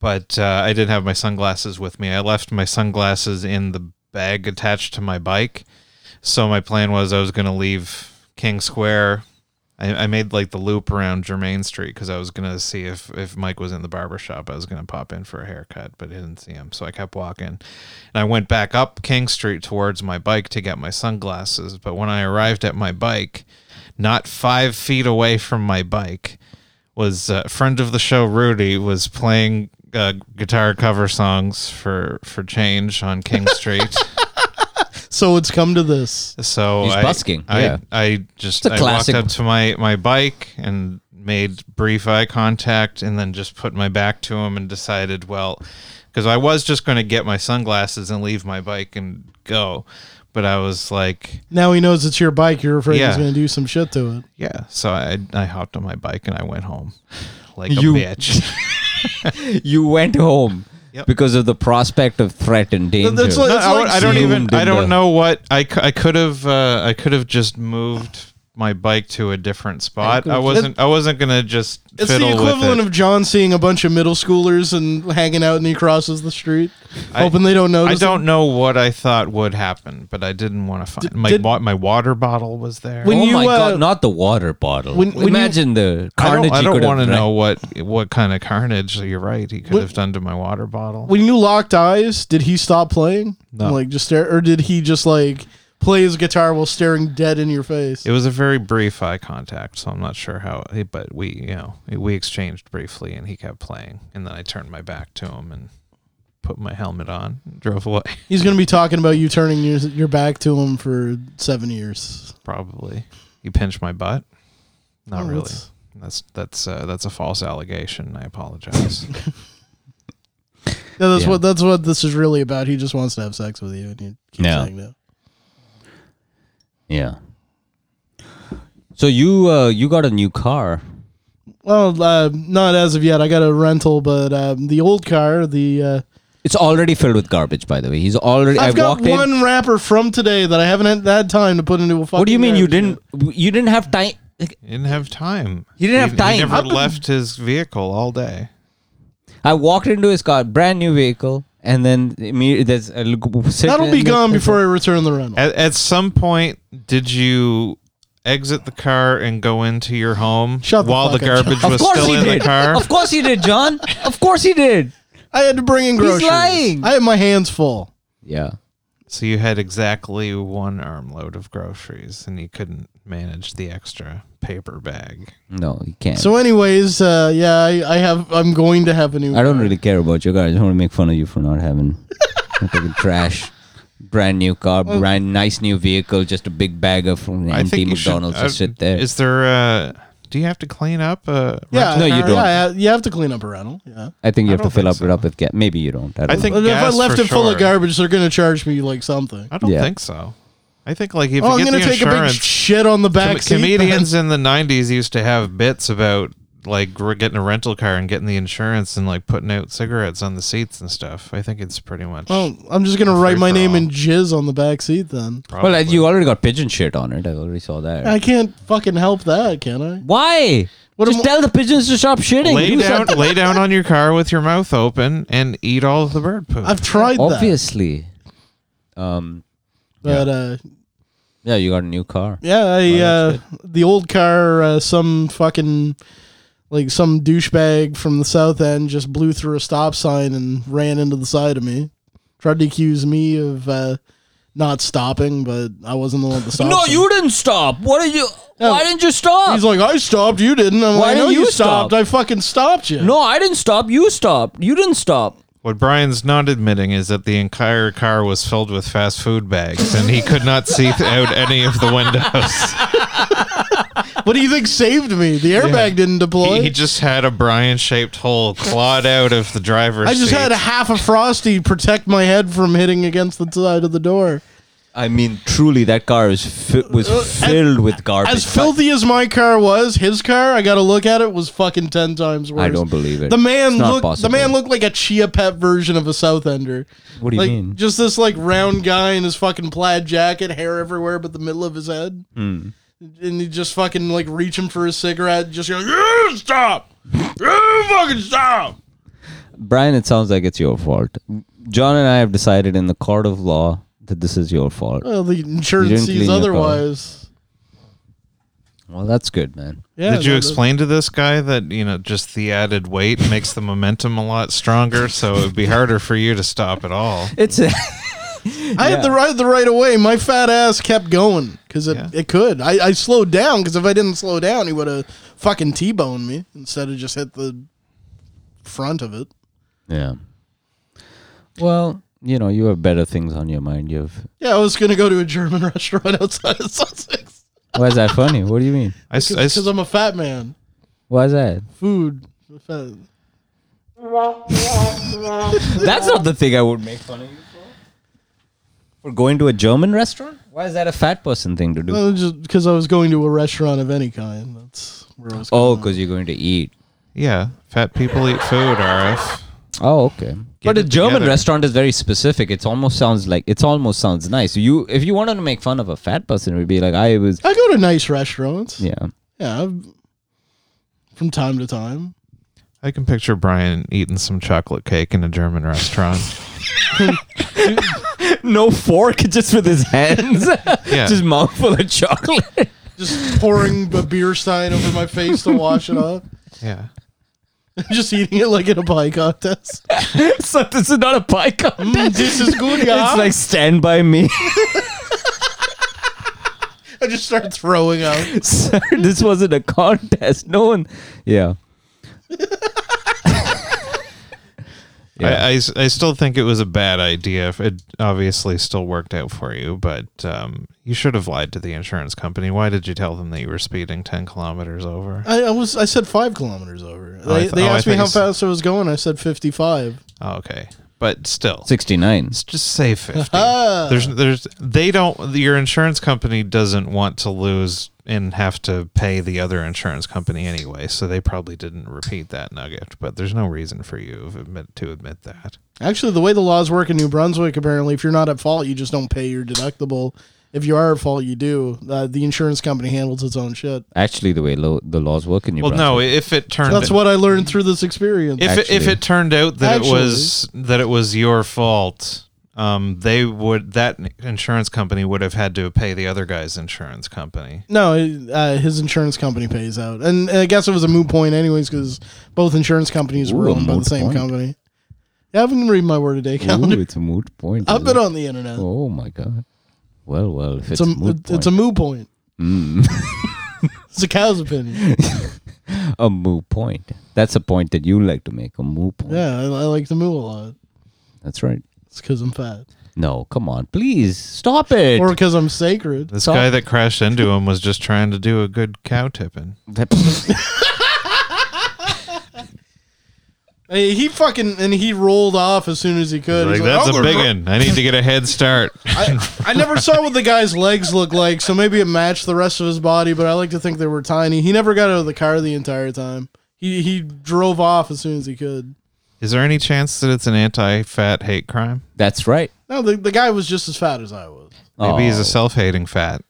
Speaker 2: But uh, I did have my sunglasses with me. I left my sunglasses in the bag attached to my bike. So my plan was I was gonna leave King Square. I, I made like the loop around Germain Street because I was gonna see if if Mike was in the barber shop. I was gonna pop in for a haircut, but I didn't see him, so I kept walking. And I went back up King Street towards my bike to get my sunglasses. But when I arrived at my bike, not five feet away from my bike, was uh, friend of the show Rudy was playing uh, guitar cover songs for for change on King Street.
Speaker 3: so it's come to this.
Speaker 2: So
Speaker 1: He's
Speaker 2: I,
Speaker 1: busking,
Speaker 2: I,
Speaker 1: yeah.
Speaker 2: I just
Speaker 1: It's a
Speaker 2: I
Speaker 1: classic.
Speaker 2: walked up to my my bike and made brief eye contact, and then just put my back to him and decided, well, because I was just going to get my sunglasses and leave my bike and go, but I was like,
Speaker 3: Now he knows it's your bike. You're afraid he's
Speaker 2: Yeah.
Speaker 3: gonna do some shit to it.
Speaker 2: yeah. So I I hopped on my bike and I went home, like a
Speaker 1: You-
Speaker 2: bitch.
Speaker 1: You went home
Speaker 2: Yep.
Speaker 1: because of the prospect of threat and danger.
Speaker 3: that's like-
Speaker 2: No,
Speaker 3: It's
Speaker 2: I, would- I don't even.
Speaker 1: zoomed in
Speaker 2: I don't
Speaker 1: the-
Speaker 2: know what I, cou- I could have. Uh, I could have just moved my bike to a different spot. I wasn't. I wasn't gonna just.
Speaker 3: It's
Speaker 2: fiddle
Speaker 3: the
Speaker 2: with it.
Speaker 3: equivalent of John seeing a bunch of middle schoolers and hanging out, and he crosses the street,
Speaker 2: I-
Speaker 3: hoping they don't
Speaker 2: I
Speaker 3: notice.
Speaker 2: don't know what I thought would happen, but I didn't want to find my
Speaker 3: did-
Speaker 2: wa- my water bottle was there.
Speaker 3: When
Speaker 1: oh
Speaker 3: you,
Speaker 1: my
Speaker 3: uh,
Speaker 1: god, not the water bottle.
Speaker 3: when- when you-
Speaker 1: Imagine the
Speaker 2: I
Speaker 1: carnage
Speaker 2: don't, I
Speaker 1: you
Speaker 2: don't
Speaker 1: could have
Speaker 2: want to
Speaker 1: dra-
Speaker 2: know what what kind of carnage. You're right. He could
Speaker 3: When-
Speaker 2: have done to my water bottle.
Speaker 3: When you locked eyes, did he stop playing?
Speaker 2: No.
Speaker 3: Like just stare, or did he just like play his guitar while staring dead in your face?
Speaker 2: it was a very brief eye contact, so I'm not sure how. eh, But we, you know, we exchanged briefly, and he kept playing, and then I turned my back to him and put my helmet on, and drove away.
Speaker 3: He's gonna be talking about you turning your your back to him for seven years.
Speaker 2: Probably. You pinched my butt. Not
Speaker 3: Oh,
Speaker 2: really.
Speaker 3: that's-
Speaker 2: That's that's uh, that's a false allegation. I apologize.
Speaker 3: Yeah, that's
Speaker 1: Yeah.
Speaker 3: what that's what this is really about. He just wants to have sex with you, and you keep
Speaker 1: Yeah.
Speaker 3: saying no.
Speaker 1: Yeah. So you uh, you got a new car.
Speaker 3: Well, uh, not as of yet. I got a rental, but um, the old car, the uh,
Speaker 1: It's already filled with garbage, by the way. He's already.
Speaker 3: I've
Speaker 1: I
Speaker 3: got
Speaker 1: walked in.
Speaker 3: one wrapper from today that I haven't had, had time to put into a. Fucking
Speaker 1: What do you mean you
Speaker 3: wrapper yet.
Speaker 1: didn't? You didn't have time.
Speaker 2: He didn't have time.
Speaker 1: He didn't have time.
Speaker 2: He never
Speaker 1: I've been-
Speaker 2: left his vehicle all day.
Speaker 1: I walked into his car, brand new vehicle, and then imme- there's a l-
Speaker 3: That'll be gone before I return the rental.
Speaker 2: At, at some point, did you exit the car and go into your home
Speaker 3: Shut the
Speaker 2: while the
Speaker 3: fuck up,
Speaker 2: garbage
Speaker 1: Of
Speaker 2: was
Speaker 1: course
Speaker 2: still
Speaker 1: he
Speaker 2: in
Speaker 1: did.
Speaker 2: the car?
Speaker 1: Of course he did, John. Of course he did.
Speaker 3: I had to bring in groceries.
Speaker 1: lying.
Speaker 3: I had my hands full.
Speaker 1: Yeah.
Speaker 2: So you had exactly one armload of groceries, and you couldn't manage the extra paper bag.
Speaker 1: No, he can't.
Speaker 3: So, anyways, uh, yeah, I, I have. I'm going to have a new.
Speaker 1: I don't really care about your car. I just want to make fun of you for not having not taking trash. Brand new car, brand nice new vehicle, just a big bag of from
Speaker 2: I
Speaker 1: empty
Speaker 2: you should-
Speaker 1: McDonald's
Speaker 2: uh,
Speaker 1: just sit there.
Speaker 2: Is there? Uh, do you have to clean up? Uh,
Speaker 3: Yeah,
Speaker 1: No, you don't.
Speaker 3: Yeah, you have to clean up a rental. Yeah.
Speaker 1: I think you
Speaker 2: I
Speaker 1: have to fill
Speaker 2: don't think
Speaker 1: up it
Speaker 2: so.
Speaker 1: up with gas. Maybe you don't. I, don't
Speaker 2: I
Speaker 1: know.
Speaker 2: think-
Speaker 3: But if I
Speaker 2: Gas
Speaker 3: left
Speaker 2: for
Speaker 3: it full of
Speaker 2: sure.
Speaker 3: garbage, they're going to charge me like something.
Speaker 2: I don't
Speaker 1: Yeah.
Speaker 2: think so. I think like if
Speaker 3: Oh, I'm
Speaker 2: you get
Speaker 3: going to
Speaker 2: the
Speaker 3: take a
Speaker 2: insurance,
Speaker 3: big shit on the back
Speaker 2: com-
Speaker 3: seat.
Speaker 2: comedians in the '90s used to have bits about like we're getting a rental car and getting the insurance and like putting out cigarettes on the seats and stuff. I think it's pretty much.
Speaker 3: Well, Oh, I'm just gonna
Speaker 2: A
Speaker 3: write my
Speaker 2: free-for-all.
Speaker 3: name in jizz on the back seat then.
Speaker 1: well,
Speaker 2: probably.
Speaker 1: like, you already got pigeon shit on it. I already saw that.
Speaker 3: I can't fucking help that, can I?
Speaker 1: Why?
Speaker 3: What
Speaker 1: just
Speaker 3: am-
Speaker 1: tell the pigeons to stop shitting.
Speaker 2: lay
Speaker 1: Do
Speaker 2: down,
Speaker 1: something.
Speaker 2: lay down on your car with your mouth open and eat all of the bird poop.
Speaker 3: I've tried
Speaker 1: Obviously. Um.
Speaker 3: that, but uh,
Speaker 1: Yeah, you got a new car.
Speaker 3: yeah,
Speaker 2: Oh,
Speaker 3: I
Speaker 1: Well,
Speaker 3: uh,
Speaker 1: that's
Speaker 3: the old car, uh, some fucking like some douchebag from the south end just blew through a stop sign and ran into the side of me. Tried to accuse me of uh, not stopping, but I wasn't the one to stop.
Speaker 1: No,
Speaker 3: him.
Speaker 1: you didn't stop. What did you?
Speaker 3: No.
Speaker 1: Why didn't you stop?
Speaker 3: He's like, I stopped. You didn't. I'm
Speaker 1: Why
Speaker 3: like,
Speaker 1: didn't
Speaker 3: no, you,
Speaker 1: you
Speaker 3: stopped.
Speaker 1: stop?
Speaker 3: I fucking stopped you.
Speaker 1: no, I didn't stop. You stopped. You didn't stop.
Speaker 2: What Brian's not admitting is that the entire car was filled with fast food bags and he could not see out any of the windows.
Speaker 3: What do you think saved me? The airbag didn't deploy.
Speaker 2: He, he just had a Brian shaped hole clawed out of the driver's
Speaker 3: I just
Speaker 2: seat.
Speaker 3: had a half a frosty protect my head from hitting against the side of the door.
Speaker 1: I mean, truly, that car is fi- was filled with garbage.
Speaker 3: Uh, As filthy as my car was, his car, I got to look at it, was fucking 10 times worse.
Speaker 1: I don't believe it.
Speaker 3: The man
Speaker 1: It's not
Speaker 3: looked
Speaker 1: possible.
Speaker 3: the man looked like a Chia Pet version of a South Ender.
Speaker 1: What do you
Speaker 3: like
Speaker 1: mean?
Speaker 3: just this like round guy in his fucking plaid jacket, hair everywhere but the middle of his head.
Speaker 1: Hmm.
Speaker 3: And he just fucking like reaching for his cigarette, just going, "Yeah, stop. Yeah, fucking stop.
Speaker 1: Brian, it sounds like it's your fault. John and I have decided in the court of law that this is your fault.
Speaker 3: Well, the
Speaker 1: You
Speaker 3: insurance
Speaker 1: didn't
Speaker 3: sees
Speaker 1: clean your car.
Speaker 3: otherwise.
Speaker 1: Well, that's good, man.
Speaker 3: Yeah,
Speaker 2: Did
Speaker 3: no,
Speaker 2: you
Speaker 3: that-
Speaker 2: explain to this guy that, you know, just the added weight makes the momentum a lot stronger, so it would be harder for you to stop at all?
Speaker 1: It's a
Speaker 3: I had the right the right away. My fat ass kept going because it,
Speaker 2: Yeah.
Speaker 3: it could. I, I slowed down because if I didn't slow down, he would have fucking t boned me instead of just hit the front of it.
Speaker 1: yeah. Well, you know, you have better things on your mind. You have.
Speaker 3: Yeah, I was gonna go to a German restaurant outside of Sussex
Speaker 1: Why is that funny? What do you mean?
Speaker 2: I, s- I s-
Speaker 3: because I'm a fat man.
Speaker 1: Why is that?
Speaker 3: Food. Fat.
Speaker 1: That's not the thing I would make fun of you for. For going to a German restaurant? Why is that a fat person thing to do?
Speaker 3: Well, just because I was going to a restaurant of any kind. That's where I was.
Speaker 1: Oh, because you're going to eat.
Speaker 2: yeah, fat people eat food, RF.
Speaker 1: Oh, okay. but a
Speaker 2: it
Speaker 1: German
Speaker 2: together.
Speaker 1: restaurant is very specific. It's almost sounds like it's almost sounds nice. You, if you wanted to make fun of a fat person, it would be like I was.
Speaker 3: I go to nice restaurants.
Speaker 1: Yeah,
Speaker 3: yeah I've- from time to time.
Speaker 2: I can picture Brian eating some chocolate cake in a German restaurant.
Speaker 1: no fork, just with his hands,
Speaker 2: Yeah.
Speaker 1: just mouthful of chocolate.
Speaker 3: Just pouring a beer stein over my face to wash it off.
Speaker 2: Yeah.
Speaker 3: just eating it like in a pie contest.
Speaker 1: so this is not a pie contest.
Speaker 3: Mm, this is good, yeah.
Speaker 1: It's like Stand by Me.
Speaker 3: I just start throwing up.
Speaker 1: Sir, this wasn't a contest. No one. Yeah. Yeah.
Speaker 2: I, I s- I still think it was a bad idea. If It obviously still worked out for you, but um, you should have lied to the insurance company. Why did you tell them that you were speeding 10 kilometers over?
Speaker 3: I, I was I said five kilometers over. They,
Speaker 2: I th-
Speaker 3: they
Speaker 2: oh, I
Speaker 3: asked me
Speaker 2: thought
Speaker 3: how
Speaker 2: you said-
Speaker 3: fast I was going. I said fifty-five.
Speaker 2: Oh, okay. but still,
Speaker 1: 69.
Speaker 2: let's just say fifty.
Speaker 3: Ah.
Speaker 2: there's, there's, they don't. Your insurance company doesn't want to lose and have to pay the other insurance company anyway, so they probably didn't repeat that nugget. But there's no reason for you to admit, to admit that.
Speaker 3: Actually, the way the laws work in New Brunswick, apparently, if you're not at fault, you just don't pay your deductible. If you are at fault, you do. Uh, the insurance company handles its own shit.
Speaker 1: Actually, the way lo- the laws work in New
Speaker 2: Well, no,
Speaker 1: Brunswick.
Speaker 2: if it turned
Speaker 3: That's what I learned through this experience.
Speaker 2: if it, if
Speaker 1: Actually.
Speaker 2: it turned out that it was that it was your fault um, they would that insurance company would have had to pay the other guy's insurance company
Speaker 3: no, it- uh, his insurance company pays out, and I guess it was a moot point, anyways, because both insurance companies were
Speaker 1: Ooh, a
Speaker 3: owned by the
Speaker 1: moot
Speaker 3: same
Speaker 1: point.
Speaker 3: company. Yeah, I've been reading my word of day
Speaker 1: Ooh,
Speaker 3: calendar.
Speaker 1: it's a moot point.
Speaker 3: I've
Speaker 1: is
Speaker 3: been
Speaker 1: it?
Speaker 3: on the internet.
Speaker 1: Oh my god. Well, well, if
Speaker 3: it's,
Speaker 1: it's,
Speaker 3: a
Speaker 1: moot
Speaker 3: it's,
Speaker 1: point,
Speaker 3: a moot point. it's a cow's opinion.
Speaker 1: a moot point. That's a point that you like to make. A moot point.
Speaker 3: Yeah, I, I like the moo a lot.
Speaker 1: That's right.
Speaker 3: It's because I'm fat,
Speaker 1: No, come on, please stop it.
Speaker 3: or because I'm sacred.
Speaker 2: this
Speaker 1: So-
Speaker 2: guy that crashed into him was just trying to do a good cow tipping
Speaker 1: That-
Speaker 3: Hey, he fucking and he rolled off as soon as he could.
Speaker 2: like
Speaker 3: He's
Speaker 2: that's
Speaker 3: "I'm
Speaker 2: a
Speaker 3: gonna
Speaker 2: big
Speaker 3: ru-
Speaker 2: one i need to get a head start
Speaker 3: I, I never saw what the guy's legs looked like, so maybe it matched the rest of his body, but I like to think they were tiny. He never got out of the car the entire time. He he drove off as soon as he could.
Speaker 2: is there any chance that it's an anti-fat hate crime
Speaker 1: That's right.
Speaker 3: No, the, the guy was just as fat as I was.
Speaker 2: maybe he's
Speaker 1: Oh,
Speaker 2: a self-hating fat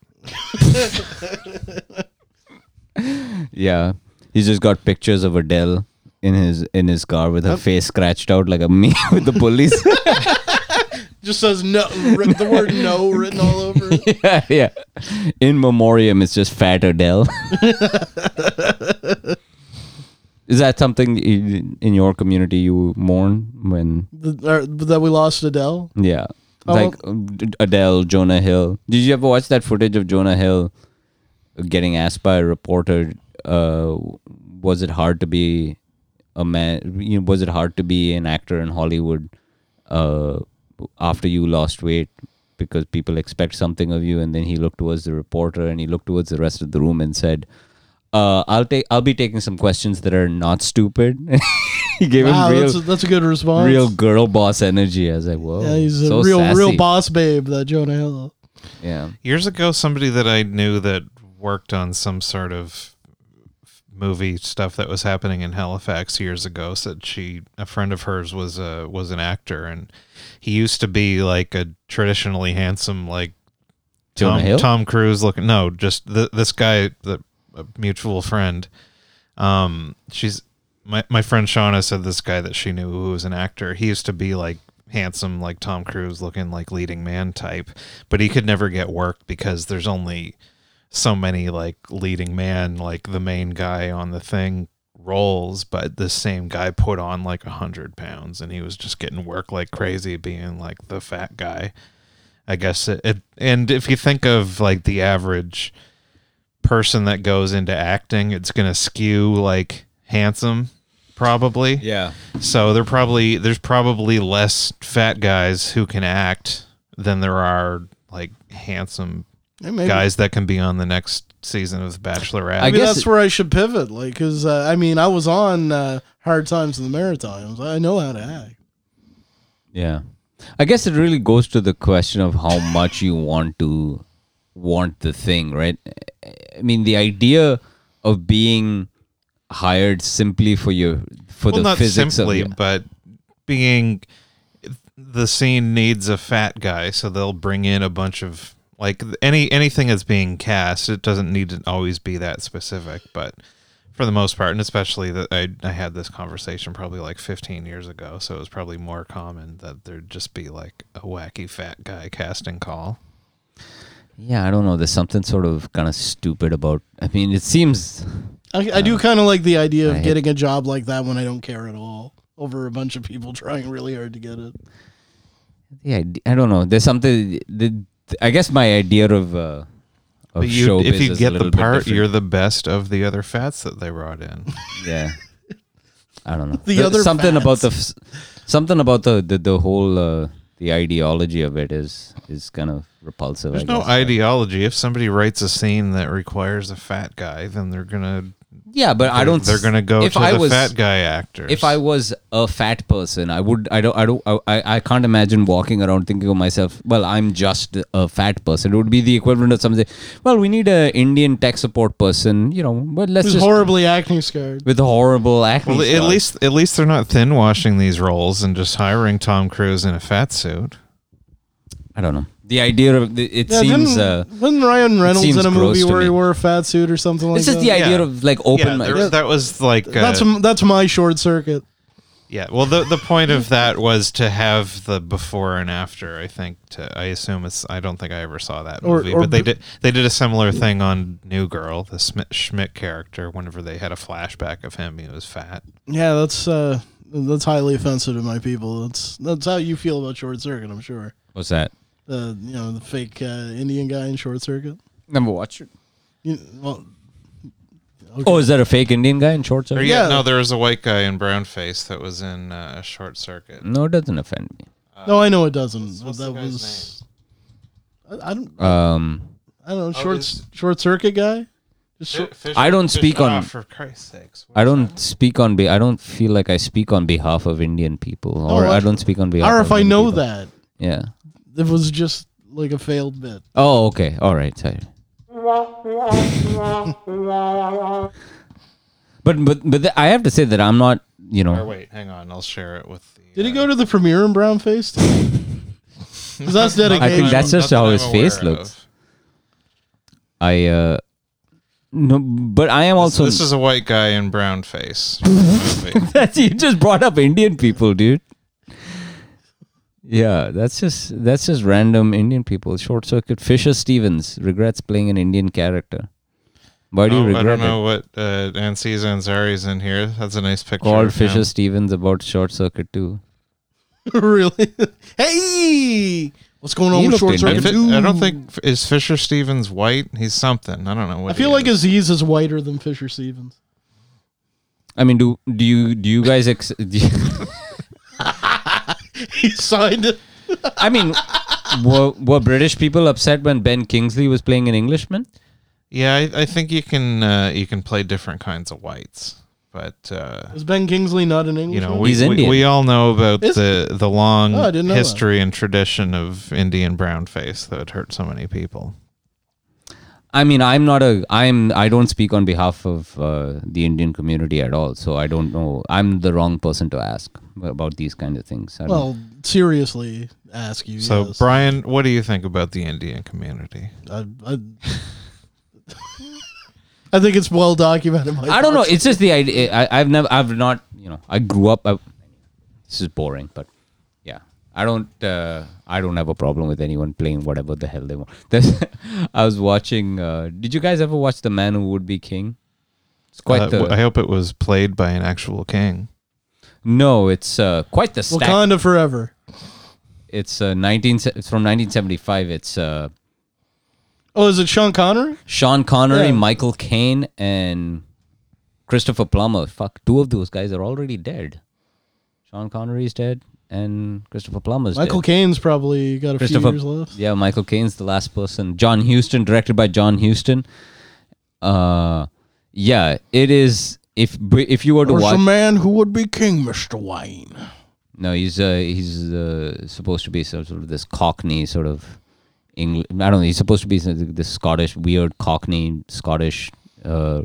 Speaker 1: yeah. He's just got pictures of Adele in his in his car with her face scratched out like a me with the bullies.
Speaker 3: Just says no, writ- the word no written all over it.
Speaker 1: yeah, yeah. In memoriam, it's just fat Adele. Is that something i- in your community you mourn when?
Speaker 3: The- uh, that we lost Adele.
Speaker 1: Yeah,
Speaker 3: Oh,
Speaker 1: like um, D- Adele, Jonah Hill. Did you ever watch that footage of Jonah Hill getting asked by a reporter, uh, "Was it hard to be a man? You know, was it hard to be an actor in Hollywood uh, after you lost weight?" Because people expect something of you, and then he looked towards the reporter and he looked towards the rest of the room and said, uh, "I'll take. I'll be taking some questions that are not stupid." he gave
Speaker 3: Wow,
Speaker 1: him real
Speaker 3: that's a, that's a good response.
Speaker 1: real girl boss energy. I was like, whoa,
Speaker 3: yeah, he's a
Speaker 1: so
Speaker 3: real
Speaker 1: sassy.
Speaker 3: real boss babe. That Jonah Hill.
Speaker 1: Yeah,
Speaker 2: years ago somebody that i knew that worked on some sort of movie stuff that was happening in halifax years ago said she a friend of hers was a was an actor and he used to be like a traditionally handsome like
Speaker 1: Jonah
Speaker 2: tom,
Speaker 1: Hill?
Speaker 2: tom cruise looking no just th- this guy the a mutual friend um she's my, my friend shauna said this guy that she knew who was an actor he used to be like handsome like tom cruise looking like leading man type but he could never get work because there's only so many like leading man like the main guy on the thing roles but this same guy put on like a hundred pounds and he was just getting work like crazy being like the fat guy i guess it, it and if you think of like the average person that goes into acting it's gonna skew like handsome probably
Speaker 1: yeah.
Speaker 2: so they're probably there's probably less fat guys who can act than there are like handsome
Speaker 3: Yeah, maybe.
Speaker 2: guys that can be on the next season of The Bachelorette.
Speaker 1: I
Speaker 3: I mean,
Speaker 1: guess
Speaker 3: that's
Speaker 1: it-
Speaker 3: where I should pivot, like, because uh, I mean, I was on uh, Hard Times in the Maritimes. I know how to act.
Speaker 1: Yeah. I guess it really goes to the question of how much you want to want the thing, right? I mean, the idea of being hired simply for your for
Speaker 2: well,
Speaker 1: the
Speaker 2: not
Speaker 1: physics
Speaker 2: simply,
Speaker 1: of your-
Speaker 2: but being the scene needs a fat guy, so they'll bring in a bunch of like any anything that's being cast. It doesn't need to always be that specific, but for the most part, and especially that I, I had this conversation probably like 15 years ago, so it was probably more common that there'd just be like a wacky fat guy casting call.
Speaker 1: yeah, I don't know. There's something sort of kind of stupid about. I mean, it seems
Speaker 3: I, I do kind of like the idea of
Speaker 1: Uh, I-
Speaker 3: getting a job like that when I don't care at all over a bunch of people trying really hard to get it.
Speaker 1: yeah. I don't know. There's something. The, I guess my idea of uh, of
Speaker 2: But you,
Speaker 1: showbiz
Speaker 2: if you
Speaker 1: is a
Speaker 2: get
Speaker 1: little
Speaker 2: the
Speaker 1: bit
Speaker 2: part,
Speaker 1: different.
Speaker 2: you're the best of the other fats that they brought in.
Speaker 1: Yeah. I don't know.
Speaker 3: The
Speaker 1: There-
Speaker 3: other
Speaker 1: something about the
Speaker 3: fats.
Speaker 1: f- something about the the, the whole uh, the ideology of it is is kind of repulsive.
Speaker 2: There's
Speaker 1: I
Speaker 2: no
Speaker 1: guess.
Speaker 2: ideology. If somebody writes a scene that requires a fat guy, then they're gonna
Speaker 1: Yeah, but I don't.
Speaker 2: They're
Speaker 1: s-
Speaker 2: gonna go
Speaker 1: if
Speaker 2: to
Speaker 1: I
Speaker 2: the
Speaker 1: was,
Speaker 2: fat guy actors.
Speaker 1: If I was a fat person, I would. I don't. I don't. I- I, I can't imagine walking around thinking of myself. Well, I'm just a fat person. It would be the equivalent of something. Well, we need a Indian tech support person. You know, but let's
Speaker 3: He's
Speaker 1: just
Speaker 3: horribly acne scared.
Speaker 1: with horrible acne.
Speaker 2: well, at
Speaker 1: scars.
Speaker 2: least at least they're not thin washing these roles and just hiring Tom Cruise in a fat suit.
Speaker 1: I don't know. The idea of the, it
Speaker 3: Yeah,
Speaker 1: seems.
Speaker 3: didn't,
Speaker 1: Uh,
Speaker 3: wasn't Ryan Reynolds
Speaker 1: seems
Speaker 3: in a movie
Speaker 1: gross to
Speaker 3: where he
Speaker 1: me.
Speaker 3: wore a fat suit or something like
Speaker 1: it's just
Speaker 3: that?
Speaker 1: the idea
Speaker 2: Yeah.
Speaker 1: of like open
Speaker 2: yeah, there-
Speaker 1: mic.
Speaker 2: that was like uh,
Speaker 3: that's that's my short circuit.
Speaker 2: yeah. Well, the the point of that was to have the before and after. I think to I assume it's. I don't think I ever saw that
Speaker 3: Or-
Speaker 2: movie,
Speaker 3: or
Speaker 2: but they
Speaker 3: b-
Speaker 2: did they did a similar thing on New Girl, the Schmidt, Schmidt character. Whenever they had a flashback of him, he was fat.
Speaker 3: Yeah, that's uh, that's highly offensive to my people. That's that's how you feel about short circuit, I'm sure.
Speaker 1: What's that?
Speaker 3: The you know the fake uh, Indian guy in short circuit.
Speaker 1: Never watched it.
Speaker 3: You, well,
Speaker 1: Oh, is that a fake Indian guy in shorts?
Speaker 2: Or yeah,
Speaker 3: Yeah.
Speaker 2: no, there was a white guy in brown face that was in uh, a short circuit.
Speaker 1: No, it doesn't offend me.
Speaker 3: no, I know it doesn't.
Speaker 2: Uh,
Speaker 3: but
Speaker 2: what's the
Speaker 3: that
Speaker 2: guy's
Speaker 3: was I, I don't
Speaker 1: Um,
Speaker 3: I don't know short
Speaker 2: it's-
Speaker 3: short circuit guy. Just short,
Speaker 2: Fish-
Speaker 1: I don't
Speaker 2: fish-
Speaker 1: speak
Speaker 2: ah,
Speaker 1: on-
Speaker 2: for Christ's sakes.
Speaker 1: I don't speak on. Be- I don't feel like I speak on behalf of Indian people, or
Speaker 3: I-
Speaker 1: I don't speak on behalf.
Speaker 3: or
Speaker 1: of
Speaker 3: if Oh, I
Speaker 1: Indian
Speaker 3: know
Speaker 1: people.
Speaker 3: that
Speaker 1: Yeah.
Speaker 3: it was just like a failed bit.
Speaker 1: Oh, okay. All right. Sorry. but but but the, I have to say that I'm not. You
Speaker 2: Or
Speaker 1: know.
Speaker 2: wait, hang on. I'll share it with the. uh,
Speaker 3: Did he go to the premiere in brown face? Because that's dedication.
Speaker 1: I think that's just
Speaker 2: Not that
Speaker 1: how
Speaker 2: I'm
Speaker 1: his face
Speaker 2: aware
Speaker 1: looks.
Speaker 2: of.
Speaker 1: I. uh No, but I am also.
Speaker 2: This is a white guy in brown face. Oh, Movie.
Speaker 1: That's you just brought up Indian people, dude. Yeah, that's just that's just random Indian people. Short circuit. Fisher Stevens regrets playing an Indian character. Why do you
Speaker 2: No,
Speaker 1: regret
Speaker 2: I don't
Speaker 1: it?
Speaker 2: know what uh, Nancy Zanzari's in here. That's a nice picture.
Speaker 1: called
Speaker 2: of him.
Speaker 1: Fisher Stevens about Short Circuit too.
Speaker 3: really? hey, what's going on
Speaker 1: He
Speaker 3: with
Speaker 1: looked
Speaker 3: short
Speaker 2: I,
Speaker 3: circuit?
Speaker 1: Indian.
Speaker 2: fi-
Speaker 3: too?
Speaker 2: I don't think is Fisher Stevens white. He's something. I don't know.
Speaker 3: I
Speaker 2: What
Speaker 3: feel
Speaker 2: he
Speaker 3: like
Speaker 2: is.
Speaker 3: Aziz is whiter than Fisher Stevens.
Speaker 1: I mean, do do you do you guys? Ex- do you-
Speaker 3: he signed it.
Speaker 1: I mean, were were British people upset when Ben Kingsley was playing an Englishman?
Speaker 2: yeah. I, I think you can uh, you can play different kinds of whites, but uh,
Speaker 3: Is Ben Kingsley not an
Speaker 2: you
Speaker 3: Englishman?
Speaker 2: know we,
Speaker 1: He's
Speaker 2: we,
Speaker 1: Indian.
Speaker 2: we all know about
Speaker 3: Is-
Speaker 2: the the long
Speaker 3: Oh, I didn't know that.
Speaker 2: history and tradition of Indian brown face that hurt so many people.
Speaker 1: I mean, I'm not a I'm I don't speak on behalf of uh, the Indian community at all, so I don't know. I'm the wrong person to ask about these kinds of things. I don't-
Speaker 3: well, seriously, ask you.
Speaker 2: So
Speaker 3: yes.
Speaker 2: Brian, what do you think about the Indian community?
Speaker 3: I, I, I think it's well documented. my
Speaker 1: I don't know.
Speaker 3: thoughts.
Speaker 1: It's just the idea. I, I've never, I've not, you know, I grew up. I, this is boring, but yeah, I don't, uh, I don't have a problem with anyone playing whatever the hell they want. There's, I was watching. Uh, did you guys ever watch The Man Who Would Be King? It's quite
Speaker 2: Uh,
Speaker 1: the
Speaker 2: w- I hope it was played by an actual king.
Speaker 1: no. It's uh, quite the stack.
Speaker 3: Wakanda forever.
Speaker 1: It's uh, nineteen. se- It's from nineteen seventy five. It's uh,
Speaker 3: Oh, is it Sean Connery?
Speaker 1: Sean Connery,
Speaker 3: Yeah.
Speaker 1: Michael Caine, and Christopher Plummer. Fuck, two of those guys are already dead. Sean Connery's dead, and Christopher Plummer's
Speaker 3: Michael
Speaker 1: dead.
Speaker 3: Caine's probably got a few
Speaker 1: Christopher-
Speaker 3: years left.
Speaker 1: Yeah, Michael Caine's the last person. John Huston, directed by John Huston. Uh, yeah, it is. If if you were to
Speaker 3: There's
Speaker 1: watch,
Speaker 3: a man who would be king, Mr. Wayne.
Speaker 1: no, he's uh, he's uh, supposed to be some sort of this Cockney sort of English. I don't know. He's supposed to be some- this Scottish weird Cockney Scottish uh,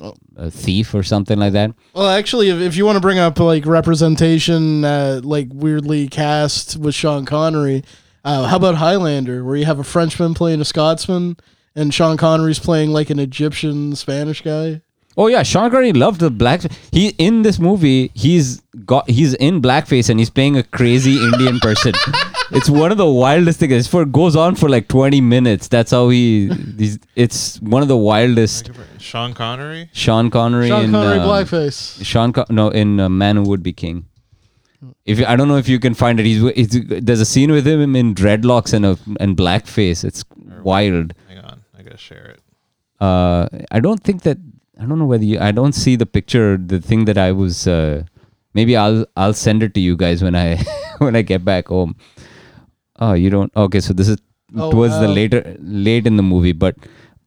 Speaker 1: uh, thief or something like that.
Speaker 3: Well, actually, if, if you want to bring up like representation, uh, like weirdly cast with Sean Connery, uh, how about Highlander, where you have a Frenchman playing a Scotsman and Sean Connery's playing like an Egyptian Spanish guy?
Speaker 1: Oh yeah, Sean Connery loved the black. He in this movie, he's got he's in blackface and he's playing a crazy Indian person. It's one of the wildest things. It's for it goes on for like twenty minutes. That's how he. He's, it's one of the wildest.
Speaker 2: Sean Connery.
Speaker 1: Sean Connery.
Speaker 3: Sean
Speaker 1: in,
Speaker 3: Connery
Speaker 1: um,
Speaker 3: blackface.
Speaker 1: Sean Con- no in uh, Man Who Would Be King. If you- I don't know if you can find it, he's, he's there's a scene with him in dreadlocks and a and blackface. It's wild.
Speaker 2: Hang on, I gotta share it.
Speaker 1: uh, I don't think that I don't know whether you I don't see the picture the thing that I was uh, maybe I'll I'll send it to you guys when I when I get back home. Oh, you don't okay, so this is
Speaker 3: Oh,
Speaker 1: towards the
Speaker 3: wow.
Speaker 1: later late in the movie, but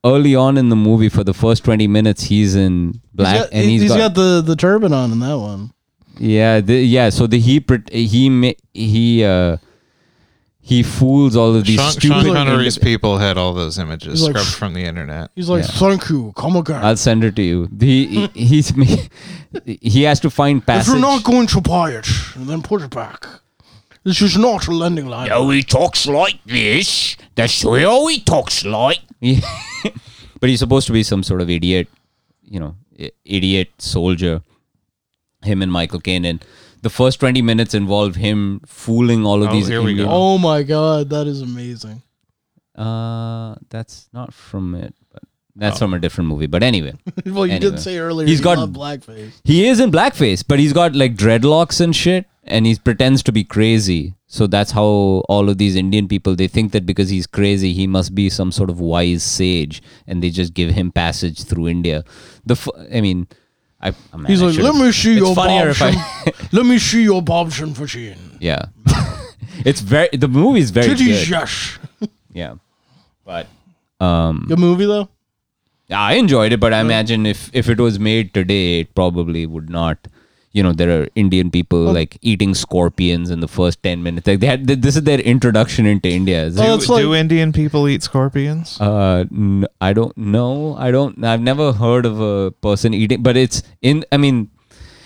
Speaker 1: early on in the movie for the first 20 minutes he's in black
Speaker 3: He's got,
Speaker 1: and
Speaker 3: he's got, the, the turban on in that one.
Speaker 1: yeah, the, yeah. So the he pret- he ma- he uh, he fools all of these
Speaker 2: Sean,
Speaker 1: stupid.
Speaker 2: Sean Connery's people had all those images
Speaker 3: He's like,
Speaker 2: scrubbed from the internet.
Speaker 3: He's like,
Speaker 1: Yeah.
Speaker 3: thank you, come again.
Speaker 1: I'll send it to you. The, he, he's he has to find
Speaker 3: if
Speaker 1: passage.
Speaker 3: you're not going to buy it, then put it back. This is not a lending line.
Speaker 1: he talks like this. That's how he talks like. but he's supposed to be some sort of idiot, you know, i- idiot soldier. Him and Michael Caine, and the first twenty minutes involve him fooling all of
Speaker 2: Oh,
Speaker 1: these.
Speaker 2: here we go.
Speaker 1: Indian-
Speaker 3: Oh my god, that is amazing.
Speaker 1: Uh, that's not from it, but that's
Speaker 2: Oh.
Speaker 1: from a different movie. But anyway,
Speaker 3: well, you
Speaker 1: Anyway.
Speaker 3: did say earlier
Speaker 1: He's
Speaker 3: he
Speaker 1: got-
Speaker 3: loved blackface.
Speaker 1: he is in blackface, but he's got like dreadlocks and shit, and he pretends to be crazy. So that's how all of these Indian people they think that because he's crazy, he must be some sort of wise sage, and they just give him passage through India. The f- I mean, I, I mean,
Speaker 3: He's
Speaker 1: I
Speaker 3: like,
Speaker 1: should've-
Speaker 3: let me see
Speaker 1: It's
Speaker 3: your
Speaker 1: funnier if I-
Speaker 3: bobshin. let me see your bobshin for chin.
Speaker 1: yeah. it's very the movie is very
Speaker 3: Titties,
Speaker 1: good.
Speaker 3: yes.
Speaker 1: Yeah, but
Speaker 3: Good movie though.
Speaker 1: I enjoyed it, but I imagine if if it was made today, it probably would not. You know, there are Indian people like eating scorpions in the first ten minutes. Like they had th- this is their introduction into India. It's like,
Speaker 3: Oh,
Speaker 2: Do,
Speaker 3: it's like-
Speaker 2: do Indian people eat scorpions?
Speaker 1: uh, n- I don't know. I don't. I've never heard of a person eating, but it's in. I mean,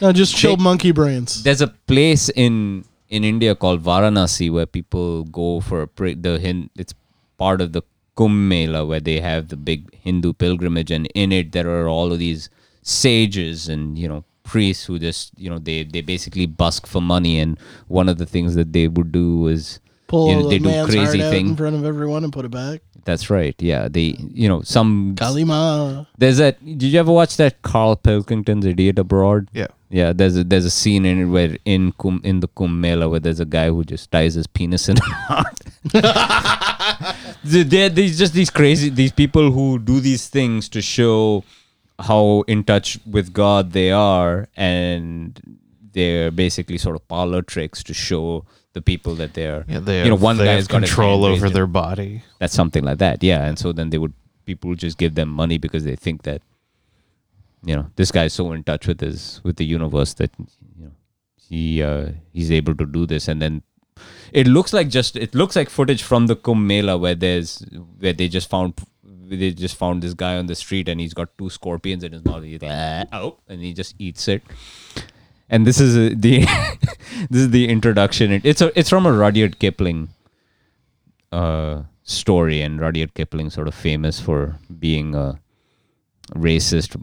Speaker 3: No, just chill
Speaker 1: They-
Speaker 3: monkey brains.
Speaker 1: there's a place in in India called Varanasi where people go for a pra- the Hin. It's part of the Kumbh Mela where they have the big Hindu pilgrimage, and in it there are all of these sages and you know priests who just you know they they basically busk for money, and one of the things that they would do was
Speaker 3: Pull
Speaker 1: you know,
Speaker 3: the
Speaker 1: they do
Speaker 3: man's
Speaker 1: crazy
Speaker 3: heart out
Speaker 1: thing.
Speaker 3: in front of everyone and put it back.
Speaker 1: that's right, yeah. They you know some
Speaker 3: Kalima.
Speaker 1: there's that. Did you ever watch that Carl Pilkington's Idiot Abroad?
Speaker 2: Yeah.
Speaker 1: Yeah, there's a, there's a scene in it where in Kum, in the Kumbh Mela where there's a guy who just ties his penis in a knot. There- there- There's just these crazy these people who do these things to show how in touch with God they are, and they're basically sort of parlor tricks to show the people that they're
Speaker 2: Yeah, they
Speaker 1: you know one
Speaker 2: they
Speaker 1: guy's
Speaker 2: have
Speaker 1: got his
Speaker 2: control
Speaker 1: hand
Speaker 2: over
Speaker 1: raised
Speaker 2: their body.
Speaker 1: that's something like that yeah and so then they would people would just give them money because they think that you know this guy's so in touch with his with the universe that you know he uh, he's able to do this and then it looks like just it looks like footage from the Kumbh Mela where there's where they just found they just found this guy on the street and he's got two scorpions in his mouth he's like, "Ow," and he just eats it and this is uh, the this is the introduction it, it's a, it's from a Rudyard Kipling uh, story, and Rudyard Kipling sort of famous for being uh, racist,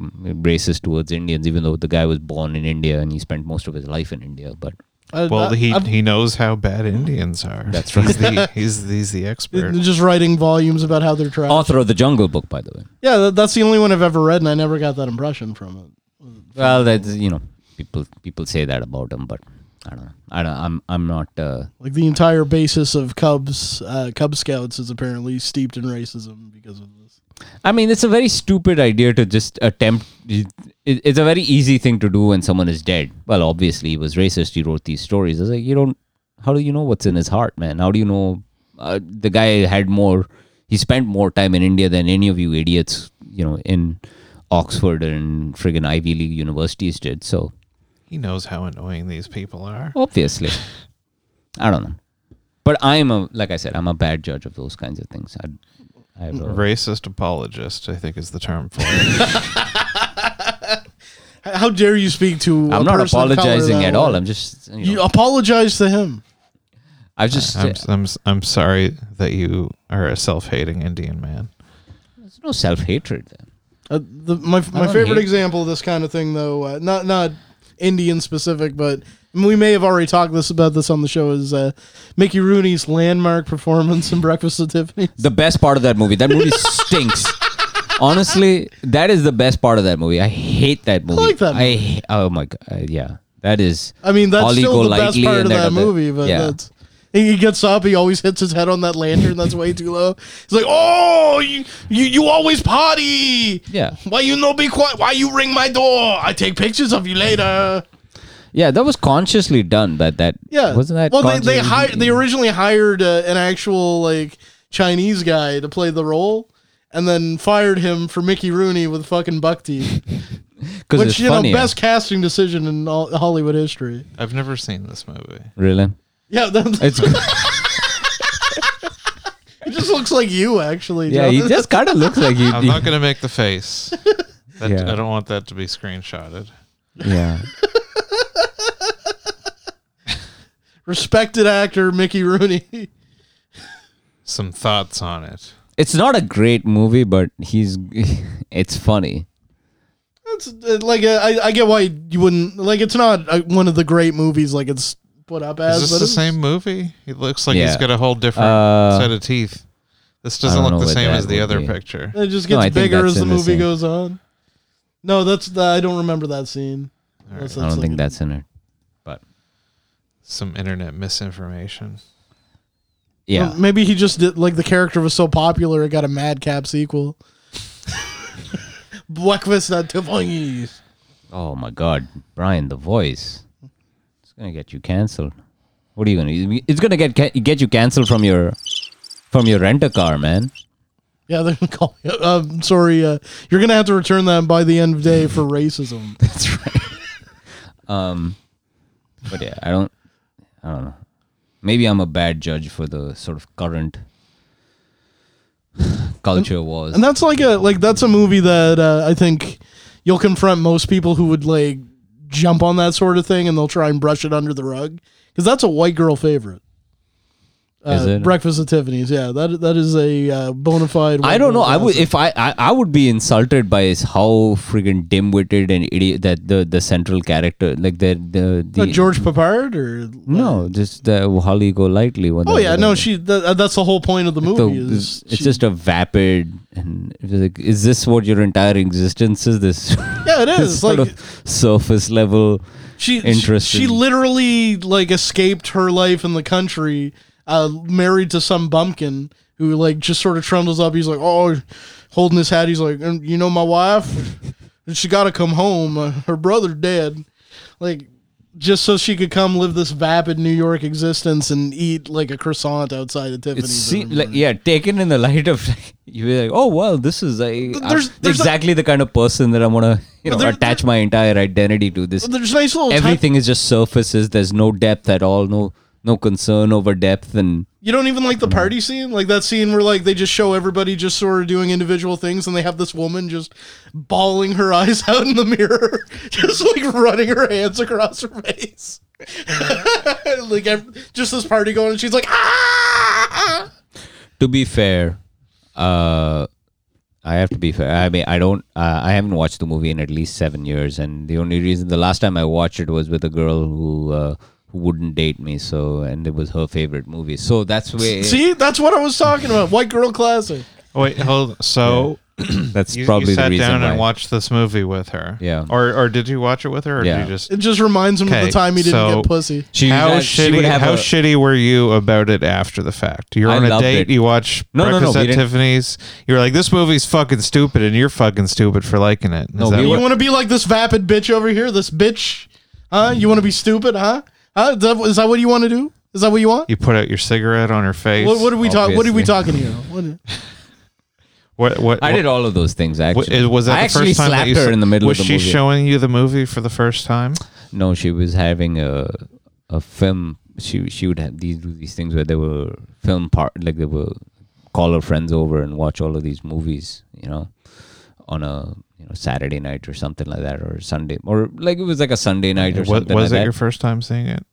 Speaker 1: racist towards Indians, even though the guy was born in India and he spent most of his life in India. But
Speaker 3: I-
Speaker 2: Well,
Speaker 3: I-
Speaker 2: he
Speaker 3: I've-
Speaker 2: he knows how bad Indians are.
Speaker 1: That's right.
Speaker 2: He's the, he's, he's the expert.
Speaker 3: just writing volumes about how they're trash.
Speaker 1: author of the Jungle Book, by the way.
Speaker 3: Yeah, that, that's the only one I've ever read, and I never got that impression from it.
Speaker 1: Well, that's you know, people people say that about him, but I don't know. I don't. I'm I'm not. Uh,
Speaker 3: Like the entire basis of Cubs, uh, Cub Scouts is apparently steeped in racism because of this.
Speaker 1: I mean, it's a very stupid idea to just attempt. it- It's a very easy thing to do when someone is dead. Well, obviously, he was racist. He wrote these stories. It's like, you don't. How do you know what's in his heart, man? How do you know? Uh, the guy had more. He spent more time in India than any of you idiots, you know, in Oxford and friggin' Ivy League universities did. So,
Speaker 2: he knows how annoying these people are.
Speaker 1: obviously. I don't know. But I'm a, like I said, I'm a bad judge of those kinds of things. I, I, uh,
Speaker 2: Racist apologist, I think, is the term for it.
Speaker 3: H- How dare you speak to? a
Speaker 1: I'm not
Speaker 3: person of color
Speaker 1: apologizing
Speaker 3: that
Speaker 1: at
Speaker 3: way?
Speaker 1: all. I'm just, you know,
Speaker 3: You apologize to him.
Speaker 1: I was just
Speaker 2: I'm, I'm I'm sorry that you are a self-hating Indian man.
Speaker 1: there's no self hatred then.
Speaker 3: Uh, the, my my
Speaker 1: don't
Speaker 3: favorite
Speaker 1: hate-
Speaker 3: example of this kind of thing, though, uh, not not Indian specific, but we may have already talked this about this on the show, is uh, Mickey Rooney's landmark performance in Breakfast at Tiffany's.
Speaker 1: The best part of that movie. That movie stinks. Honestly, that is the best part of that movie. I hate that movie.
Speaker 3: like that
Speaker 1: I ha- oh my god, yeah. That is
Speaker 3: I mean, that's
Speaker 1: Ollie
Speaker 3: still the best
Speaker 1: Golightly
Speaker 3: part
Speaker 1: and
Speaker 3: of
Speaker 1: that
Speaker 3: that
Speaker 1: other-
Speaker 3: movie, but
Speaker 1: yeah.
Speaker 3: that's. He gets up. He always hits his head on that lantern. That's way too low. He's like, "Oh, you, you, you always party.
Speaker 1: Yeah.
Speaker 3: Why you no be quiet? Why you ring my door? I take pictures of you later."
Speaker 1: yeah, that was consciously done by that
Speaker 3: Yeah.
Speaker 1: Wasn't that
Speaker 3: Well, they they
Speaker 1: consciously-
Speaker 3: hired. They originally hired uh, an actual like Chinese guy to play the role, and then fired him for Mickey Rooney with fucking buck teeth,
Speaker 1: Because
Speaker 3: which
Speaker 1: it's
Speaker 3: you know
Speaker 1: funny.
Speaker 3: best casting decision in all Hollywood history.
Speaker 2: I've never seen this movie.
Speaker 1: Really?
Speaker 3: Yeah, that,
Speaker 1: It's good.
Speaker 3: it just looks like you actually.
Speaker 1: yeah, he
Speaker 3: Jonathan.
Speaker 1: just kind of looks like he.
Speaker 2: I'm not gonna make the face. That,
Speaker 1: Yeah.
Speaker 2: I don't want that to be screenshotted.
Speaker 1: yeah.
Speaker 3: respected actor Mickey Rooney.
Speaker 2: Some thoughts on it.
Speaker 1: It's not a great movie, but he's. It's funny.
Speaker 3: That's uh, like uh, I, I get why you wouldn't like. It's not uh, one of the great movies like it's put up as.
Speaker 2: Is this
Speaker 3: but
Speaker 2: the
Speaker 3: it's-
Speaker 2: same movie? It looks like he's
Speaker 1: Yeah.
Speaker 2: got a whole different
Speaker 1: Uh,
Speaker 2: set of teeth. This
Speaker 1: I
Speaker 2: doesn't
Speaker 1: don't know
Speaker 2: look the
Speaker 1: what
Speaker 2: same
Speaker 1: that
Speaker 2: as the
Speaker 1: would
Speaker 2: other
Speaker 1: be.
Speaker 2: picture.
Speaker 3: It just
Speaker 1: No,
Speaker 3: gets
Speaker 1: I think
Speaker 3: bigger
Speaker 1: that's
Speaker 3: as the
Speaker 1: in the
Speaker 3: movie
Speaker 1: same.
Speaker 3: goes on. No, that's the, I don't remember that scene. Unless
Speaker 1: I
Speaker 3: that's,
Speaker 1: don't
Speaker 3: like,
Speaker 1: think
Speaker 3: a-
Speaker 1: that's in it.
Speaker 2: Some internet misinformation.
Speaker 1: Yeah.
Speaker 3: Well, Maybe he just did like the character was so popular it got a madcap sequel. Breakfast at Tiffany's.
Speaker 1: Oh my God, Brian, the voice. It's gonna get you canceled. What are you gonna? It's gonna get ca- get you canceled from your from your rent a car, man.
Speaker 3: Yeah, they're gonna call me. Um, sorry, uh, you're gonna have to return that by the end of the day for racism.
Speaker 1: That's right. um, but yeah, I don't. I don't know. Maybe I'm a bad judge for the sort of current culture wars.
Speaker 3: And that's like a like that's a movie that uh, I think you'll confront most people who would like jump on that sort of thing and they'll try and brush it under the rug because that's a white girl favorite. Uh,
Speaker 1: Is it?
Speaker 3: Breakfast at Tiffany's? Yeah, that that is a uh, bona fide.
Speaker 1: I
Speaker 3: white
Speaker 1: don't
Speaker 3: girl
Speaker 1: know. I would
Speaker 3: classic.
Speaker 1: if I, I I would be insulted by is how friggin' dim-witted and idiot that the the central character like the the, the
Speaker 3: Uh, George Papard or
Speaker 1: No, just the Holly go lightly.
Speaker 3: Oh yeah, no, she. That, that's the whole point of the movie. is
Speaker 1: it's
Speaker 3: she-
Speaker 1: just a vapid, and it's like, is this what your entire existence is? This,
Speaker 3: yeah, it
Speaker 1: this
Speaker 3: is
Speaker 1: sort
Speaker 3: like
Speaker 1: of surface level.
Speaker 3: she.
Speaker 1: interesting.
Speaker 3: She literally like escaped her life in the country, uh, married to some bumpkin who like just sort of trundles up. He's like, oh, holding his hat. He's like, "And you know, my wife, she got to come home. Uh, her brother dead, like. Just so she could come live this vapid New York existence and eat like a croissant outside of
Speaker 1: It
Speaker 3: Tiffany's. every
Speaker 1: seems like
Speaker 3: morning.
Speaker 1: yeah, taken in the light of like, you were like, oh well, this is like I'm
Speaker 3: there's- there's a-
Speaker 1: exactly the kind of person that I want to you know
Speaker 3: there-
Speaker 1: attach my entire identity to. This
Speaker 3: There's nice little ti-
Speaker 1: everything is just surfaces. There's no depth at all. No no concern over depth and
Speaker 3: You don't even like the party scene, like that scene where like they just show everybody just sort of doing individual things, and they have this woman just bawling her eyes out in the mirror, just like running her hands across her face, like ev- just this party going, and she's like, ah!
Speaker 1: to be fair, uh, I have to be fair. I mean, I don't. Uh, I haven't watched the movie in at least seven years, and the only reason the last time I watched it was with a girl who uh, who wouldn't date me. So, and it was her favorite movie. So that's where
Speaker 3: See, that's what I was talking about. White girl classic.
Speaker 2: Wait, hold. So
Speaker 1: that's
Speaker 2: you,
Speaker 1: probably
Speaker 2: you sat
Speaker 1: the reason
Speaker 2: down
Speaker 1: why.
Speaker 2: and watched this movie with her.
Speaker 1: Yeah.
Speaker 2: Or or did you watch it with her? Or
Speaker 1: Yeah.
Speaker 2: Did you just
Speaker 3: It just reminds him of
Speaker 2: Okay,
Speaker 3: the time he didn't
Speaker 2: so-
Speaker 3: get pussy.
Speaker 1: she
Speaker 2: how
Speaker 1: had- she
Speaker 2: shitty?
Speaker 1: would have
Speaker 2: how
Speaker 1: a-
Speaker 2: shitty were you about it after the fact? You're
Speaker 1: I
Speaker 2: on a
Speaker 1: loved
Speaker 2: date.
Speaker 1: it.
Speaker 2: You watch
Speaker 1: No, no, no,
Speaker 2: Breakfast
Speaker 1: we
Speaker 2: at
Speaker 1: didn't-
Speaker 2: Tiffany's. You're like, this movie's fucking stupid, and you're fucking stupid for liking it. Is
Speaker 1: No,
Speaker 2: that
Speaker 1: we
Speaker 2: what-
Speaker 3: You want to be like this vapid bitch over here, this bitch, huh? You want to be stupid, huh? Huh? Is that- Is that what you want to do? Is that what you want?
Speaker 2: you put out your cigarette on her face.
Speaker 3: What, what are we talking? What are we
Speaker 1: Obviously.
Speaker 3: talking here? What-
Speaker 2: What? What?
Speaker 1: I did all of those things
Speaker 2: what-
Speaker 1: actually.
Speaker 2: it- was that
Speaker 1: I
Speaker 2: the
Speaker 1: actually
Speaker 2: first time
Speaker 1: slapped
Speaker 2: that you
Speaker 1: her
Speaker 2: saw-
Speaker 1: in the middle
Speaker 2: was
Speaker 1: of the
Speaker 2: she
Speaker 1: movie.
Speaker 2: showing you the movie for the first time?
Speaker 1: No, she was having a a film. She she would have these do these things where they were film part like they were call her friends over and watch all of these movies. You know, on a you know Saturday night or something like that, or Sunday, or like it was like a Sunday night or
Speaker 2: Wa-
Speaker 1: something.
Speaker 2: was it
Speaker 1: like
Speaker 2: your
Speaker 1: that.
Speaker 2: first time seeing it?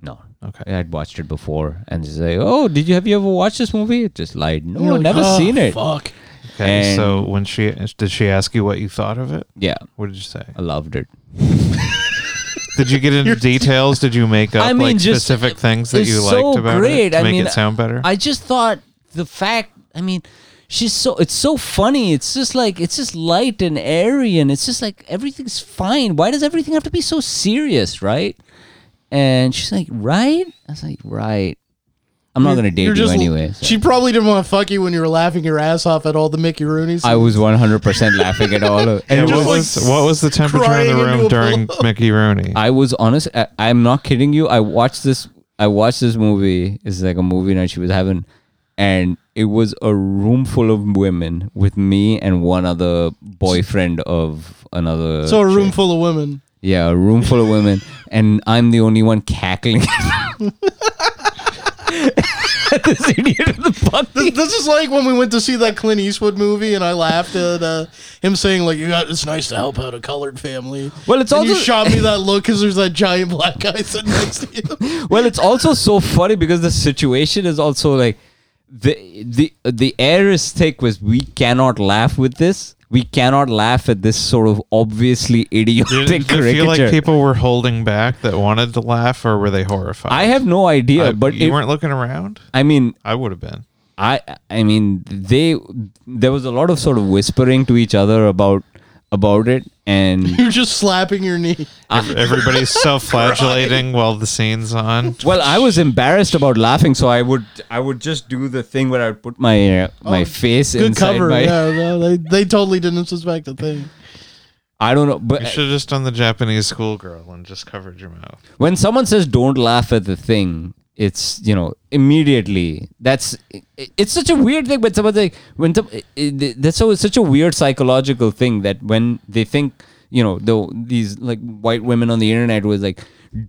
Speaker 1: no?
Speaker 2: Okay.
Speaker 1: I'd watched it before, and she's like, "Oh, did you have you ever watched this movie?" Just lied. No,
Speaker 3: You're like,
Speaker 1: I've never
Speaker 3: "Oh,
Speaker 2: "Ah,
Speaker 1: seen it.
Speaker 3: Fuck.
Speaker 2: Okay.
Speaker 1: And-
Speaker 2: so when she did she ask you what you thought of it?
Speaker 1: Yeah,
Speaker 2: What did you say?
Speaker 1: I loved it.
Speaker 2: Did you get into details? Did you make up
Speaker 1: I mean,
Speaker 2: like
Speaker 1: just-
Speaker 2: specific things that
Speaker 1: it's
Speaker 2: you
Speaker 1: so
Speaker 2: liked about it
Speaker 1: great.
Speaker 2: to
Speaker 1: I
Speaker 2: make
Speaker 1: mean,
Speaker 2: it sound better?
Speaker 1: I just thought the fact. I mean, she's so. It's so funny. It's just like it's just light and airy, and it's just like everything's fine. Why does everything have to be so serious, right? And she's like, right? I was like, right. I'm not gonna date you anyway. so.
Speaker 3: She probably didn't want to fuck you when you were laughing your ass off at all the Mickey Rooney's.
Speaker 1: I was 100% laughing at all of
Speaker 2: Yeah,
Speaker 1: and
Speaker 2: what
Speaker 3: just, like,
Speaker 2: was what was the temperature in
Speaker 3: crying
Speaker 2: the
Speaker 3: into
Speaker 2: room
Speaker 3: a
Speaker 2: during Mickey Rooney?
Speaker 1: I was honest. I, I'm not kidding you. I watched this. I watched this movie. It's like a movie night she was having, and it was a room full of women with me and one other boyfriend of another.
Speaker 3: so a room
Speaker 1: chick.
Speaker 3: full of women.
Speaker 1: Yeah, a room full of women, and I'm the only one cackling. At this idiot with the puppy.
Speaker 3: This, this is like when we went to see that Clint Eastwood movie, and I laughed at uh, him saying like, "You got it's nice to help out a colored family."
Speaker 1: Well, it's
Speaker 3: and you
Speaker 1: also-
Speaker 3: shot me that look because there's that giant black guy sitting next to you.
Speaker 1: Well, it's also so funny because the situation is also like the the the air is thick with we cannot laugh with this. We cannot laugh at this sort of obviously
Speaker 2: Did,
Speaker 1: idiotic
Speaker 2: did you
Speaker 1: caricature.
Speaker 2: feel like people were holding back that wanted to laugh, or were they horrified?
Speaker 1: I have no idea,
Speaker 2: I-
Speaker 1: but
Speaker 2: you
Speaker 1: it,
Speaker 2: weren't looking around.
Speaker 1: I mean,
Speaker 2: I would have been.
Speaker 1: I I mean they there was a lot of sort of whispering to each other about about it and
Speaker 3: You're just slapping your knee.
Speaker 2: Everybody's self-flagellating while the scene's on.
Speaker 1: well I was embarrassed about laughing so I would I would just do the thing where I would put my uh, my face
Speaker 3: Oh, Good
Speaker 1: inside
Speaker 3: cover.
Speaker 1: my
Speaker 3: Yeah, no, they they totally didn't suspect a thing.
Speaker 1: I don't know but
Speaker 2: You should have just done the Japanese schoolgirl and just covered your mouth.
Speaker 1: when someone says don't laugh at the thing it's you know immediately that's i- i- it's such a weird thing but someone's like when some- i- i- that's so it's such a weird psychological thing that when they think you know though these like white women on the internet was like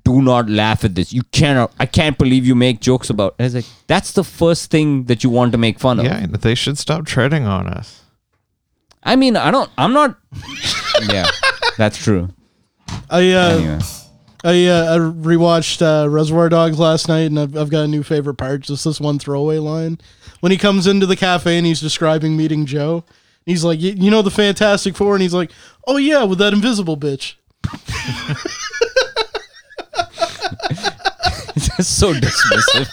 Speaker 1: do not laugh at this you cannot i can't believe you make jokes about and it's like that's the first thing that you want to make fun of
Speaker 2: Yeah, and they should stop treading on us.
Speaker 1: i mean i don't i'm not yeah that's true
Speaker 3: I uh,
Speaker 1: anyway
Speaker 3: I, uh, I rewatched uh, Reservoir Dogs last night, and I've, I've got a new favorite part. Just this one throwaway line when he comes into the cafe and he's describing meeting Joe. He's like, "Y- "You know the Fantastic Four? and he's like, "Oh yeah, with that invisible bitch."
Speaker 1: that's so dismissive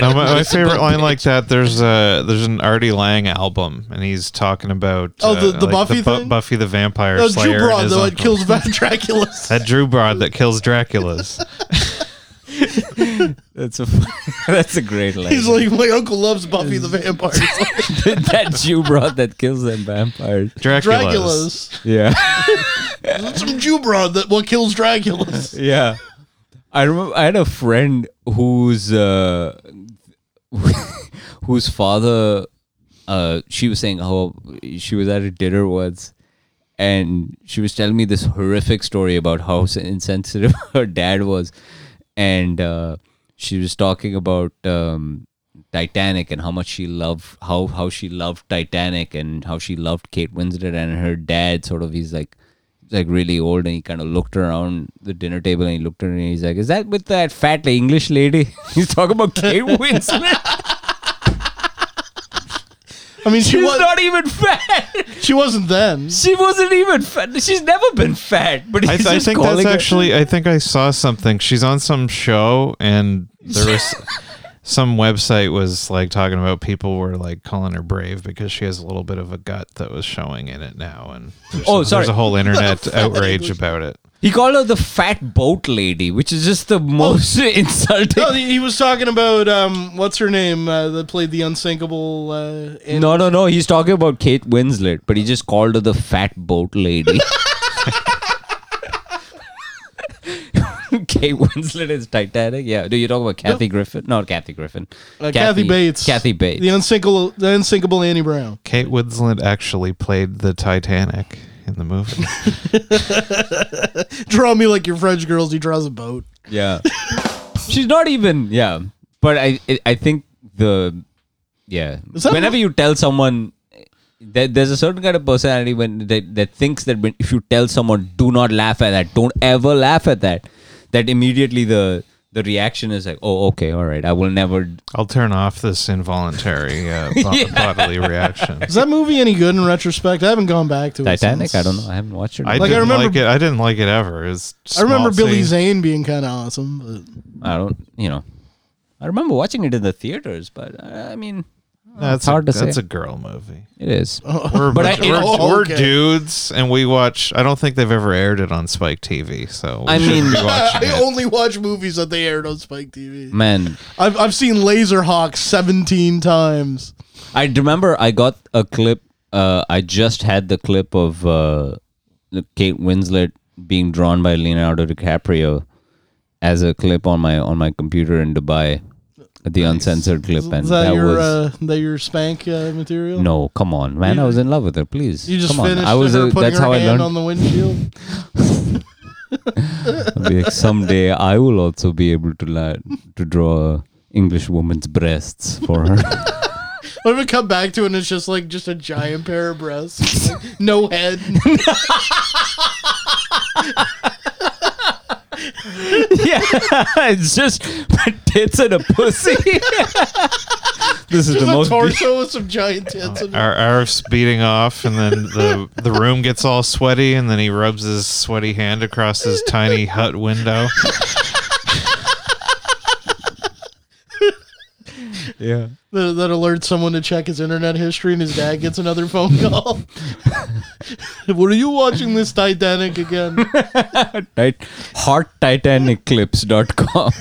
Speaker 2: No, my, my favorite line like that. There's a there's an Artie Lang album, and he's talking about uh,
Speaker 3: Oh, the- the
Speaker 2: like
Speaker 3: Buffy
Speaker 2: Bu-
Speaker 3: thing?
Speaker 2: Buffy the Vampire
Speaker 3: Uh,
Speaker 2: Slayer.
Speaker 3: Drew
Speaker 2: and
Speaker 3: Broad
Speaker 2: his
Speaker 3: though it
Speaker 2: uncle.
Speaker 3: kills Van Dracula's.
Speaker 2: that Drew Broad that kills Dracula's.
Speaker 1: that's a that's a great line
Speaker 3: He's like, "My uncle loves Buffy the Vampire Slayer."
Speaker 1: that Jew broad that kills them vampires.
Speaker 2: Dracula's.
Speaker 3: Dracula's.
Speaker 1: Yeah,
Speaker 3: Some Jew broad that what kills Dracula's.
Speaker 1: yeah. I remember I had a friend whose uh, whose father uh, she was saying how she was at a dinner once, and she was telling me this horrific story about how s- insensitive her dad was, and uh, she was talking about um, Titanic and how much she loved how how she loved Titanic and how she loved Kate Winslet and her dad sort of he's like he's like really old and he kind of looked around the dinner table and he looked at her and he's like is that with that fat English lady he's talking about Kate Winslet
Speaker 3: I mean, she
Speaker 1: she's
Speaker 3: was
Speaker 1: not even fat
Speaker 3: she wasn't then.
Speaker 1: she wasn't even fat she's never been fat but he's
Speaker 2: I, th- I
Speaker 1: just
Speaker 2: think
Speaker 1: calling
Speaker 2: that's
Speaker 1: her-
Speaker 2: actually. I think I saw something. She's on some show, and there was some website was like talking about people were like calling her brave because she has a little bit of a gut that was showing in it now, and there's
Speaker 1: Oh,
Speaker 2: a,
Speaker 1: sorry.
Speaker 2: there's a whole internet outrage about it.
Speaker 1: he called her the fat boat lady which is just the most insulting
Speaker 3: No, he he was talking about um, what's her name uh, that played the unsinkable. Uh, in-
Speaker 1: No, no, no. He's talking about Kate Winslet, but he just called her the fat boat lady. Kate Winslet is Titanic. eh? Yeah. Do you talk about Kathy Griffin? Not Kathy Griffin.
Speaker 3: Uh, Kathy Bates.
Speaker 1: Kathy Bates.
Speaker 3: the unsinkable, the unsinkable Annie Brown.
Speaker 2: Kate Winslet actually played the Titanic in the movie.
Speaker 3: Draw me like your French girls. He draws a boat.
Speaker 1: Yeah. She's not even. Yeah. But I, I- I think the, yeah.
Speaker 3: Is that
Speaker 1: Whenever
Speaker 3: what-
Speaker 1: you tell someone. That there's a certain kind of personality when that, that thinks that when, if you tell someone do not laugh at that, don't ever laugh at that, that immediately the the reaction is like, oh, okay, all right, I will never.
Speaker 2: I'll turn off this involuntary uh, bo- bodily reaction.
Speaker 3: Is that movie any good in retrospect? I haven't gone back to it
Speaker 1: Titanic,
Speaker 3: since.
Speaker 1: I don't know, I haven't watched it. I,
Speaker 2: I
Speaker 3: Like, I
Speaker 2: didn't
Speaker 3: remember-
Speaker 2: like it. I didn't like it ever. It's
Speaker 3: I remember
Speaker 2: schmaltzy.
Speaker 3: Billy Zane being kind of awesome.
Speaker 1: don't, you know, I remember watching it in the theaters, but uh, I mean,
Speaker 2: That's
Speaker 1: It's hard
Speaker 2: a,
Speaker 1: to
Speaker 2: that's
Speaker 1: say.
Speaker 2: a girl movie.
Speaker 1: it is.
Speaker 2: We're,
Speaker 1: But I-
Speaker 2: we're, we're,
Speaker 3: Oh,
Speaker 2: we're
Speaker 3: okay.
Speaker 2: dudes, and we watch. I don't think they've ever aired it on Spike TV. So we
Speaker 1: I
Speaker 2: shouldn't
Speaker 1: mean-
Speaker 2: be watching
Speaker 3: But I
Speaker 2: it.
Speaker 3: only watch movies that they aired on Spike TV.
Speaker 1: Man,
Speaker 3: I've I've seen Laserhawk seventeen times.
Speaker 1: I remember I got a clip. Uh, I just had the clip of uh, the Kate Winslet being drawn by Leonardo DiCaprio as a clip on my on my computer in Dubai. the uncensored clip, and
Speaker 3: Is that, your
Speaker 1: was
Speaker 3: uh, that your spank uh, material?
Speaker 1: no. Come on, man! I was in love with her. Please,
Speaker 3: You just
Speaker 1: come on.
Speaker 3: finished
Speaker 1: I was.
Speaker 3: her
Speaker 1: a-
Speaker 3: putting
Speaker 1: that's
Speaker 3: her
Speaker 1: how I
Speaker 3: hand
Speaker 1: learned.
Speaker 3: on the windshield.
Speaker 1: Like, someday I will also be able to la- to draw a English woman's breasts for her.
Speaker 3: What if we come back to it and it's just like just a giant pair of breasts, Like, no head.
Speaker 1: yeah, it's just tits and a pussy. this is the
Speaker 3: There's a
Speaker 1: most. Uh,
Speaker 3: torso with some giant tits. and-
Speaker 2: Ar- Arf's beating off, and then the the room gets all sweaty, and then he rubs his sweaty hand across his tiny hut window.
Speaker 1: yeah.
Speaker 3: that, that alerts someone to check his internet history, and his dad gets another phone call. Were you watching this Titanic again?
Speaker 1: Right. HotTitanicClips.com.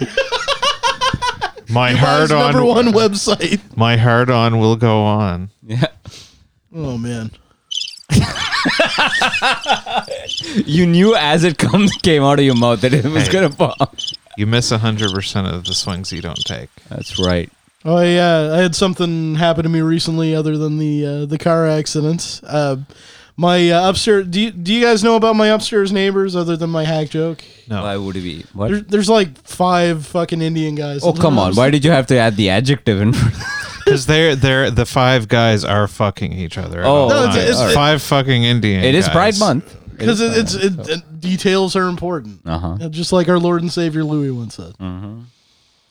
Speaker 2: My
Speaker 3: His
Speaker 2: hard on,
Speaker 3: number one website.
Speaker 2: my hard on will go on.
Speaker 1: yeah.
Speaker 3: Oh man,
Speaker 1: You knew as it comes came out of your mouth that it was
Speaker 2: Hey.
Speaker 1: gonna pop.
Speaker 2: You miss hundred percent of the swings you don't take.
Speaker 1: That's right.
Speaker 3: Oh yeah, I had something happen to me recently other than the uh, the car accidents. Uh, my uh, upstairs. Do you, do you guys know about my upstairs neighbors other than my hack joke?
Speaker 2: No,
Speaker 1: Why would it be? What?
Speaker 3: There's, there's like five fucking Indian guys.
Speaker 1: oh come on! Why did you have to add the adjective in? front?
Speaker 2: because they're they're the five guys are fucking each other. at
Speaker 1: Oh,
Speaker 2: all
Speaker 1: No,
Speaker 3: it's-
Speaker 2: times.
Speaker 3: it's- it's-
Speaker 2: five fucking Indian.
Speaker 1: it is Pride
Speaker 2: guys.
Speaker 1: Month.
Speaker 3: Because it, it's it, it- details are important.
Speaker 1: Uh huh.
Speaker 3: Uh, Just like our Lord and Savior Louis once said,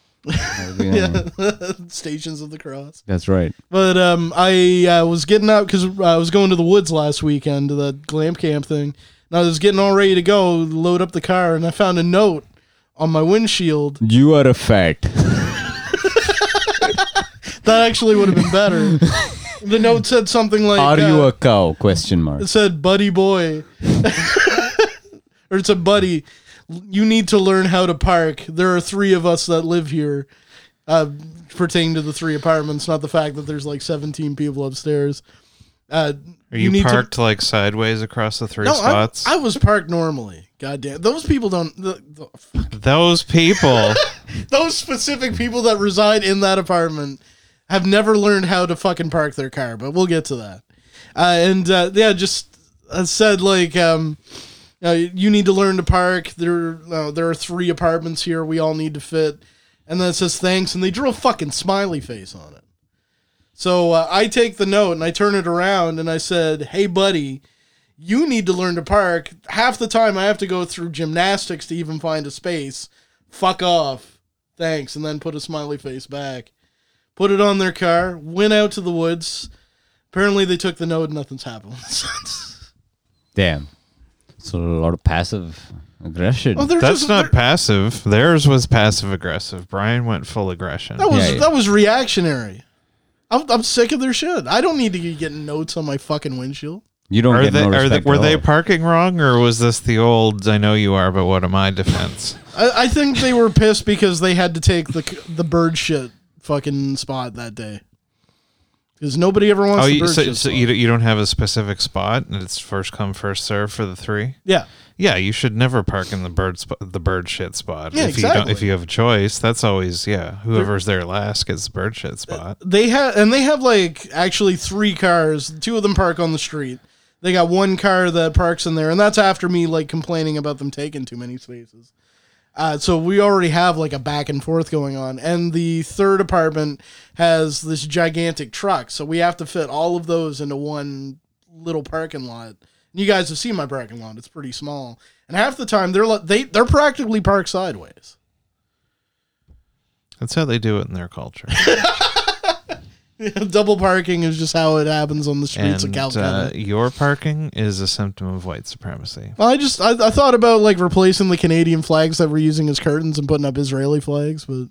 Speaker 3: "Stations of the Cross."
Speaker 1: That's right.
Speaker 3: But um, I uh, was getting out because I was going to the woods last weekend to the glam camp thing. And I was getting all ready to go, load up the car, and I found a note on my windshield
Speaker 1: You are a fat.
Speaker 3: that actually would have been better. the note said something like,
Speaker 1: Are
Speaker 3: uh,
Speaker 1: you a cow? Question mark.
Speaker 3: It said, "Buddy boy," or it's a buddy. You need to learn how to park. There are three of us that live here. Uh, pertaining to the three apartments, not the fact that there's like 17 people upstairs. Uh,
Speaker 2: Are you,
Speaker 3: need to-
Speaker 2: parked like sideways across the three
Speaker 3: No, I,
Speaker 2: spots?
Speaker 3: I was parked normally. Goddamn, those people don't. The, the, fuck.
Speaker 2: Those people.
Speaker 3: those specific people that reside in that apartment have never learned how to fucking park their car. But we'll get to that. Uh, and uh, yeah, just uh, said like, um, uh, you need to learn to park. There, uh, there are three apartments here. We all need to fit. And then it says thanks, and they drew a fucking smiley face on it. So uh, I take the note and I turn it around and I said, "Hey, buddy." you need to learn to park. Half the time I have to go through gymnastics to even find a space. Fuck off. Thanks. And then put a smiley face back. Put it on their car, went out to the woods. Apparently they took the note and nothing's happened since.
Speaker 1: Damn. So a lot of passive aggression.
Speaker 3: Oh, they're
Speaker 2: That's
Speaker 3: just-
Speaker 2: not
Speaker 3: they're-
Speaker 2: passive. Theirs was passive aggressive. Brian went full aggression.
Speaker 3: that was
Speaker 1: Yeah, yeah.
Speaker 3: that was reactionary. I'm, I'm sick of their shit. I don't need to be getting notes on my fucking windshield.
Speaker 1: you don't
Speaker 2: Are
Speaker 1: get
Speaker 2: they,
Speaker 1: no
Speaker 2: are they,
Speaker 1: respect
Speaker 2: were
Speaker 1: at
Speaker 2: they
Speaker 1: all.
Speaker 2: parking wrong, or was this the old "I know you are, but what am I" defense?
Speaker 3: I, I think they were pissed because they had to take the c- the bird shit fucking spot that day. Because nobody ever wants
Speaker 2: oh,
Speaker 3: the
Speaker 2: you,
Speaker 3: bird
Speaker 2: so,
Speaker 3: shit
Speaker 2: so
Speaker 3: spot.
Speaker 2: you, don't- you don't have a specific spot, and it's first come, first serve for the three.
Speaker 3: yeah.
Speaker 2: Yeah, you should never park in the bird sp- the bird shit spot.
Speaker 3: Yeah,
Speaker 2: if you don't, if
Speaker 3: exactly.
Speaker 2: you have a choice, that's always yeah. Whoever's there last gets the bird shit spot.
Speaker 3: They have, and they have like actually three cars. Two of them park on the street. They got one car that parks in there, and that's after me like complaining about them taking too many spaces. Uh, so we already have like a back and forth going on, and the third apartment has this gigantic truck, so we have to fit all of those into one little parking lot. And you guys have seen my parking lot; it's pretty small, and half the time they're li- they they're practically parked sideways.
Speaker 2: That's how they do it in their culture.
Speaker 3: Double parking is just how it happens on the streets of
Speaker 2: and
Speaker 3: Calcutta.
Speaker 2: uh, your parking is a symptom of white supremacy.
Speaker 3: Well, I just I, I thought about like replacing the Canadian flags that we're using as curtains and putting up Israeli flags, but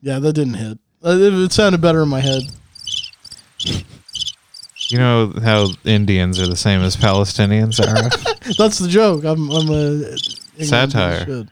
Speaker 3: yeah, that didn't hit. Uh, It, it sounded better in my head.
Speaker 2: You know how Indians are the same as Palestinians are.
Speaker 3: That's the joke. I'm I'm a ignorant piece of
Speaker 2: Satire.
Speaker 3: shit.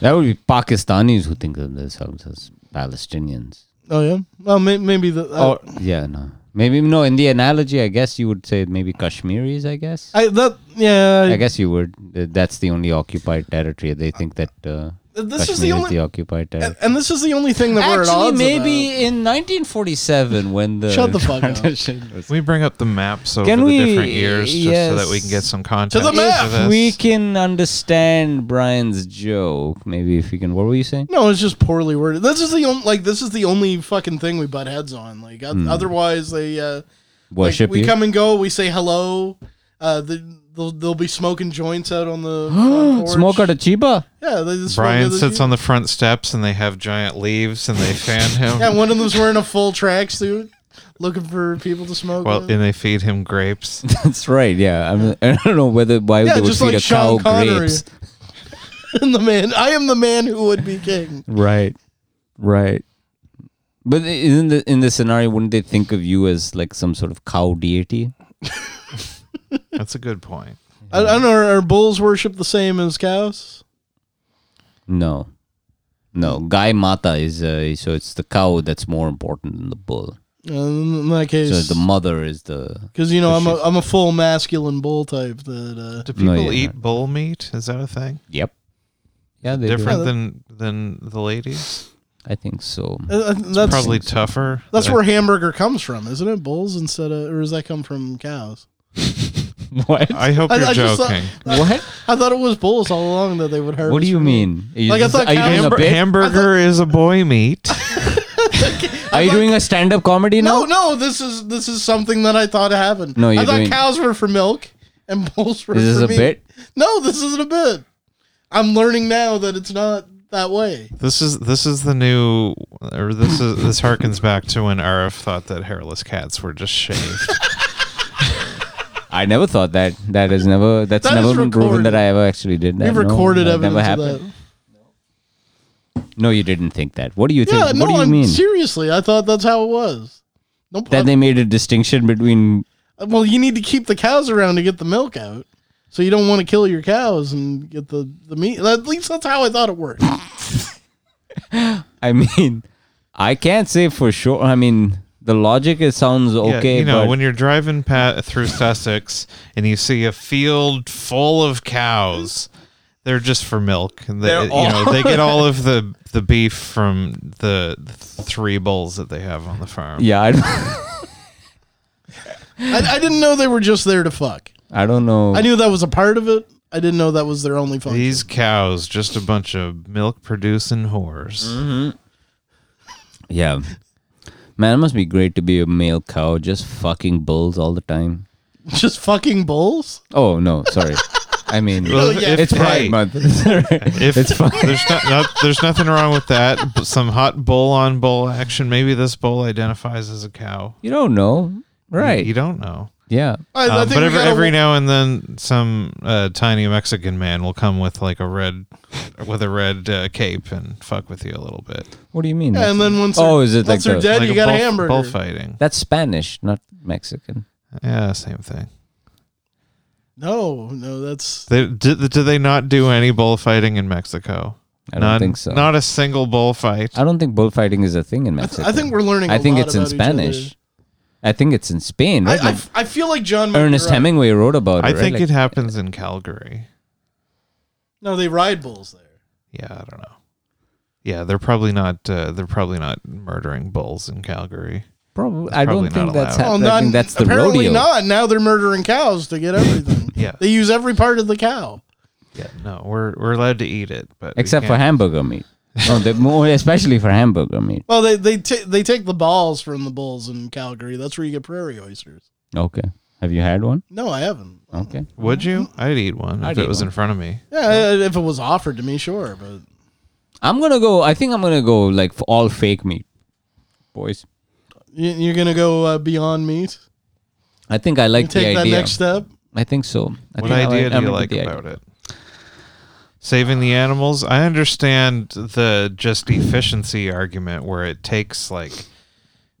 Speaker 1: That would be Pakistanis who think of themselves as Palestinians.
Speaker 3: Oh yeah. Well, may, maybe the
Speaker 1: Oh.
Speaker 3: uh,
Speaker 1: Yeah, no. Maybe no. In the analogy, I guess you would say maybe Kashmiris. I guess.
Speaker 3: I that yeah.
Speaker 1: I guess you would. Uh, That's the only occupied territory. They think that uh,
Speaker 3: This is
Speaker 1: Kashmir
Speaker 3: the
Speaker 1: is
Speaker 3: only,
Speaker 1: the occupied
Speaker 3: and,
Speaker 1: territory.
Speaker 3: and this is the only thing that we're at
Speaker 1: Actually,
Speaker 3: odds
Speaker 1: maybe
Speaker 3: about.
Speaker 1: in 1947 when the
Speaker 3: Shut the fuck up.
Speaker 2: We bring up the maps over
Speaker 1: Can
Speaker 2: the
Speaker 1: we-
Speaker 2: different years just so that we
Speaker 1: yes.
Speaker 2: can get some context
Speaker 3: map!
Speaker 2: for this.
Speaker 1: we can understand Brian's joke, maybe if we can. What were you saying?
Speaker 3: No, it's just poorly worded. This is the only like this is the only fucking thing we butt heads on. Like oth- otherwise they uh like,
Speaker 1: Worship
Speaker 3: we
Speaker 1: you.
Speaker 3: come and go, we say hello. Uh the, they'll, they'll be smoking joints out on the front porch.
Speaker 1: Smoke out of Chiba.
Speaker 3: Yeah, they just smoke
Speaker 2: Brian
Speaker 3: out of
Speaker 2: sits
Speaker 3: the-
Speaker 2: on the front steps and they have giant leaves and they fan him.
Speaker 3: Yeah, one of them's wearing a full tracksuit looking for people to smoke.
Speaker 2: Well,
Speaker 3: with.
Speaker 2: and they feed him grapes.
Speaker 1: That's right. Yeah, I, mean, I don't know whether why
Speaker 3: Yeah,
Speaker 1: they would
Speaker 3: just
Speaker 1: feed
Speaker 3: like
Speaker 1: a
Speaker 3: Sean
Speaker 1: cow
Speaker 3: Connery.
Speaker 1: grapes.
Speaker 3: and the man I am the man who would be king.
Speaker 1: Right, right. But i- isn't the, in this scenario, wouldn't they think of you as like some sort of cow deity?
Speaker 2: That's a good point.
Speaker 3: I, I don't know, are, are bulls worship the same as cows?
Speaker 1: No, no. Gai Mata is uh, so it's the cow that's more important than the bull.
Speaker 3: Uh, In that case,
Speaker 1: So the mother is the
Speaker 3: Because you know I'm a
Speaker 1: Appreciate
Speaker 3: I'm a full masculine bull type. That
Speaker 2: Do
Speaker 1: No,
Speaker 2: people
Speaker 1: yeah,
Speaker 2: eat
Speaker 1: no.
Speaker 2: bull meat? Is that a thing?
Speaker 1: yep. Yeah, they do.
Speaker 2: Different
Speaker 3: Yeah,
Speaker 2: than than the ladies?
Speaker 1: I think so.
Speaker 3: uh, uh, that's
Speaker 2: Probably tougher.
Speaker 3: that's
Speaker 2: Uh,
Speaker 3: where hamburger comes from, isn't it? Bulls instead of or does that come from cows?
Speaker 1: What?
Speaker 2: I hope
Speaker 3: I-
Speaker 2: you're
Speaker 3: I just thought-
Speaker 2: joking.
Speaker 1: What?
Speaker 3: I thought it was bulls all along that they would harvest.
Speaker 1: What do you
Speaker 3: from-
Speaker 1: mean? Are you,
Speaker 3: Like, I
Speaker 1: just-
Speaker 3: thought
Speaker 1: are you doing
Speaker 2: Hamb-
Speaker 1: a bit?
Speaker 2: hamburger is a boy meat.
Speaker 1: are you doing a stand-up comedy now?
Speaker 3: No, no. This is this is something that I thought happened.
Speaker 1: No,
Speaker 3: I
Speaker 1: you're
Speaker 3: thought
Speaker 1: doing-
Speaker 3: cows were for milk and bulls were.
Speaker 1: Is this
Speaker 3: for
Speaker 1: a
Speaker 3: meat.
Speaker 1: bit?
Speaker 3: No, this isn't a bit. I'm learning now that it's not that way.
Speaker 2: This is this is the new, or this is this harkens back to when RF thought that hairless cats were just shaved.
Speaker 1: I never thought that. That is never. That's
Speaker 3: That
Speaker 1: never
Speaker 3: is
Speaker 1: been proven that
Speaker 3: recorded.
Speaker 1: I ever actually did that.
Speaker 3: We've
Speaker 1: No,
Speaker 3: recorded
Speaker 1: that
Speaker 3: evidence
Speaker 1: never
Speaker 3: of
Speaker 1: happened.
Speaker 3: that.
Speaker 1: No, you didn't think that. What do you think?
Speaker 3: Yeah,
Speaker 1: what
Speaker 3: no.
Speaker 1: do you
Speaker 3: I'm
Speaker 1: mean?
Speaker 3: seriously. I thought that's how it was. No,
Speaker 1: that they made a distinction between.
Speaker 3: Well, you need to keep the cows around to get the milk out. So you don't want to kill your cows and get the, the meat. At least that's how I thought it worked.
Speaker 1: I mean, I can't say for sure. I mean, the logic it sounds
Speaker 2: Yeah,
Speaker 1: okay,
Speaker 2: you know,
Speaker 1: but
Speaker 2: when you're driving pat through Sussex and you see a field full of cows, they're just for milk. And they,
Speaker 1: They're
Speaker 2: you
Speaker 1: all-
Speaker 2: know, they get all of the the beef from the three bulls that they have on the farm.
Speaker 1: yeah, I don't,
Speaker 3: I, I didn't know they were just there to fuck.
Speaker 1: I don't know.
Speaker 3: I knew that was a part of it. I didn't know that was their only function.
Speaker 2: These cows, just a bunch of milk producing whores.
Speaker 1: Mm-hmm. yeah, man, it must be great to be a male cow, just fucking bulls all the time.
Speaker 3: just fucking bulls?
Speaker 1: Oh no, sorry. I mean,
Speaker 2: Well, if- if-
Speaker 1: it's Pride
Speaker 2: hey,
Speaker 1: Month.
Speaker 2: If
Speaker 1: it's fine.
Speaker 2: there's not, not there's nothing wrong with that. but Some hot bull on bull action. Maybe this bull identifies as a cow.
Speaker 1: You don't know, right?
Speaker 2: You, don't know.
Speaker 1: yeah.
Speaker 3: I, I
Speaker 2: Um,
Speaker 3: think
Speaker 2: but
Speaker 3: we
Speaker 2: every,
Speaker 3: gotta-
Speaker 2: every now and then, some uh, tiny Mexican man will come with like a red, with a red uh, cape and fuck with you a little bit.
Speaker 1: What do you mean?
Speaker 3: Yeah, and then once
Speaker 1: Oh,
Speaker 3: they're-
Speaker 1: is it
Speaker 3: once
Speaker 1: like
Speaker 3: they're
Speaker 1: the-
Speaker 3: dead,
Speaker 2: like
Speaker 3: you got a
Speaker 2: bull-
Speaker 3: hamburger.
Speaker 2: Bullfighting.
Speaker 1: That's Spanish, not Mexican.
Speaker 2: Yeah, same thing.
Speaker 3: No, no, that's
Speaker 2: They, did, did they not do any bullfighting in Mexico?
Speaker 1: I don't
Speaker 2: None-
Speaker 1: think so.
Speaker 2: Not a single bullfight.
Speaker 1: I don't think bullfighting is a thing in Mexico.
Speaker 3: I think we're learning.
Speaker 1: I
Speaker 3: I
Speaker 1: think it's in Spanish. I think it's in Spain,
Speaker 3: I,
Speaker 1: right?
Speaker 3: I
Speaker 1: Like,
Speaker 3: f- I feel like John. might be
Speaker 1: Ernest
Speaker 3: right.
Speaker 1: Hemingway wrote about it.
Speaker 2: I
Speaker 1: right?
Speaker 2: think
Speaker 1: Like,
Speaker 2: it happens in Calgary.
Speaker 3: No, they ride bulls there.
Speaker 2: Yeah, I don't know. Yeah, they're probably not. Uh, they're probably not murdering bulls in Calgary.
Speaker 1: probably. I don't
Speaker 2: probably
Speaker 1: think
Speaker 2: not
Speaker 1: that's.
Speaker 2: allowed.
Speaker 1: hap-
Speaker 3: Well,
Speaker 1: I
Speaker 3: not,
Speaker 1: think that's the
Speaker 3: apparently
Speaker 1: rodeo.
Speaker 3: not. Now they're murdering cows to get everything.
Speaker 2: Yeah.
Speaker 3: They use every part of the cow.
Speaker 2: Yeah, no, we're we're allowed to eat it, but we
Speaker 1: Except for
Speaker 2: can't-
Speaker 1: hamburger meat. No, they more especially for hamburger meat.
Speaker 3: Well, they they ta- they take the balls from the bulls in Calgary. That's where you get prairie oysters.
Speaker 1: Okay. Have you had one?
Speaker 3: No, I haven't.
Speaker 1: Okay.
Speaker 2: Would you? I'd eat one
Speaker 1: I'd
Speaker 2: if it
Speaker 1: eat
Speaker 2: was
Speaker 1: one.
Speaker 2: in front of me.
Speaker 3: Yeah, I- if it was offered to me, sure. But
Speaker 1: I'm gonna go. I think I'm gonna go like for all fake meat, boys.
Speaker 3: you, you're gonna go uh, beyond meat.
Speaker 1: I think I like
Speaker 3: You take
Speaker 1: the
Speaker 3: that
Speaker 1: idea.
Speaker 3: next step.
Speaker 1: I think so. I
Speaker 2: What
Speaker 1: think I
Speaker 2: idea
Speaker 1: like-
Speaker 2: do
Speaker 1: I'm
Speaker 2: you
Speaker 1: into
Speaker 2: like
Speaker 1: the idea.
Speaker 2: about it? Saving the animals. I understand the just efficiency argument where it takes like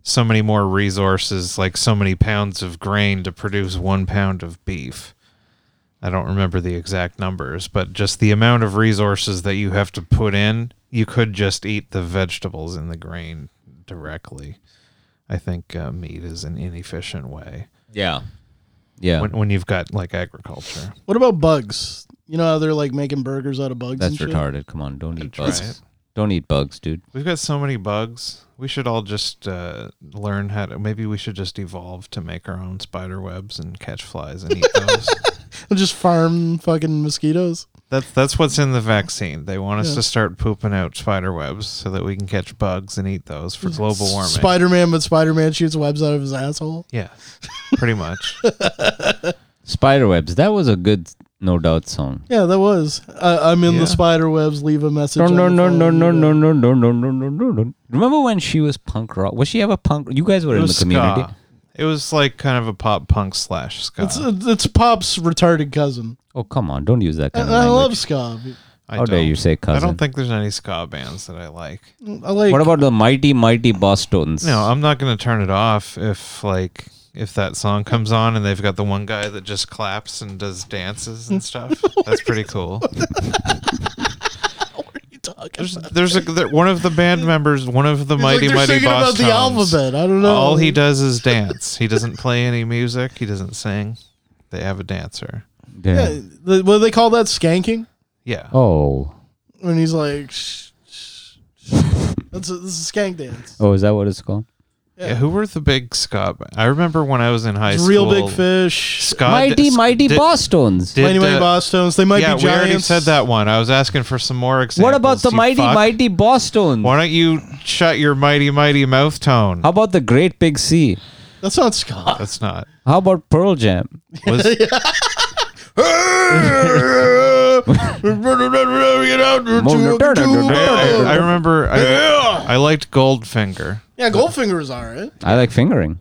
Speaker 2: so many more resources, like so many pounds of grain to produce one pound of beef. I don't remember the exact numbers, but just the amount of resources that you have to put in, you could just eat the vegetables in the grain directly. I think uh, meat is an inefficient way
Speaker 1: Yeah. Yeah.
Speaker 2: when, when you've got like agriculture.
Speaker 3: What about bugs? You know how they're like making burgers out of bugs
Speaker 1: That's
Speaker 3: and shit?
Speaker 1: retarded. Come on, don't eat
Speaker 2: Try
Speaker 1: bugs.
Speaker 2: it.
Speaker 1: Don't eat bugs, dude.
Speaker 2: We've got so many bugs. We should all just uh, learn how to. Maybe we should just evolve to make our own spider webs and catch flies and eat those.
Speaker 3: Just farm fucking mosquitoes.
Speaker 2: that's that's what's in the vaccine. They want us
Speaker 3: Yeah.
Speaker 2: to start pooping out spider webs so that we can catch bugs and eat those for global warming.
Speaker 3: Spider Man, but Spider Man shoots webs out of his asshole.
Speaker 2: yeah, pretty much.
Speaker 1: Spider webs. That was a good no doubt song.
Speaker 3: Yeah, that was. Uh, I'm in
Speaker 2: Yeah.
Speaker 3: the spider webs. Leave a message.
Speaker 1: No
Speaker 3: on
Speaker 1: no
Speaker 3: the
Speaker 1: no
Speaker 3: phone,
Speaker 1: no no
Speaker 3: you know.
Speaker 1: no no no no no no no no. Remember when she was punk rock? Was she ever punk? You guys were
Speaker 2: It
Speaker 1: in the
Speaker 2: was
Speaker 1: community.
Speaker 2: ska. It was like kind of a pop punk slash ska.
Speaker 3: It's it's Pop's retarded cousin.
Speaker 1: Oh come on! Don't use that
Speaker 3: I,
Speaker 1: kind of
Speaker 3: Uh, I
Speaker 1: language.
Speaker 3: love ska.
Speaker 2: I
Speaker 1: How dare
Speaker 2: don't-
Speaker 1: you say
Speaker 2: I
Speaker 1: cousin?
Speaker 2: don't think there's any ska bands that I like.
Speaker 3: I like.
Speaker 1: What about the mighty mighty Boston's?
Speaker 2: No, uh, I'm not gonna turn it off if like if that song comes on and they've got the one guy that just claps and does dances and stuff. That's pretty cool.
Speaker 3: what you talking
Speaker 2: There's
Speaker 3: about?
Speaker 2: there's a there, one of the band members, one of the
Speaker 3: It's
Speaker 2: mighty
Speaker 3: like they're
Speaker 2: mighty
Speaker 3: singing
Speaker 2: boss
Speaker 3: about the
Speaker 2: Tones.
Speaker 3: alphabet. I don't know.
Speaker 2: All he does is dance. He doesn't play any music. He doesn't sing. They have a dancer.
Speaker 1: Yeah.
Speaker 3: Yeah, the, what do they call that? Skanking.
Speaker 2: Yeah.
Speaker 1: Oh.
Speaker 3: When he's like, shh, shh, shh. that's a, this is a skank dance.
Speaker 1: Oh, is that what it's called?
Speaker 2: yeah. Who were the big ska? ba- I remember when I was in high
Speaker 3: It's
Speaker 2: school.
Speaker 3: real big fish.
Speaker 2: Ska
Speaker 1: mighty
Speaker 2: di-
Speaker 1: mighty
Speaker 2: did-
Speaker 1: Boston's.
Speaker 2: did,
Speaker 3: Mighty Mighty
Speaker 2: uh,
Speaker 3: Boston's. They might
Speaker 2: yeah,
Speaker 3: be giants.
Speaker 2: we already said that one. I was asking for some more examples.
Speaker 1: What about the
Speaker 2: you
Speaker 1: mighty
Speaker 2: fuck.
Speaker 1: mighty Boston's?
Speaker 2: Why don't you shut your mighty, mighty mouth tone?
Speaker 1: How about the Great Big Sea?
Speaker 3: That's not ska.
Speaker 2: That's not.
Speaker 1: How about Pearl Jam?
Speaker 2: Was, I, I remember I, I liked Goldfinger.
Speaker 3: yeah, Goldfinger is alright.
Speaker 1: I like fingering.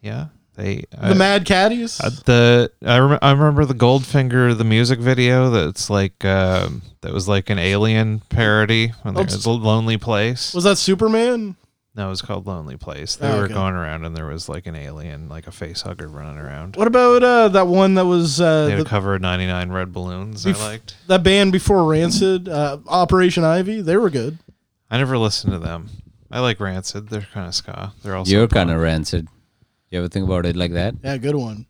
Speaker 2: Yeah, they
Speaker 3: The Mad Caddies.
Speaker 2: uh, the I, rem- I remember the Goldfinger the music video that's like um, that was like an alien parody when there
Speaker 3: Oops.
Speaker 2: was a Lonely Place.
Speaker 3: was that Superman?
Speaker 2: No, it was called Lonely Place. They
Speaker 3: Oh,
Speaker 2: were
Speaker 3: okay.
Speaker 2: going around and there was like an alien, like a face hugger running around.
Speaker 3: What about uh, that one that was uh,
Speaker 2: They had a
Speaker 3: the,
Speaker 2: cover of 99 Red Balloons I
Speaker 3: Bef-
Speaker 2: liked.
Speaker 3: that band before Rancid, uh, Operation Ivy? They were good.
Speaker 2: I never listened to them. I like Rancid. They're kind of ska. They're also
Speaker 1: You're kind of rancid. You ever think about it like that?
Speaker 3: Yeah, good one.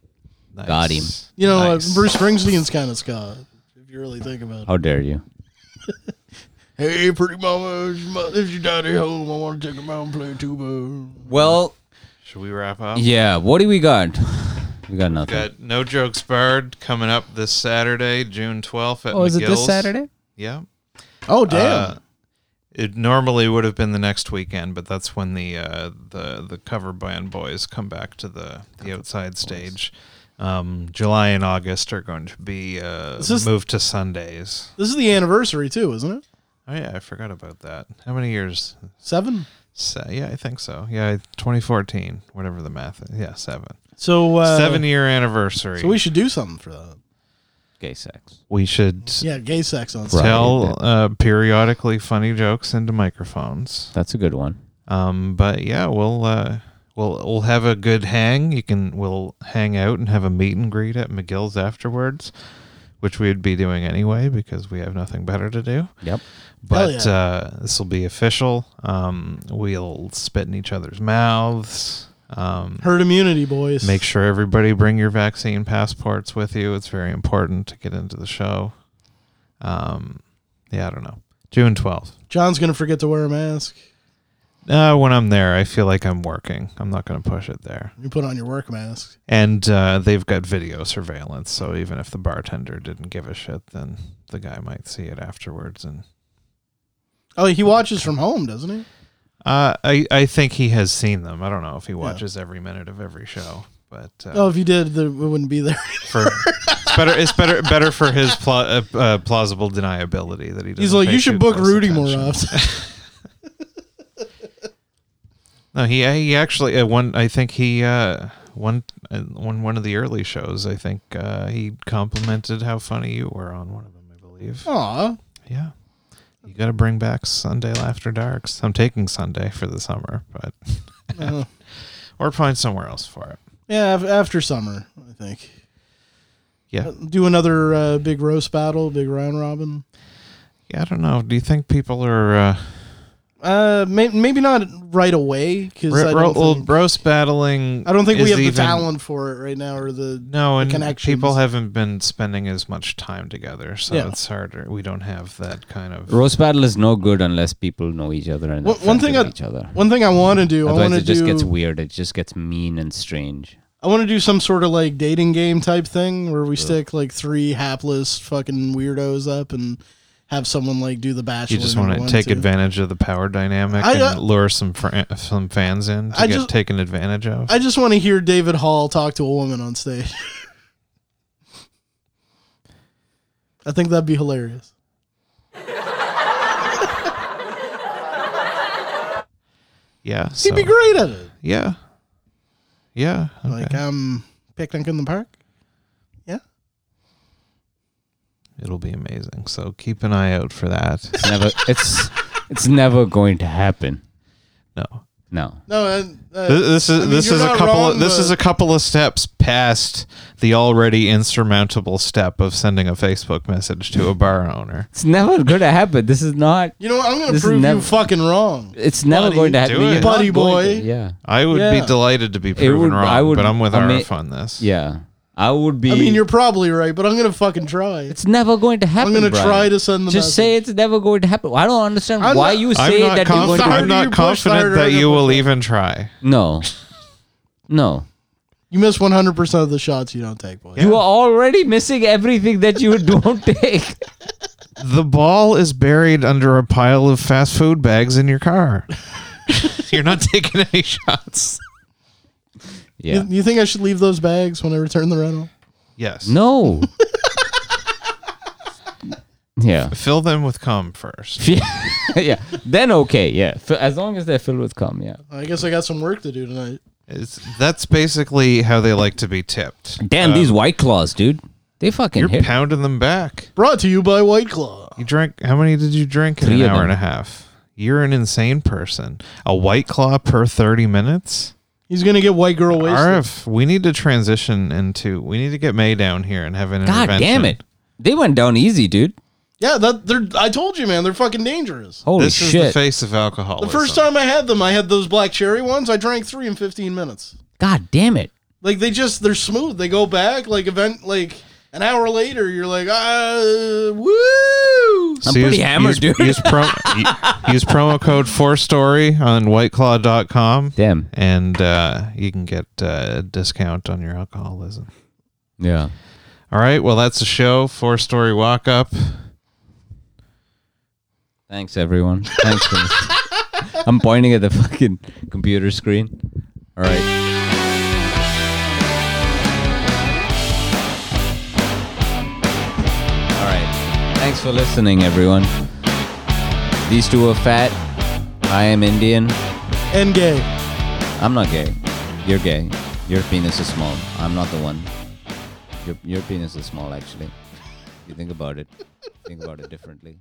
Speaker 2: nice.
Speaker 1: Got him.
Speaker 3: You know,
Speaker 2: Nice.
Speaker 3: uh, Bruce Springsteen's kind of ska. If you really think about it.
Speaker 1: How dare you?
Speaker 3: Hey, pretty mama, is your mo- is your daddy home? I want to take him out and play tuba.
Speaker 1: Well,
Speaker 2: Should we wrap up?
Speaker 1: yeah. What do we got? We got nothing.
Speaker 2: Got No Jokes Barred coming up this Saturday, June 12th at
Speaker 1: Oh, is it this
Speaker 2: McGill's.
Speaker 1: Saturday?
Speaker 2: Yeah.
Speaker 3: Oh, damn.
Speaker 2: Uh, it normally would have been the next weekend, but that's when the uh, the the cover band boys come back to the, the outside stage. Um, July and August are going to be uh,
Speaker 3: Is this-
Speaker 2: moved to Sundays.
Speaker 3: this is the anniversary, too, isn't it?
Speaker 2: Oh yeah, I forgot about that. How many years?
Speaker 3: Seven.
Speaker 2: Se- yeah, I think so. Yeah, 2014, whatever the math is. Yeah, seven.
Speaker 3: So, uh,
Speaker 2: seven year anniversary.
Speaker 3: So we should do something for that.
Speaker 1: Gay sex.
Speaker 2: we should
Speaker 3: Yeah, gay sex on
Speaker 1: Right.
Speaker 2: tell uh, periodically funny jokes into microphones.
Speaker 1: That's a good one.
Speaker 2: Um, but yeah, we'll uh, we'll we'll have a good hang. You can we'll hang out and have a meet and greet at McGill's afterwards, which we'd be doing anyway because we have nothing better to do.
Speaker 1: Yep.
Speaker 2: But
Speaker 3: yeah.
Speaker 2: uh, this will be official. Um, we'll spit in each other's mouths. Um,
Speaker 3: herd immunity, boys.
Speaker 2: make sure everybody bring your vaccine passports with you. It's very important to get into the show. Um, yeah, I don't know. June twelfth.
Speaker 3: John's gonna forget to wear a mask.
Speaker 2: Uh, when I'm there, I feel like I'm working. I'm not going to push it there.
Speaker 3: You put on your work mask.
Speaker 2: And uh, they've got video surveillance, so even if the bartender didn't give a shit, then the guy might see it afterwards. And
Speaker 3: Oh, he watches from home, doesn't he?
Speaker 2: uh, I, I think he has seen them. I don't know if he watches every minute of every show, but uh,
Speaker 3: Oh, if he did, then we wouldn't be there.
Speaker 2: for it's better, it's better, better for his pla- uh, uh, plausible deniability that he.
Speaker 3: He's
Speaker 2: doesn't
Speaker 3: like,
Speaker 2: pay
Speaker 3: you
Speaker 2: too
Speaker 3: should book
Speaker 2: close
Speaker 3: Rudy more
Speaker 2: attention."
Speaker 3: often.
Speaker 2: No, he he actually uh, one. I think he uh, one uh, one one of the early shows. I think uh, he complimented how funny you were on one of them. I believe.
Speaker 3: Aw,
Speaker 2: Yeah, you got to bring back Sunday After Darks. I'm taking Sunday for the summer, but
Speaker 3: Uh,
Speaker 2: or find somewhere else for it.
Speaker 3: yeah. af- After summer, I think.
Speaker 2: Yeah,
Speaker 3: Do another uh, big roast battle, big round robin.
Speaker 2: yeah. I don't know. Do you think people are uh,
Speaker 3: Uh, may, maybe not right away because I,
Speaker 2: Ro-
Speaker 3: don't
Speaker 2: ro-
Speaker 3: think-
Speaker 2: Roast battling.
Speaker 3: I don't think we
Speaker 2: is
Speaker 3: have the
Speaker 2: even-
Speaker 3: talent for it right now or the
Speaker 2: No, and
Speaker 3: connections.
Speaker 2: people haven't been spending as much time together, so
Speaker 3: Yeah.
Speaker 2: it's harder. We don't have that kind of.
Speaker 1: Roast battle is no good unless people know each other and
Speaker 3: One-
Speaker 1: they're
Speaker 3: one
Speaker 1: friends
Speaker 3: thing
Speaker 1: with
Speaker 3: I-
Speaker 1: each other.
Speaker 3: One thing I want to do, I
Speaker 1: Otherwise,
Speaker 3: want
Speaker 1: it
Speaker 3: to
Speaker 1: just
Speaker 3: do,
Speaker 1: gets weird. It just gets mean and strange.
Speaker 3: I want to do some sort of like dating game type thing where we stick like three hapless fucking weirdos up and have someone like do the bachelor.
Speaker 2: You just
Speaker 3: number
Speaker 2: want to
Speaker 3: one,
Speaker 2: take
Speaker 3: two.
Speaker 2: advantage of the power dynamic
Speaker 3: I, uh,
Speaker 2: and lure some fr- some fans in to
Speaker 3: I
Speaker 2: get
Speaker 3: just-
Speaker 2: taken advantage of.
Speaker 3: I just want to hear David Hall talk to a woman on stage. I think that'd be hilarious.
Speaker 2: yeah,
Speaker 3: He'd
Speaker 2: so-
Speaker 3: be great at it.
Speaker 2: Yeah, yeah.
Speaker 3: Like
Speaker 2: okay.
Speaker 3: um, picnic in the park. Yeah.
Speaker 2: It'll be amazing. So keep an eye out for that.
Speaker 1: It's never. it's it's never going to happen.
Speaker 2: No,
Speaker 1: No.
Speaker 3: No, and uh,
Speaker 2: Th- this is
Speaker 3: I mean,
Speaker 2: this
Speaker 3: you're
Speaker 2: is a
Speaker 3: not
Speaker 2: couple.
Speaker 3: wrong,
Speaker 2: this is a
Speaker 3: but-
Speaker 2: couple of steps past the already insurmountable step of sending a Facebook message to a bar owner.
Speaker 1: It's never going to happen. This is not.
Speaker 3: You know, what? I'm gonna
Speaker 1: this is
Speaker 3: prove
Speaker 1: never-
Speaker 3: you fucking wrong.
Speaker 1: It's never
Speaker 3: Buddy,
Speaker 1: going to
Speaker 2: do
Speaker 1: happen.
Speaker 2: it.
Speaker 1: You're not
Speaker 3: Buddy
Speaker 1: going
Speaker 3: boy.
Speaker 1: to- Yeah.
Speaker 2: I would
Speaker 3: Yeah.
Speaker 2: be delighted to be
Speaker 1: It
Speaker 2: proven
Speaker 1: would-
Speaker 2: wrong,
Speaker 1: I would-
Speaker 2: but I'm with
Speaker 1: I mean-
Speaker 2: RF on this.
Speaker 1: Yeah. I would be.
Speaker 3: I mean, you're probably right, but I'm gonna fucking try.
Speaker 1: It's never going to happen.
Speaker 3: I'm gonna
Speaker 1: Brian.
Speaker 3: try to send the
Speaker 1: Just say it's never going to happen. I don't understand
Speaker 3: I'm
Speaker 1: why
Speaker 3: not-
Speaker 1: you
Speaker 2: I'm
Speaker 1: say
Speaker 2: not,
Speaker 1: that
Speaker 2: conf-
Speaker 1: you're going to.
Speaker 2: I'm
Speaker 3: harder you
Speaker 2: not
Speaker 3: push,
Speaker 2: confident
Speaker 3: harder
Speaker 2: that
Speaker 3: you
Speaker 2: you
Speaker 3: push
Speaker 2: will
Speaker 3: back.
Speaker 2: even try.
Speaker 1: No. No.
Speaker 3: You miss 100% of the shots you don't take, boy.
Speaker 1: You are already missing everything that you don't take.
Speaker 2: The ball is buried under a pile of fast food bags in your car. You're not taking any shots.
Speaker 1: Yeah.
Speaker 3: You, you think I should leave those bags when I return the rental?
Speaker 2: Yes.
Speaker 1: No. yeah.
Speaker 2: Fill them with cum first.
Speaker 1: yeah. Then okay. Yeah. F- as long as they're filled with cum. Yeah.
Speaker 3: I guess I got some work to do tonight.
Speaker 2: It's, that's basically how they like to be tipped.
Speaker 1: Damn
Speaker 2: Uh,
Speaker 1: these white claws, dude. They fucking
Speaker 2: You're
Speaker 1: hit.
Speaker 2: pounding them back.
Speaker 3: Brought to you by White Claw.
Speaker 2: You drank how many did you drink in
Speaker 1: Three
Speaker 2: an
Speaker 1: of
Speaker 2: hour
Speaker 1: them.
Speaker 2: and a half? You're an insane person. A white claw per thirty minutes?
Speaker 3: He's going to get White Girl Wasted.
Speaker 2: RF, we need to transition into we need to get May down here and have an
Speaker 1: God
Speaker 2: intervention.
Speaker 1: damn it. They went down easy, dude.
Speaker 3: Yeah, that they're I told you, man, they're fucking dangerous.
Speaker 1: Holy
Speaker 2: this is the
Speaker 1: shit.
Speaker 2: face of alcoholism.
Speaker 3: The first time I had them, I had those black cherry ones. I drank 3 in 15 minutes.
Speaker 1: God damn it.
Speaker 3: Like they just they're smooth. They go back like event like an hour later you're like, "Ah, woo!"
Speaker 1: I'm pretty hammered,
Speaker 2: use,
Speaker 1: dude.
Speaker 2: Use, promo u- use promo code four story on whiteclaw.com
Speaker 1: Damn.
Speaker 2: and uh, you can get uh, a discount on your alcoholism.
Speaker 1: Yeah.
Speaker 2: All right, well that's the show. Four story walk up.
Speaker 1: Thanks everyone. Thanks. For listening. I'm pointing at the fucking computer screen. All right. All right. Thanks for listening, everyone. These two are fat. I am Indian.
Speaker 3: And gay.
Speaker 1: I'm not gay. You're gay. Your penis is small. I'm not the one. Your, your penis is small, actually. You think about it. Think about it differently.